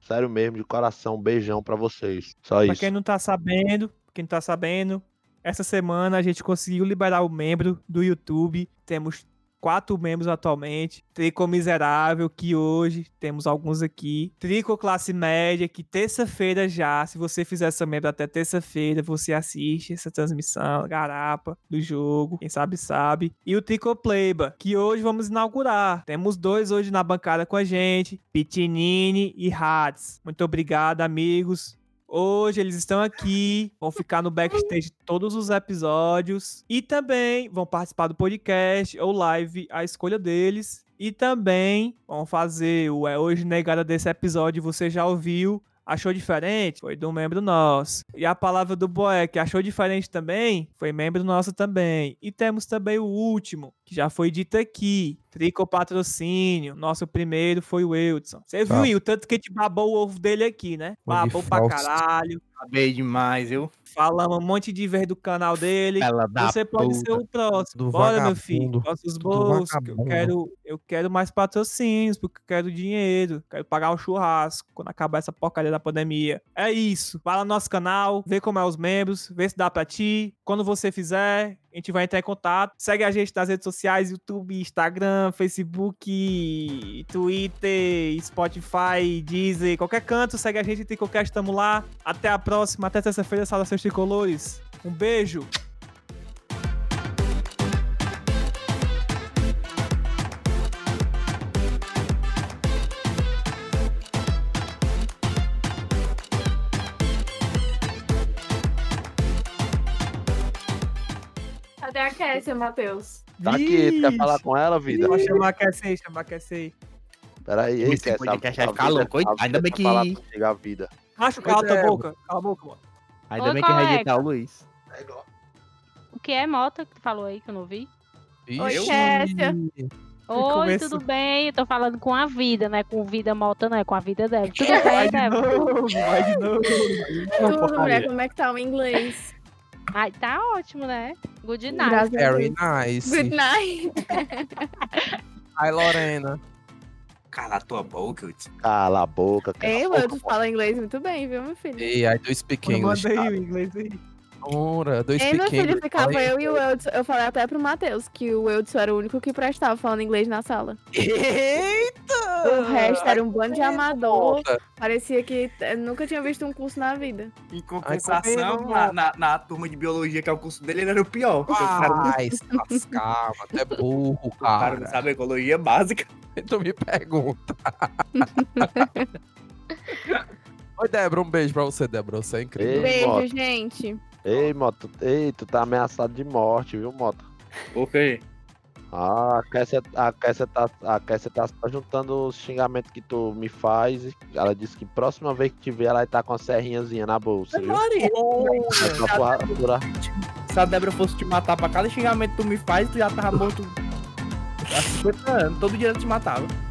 [SPEAKER 4] Sério mesmo, de coração, um beijão pra vocês. Só
[SPEAKER 3] Pra
[SPEAKER 4] isso.
[SPEAKER 3] quem não tá sabendo, quem não tá sabendo, essa semana a gente conseguiu liberar o membro do YouTube. Temos quatro membros atualmente. Trico Miserável, que hoje temos alguns aqui. Trico Classe Média, que terça-feira já, se você fizer essa membro até terça-feira, você assiste essa transmissão, garapa, do jogo, quem sabe sabe. E o Trico Playba, que hoje vamos inaugurar. Temos dois hoje na bancada com a gente, Pitinini e Hats. Muito obrigado, amigos. Hoje eles estão aqui, vão ficar no backstage de todos os episódios e também vão participar do podcast ou live a escolha deles. E também vão fazer o É Hoje Negada desse episódio, você já ouviu. Achou diferente? Foi de um membro nosso. E a palavra do Boeck, achou diferente também? Foi membro nosso também. E temos também o último, que já foi dito aqui. Tricopatrocínio. Nosso primeiro foi o Wilson. Você viu
[SPEAKER 7] Tá.
[SPEAKER 3] aí o tanto que a gente babou o ovo dele aqui, né?
[SPEAKER 7] Olha,
[SPEAKER 3] Babou pra
[SPEAKER 7] falso.
[SPEAKER 3] caralho.
[SPEAKER 5] Acabei demais, viu?
[SPEAKER 3] Falamos um monte de vez do canal dele.
[SPEAKER 5] Ela dá
[SPEAKER 3] Você pode ser
[SPEAKER 5] puta.
[SPEAKER 3] o próximo.
[SPEAKER 7] Do
[SPEAKER 3] Bora, meu filho.
[SPEAKER 7] vagabundo.
[SPEAKER 3] Nossos
[SPEAKER 7] Do
[SPEAKER 3] bolsos. que Eu
[SPEAKER 7] vagabundo.
[SPEAKER 3] quero, eu quero mais patrocínios, porque eu quero dinheiro. Quero pagar o churrasco quando acabar essa porcaria da pandemia. É isso. Vai lá no nosso canal, vê como é os membros, vê se dá pra ti. Quando você fizer, a gente vai entrar em contato. Segue a gente nas redes sociais: YouTube, Instagram, Facebook, Twitter, Spotify, Deezer, qualquer canto. Segue a gente, tem qualquer, estamos lá. Até a próxima, até terça-feira, saudações tricolores. Um beijo.
[SPEAKER 9] Cadê a Cassia, Matheus?
[SPEAKER 4] Tá aqui, tu quer falar
[SPEAKER 3] Vixe.
[SPEAKER 4] com ela, vida?
[SPEAKER 3] Vou chamar a Cassie, chamar é a Cassie.
[SPEAKER 4] Peraí,
[SPEAKER 5] Esse
[SPEAKER 4] ei, Cassia,
[SPEAKER 5] podcast é
[SPEAKER 4] a
[SPEAKER 5] vai ficar
[SPEAKER 4] vida- é
[SPEAKER 5] louco, hein?
[SPEAKER 4] a vida
[SPEAKER 5] Ainda bem
[SPEAKER 4] quer falar
[SPEAKER 5] que-
[SPEAKER 4] contigo, a vida.
[SPEAKER 3] Macho, cala
[SPEAKER 7] Pois
[SPEAKER 3] tua
[SPEAKER 7] é,
[SPEAKER 3] boca. Cala a boca, mano.
[SPEAKER 5] Ainda
[SPEAKER 10] Ô,
[SPEAKER 5] bem que vai
[SPEAKER 10] colega.
[SPEAKER 5] editar o Luiz.
[SPEAKER 10] O que é mota que tu falou aí que eu não vi?
[SPEAKER 8] Oi,
[SPEAKER 7] Ixi.
[SPEAKER 8] Chécia.
[SPEAKER 10] Oi,
[SPEAKER 3] começo.
[SPEAKER 10] tudo bem? Eu tô falando com a vida, né? Com vida mota, não é com a vida dela. Tudo bem, Débora?
[SPEAKER 3] Vai de novo.
[SPEAKER 8] Tudo, mulher, como é que tá o inglês?
[SPEAKER 10] Ai, tá ótimo, né? Good night.
[SPEAKER 8] Graças a
[SPEAKER 7] Very
[SPEAKER 8] Deus.
[SPEAKER 7] nice.
[SPEAKER 8] Good night.
[SPEAKER 7] Ai, Lorena.
[SPEAKER 11] Cala tua boca, eu te...
[SPEAKER 4] Cala a boca, cala
[SPEAKER 5] Tá
[SPEAKER 8] Ei,
[SPEAKER 4] a
[SPEAKER 8] mano,
[SPEAKER 4] boca,
[SPEAKER 8] tu fala inglês muito bem, viu, meu filho?
[SPEAKER 7] Ei, I do speak English.
[SPEAKER 3] Manda aí o inglês aí.
[SPEAKER 7] Ora, do
[SPEAKER 8] Ei, meu
[SPEAKER 7] speak
[SPEAKER 8] filho,
[SPEAKER 7] English.
[SPEAKER 8] ficava
[SPEAKER 7] Olha aí.
[SPEAKER 8] eu e o Eudson. Eu falei até pro Matheus que o Eudson era o único que prestava falando inglês na sala.
[SPEAKER 7] Ah,
[SPEAKER 8] O resto era um
[SPEAKER 7] é,
[SPEAKER 8] bando de amador.
[SPEAKER 7] Ora,
[SPEAKER 8] Parecia que eh, nunca tinha visto um curso na vida.
[SPEAKER 11] Em
[SPEAKER 7] Ai,
[SPEAKER 11] compensação,
[SPEAKER 7] comendo,
[SPEAKER 11] na, na, na turma de biologia, que é o curso dele, ele era o pior. porque o
[SPEAKER 3] Ah.
[SPEAKER 11] cara, não-
[SPEAKER 7] Vai, se lascar, mano. Tu é burro,
[SPEAKER 11] o cara não
[SPEAKER 7] cara.
[SPEAKER 11] sabe ecologia básica.
[SPEAKER 7] Tu me pergunta. Oi, Débora, um beijo pra você, Débora. Você é incrível.
[SPEAKER 4] Ei,
[SPEAKER 8] Beijo,
[SPEAKER 4] bota.
[SPEAKER 8] gente.
[SPEAKER 4] Ei, Mota, ei, tu tá ameaçado de morte, viu, Mota?
[SPEAKER 12] Ok.
[SPEAKER 4] Ah, a Kessia, a, Kessia tá, a Kessia tá só juntando os xingamentos que tu me faz. e Ela disse que próxima vez que te ver, ela vai tá com a serrinhazinha na bolsa, viu? tá Vai pra
[SPEAKER 8] tá
[SPEAKER 4] porra- porra-
[SPEAKER 5] Se a Débora fosse te matar pra cada xingamento que tu me faz, tu já tava morto há 50 anos. Todo dia ela te matava.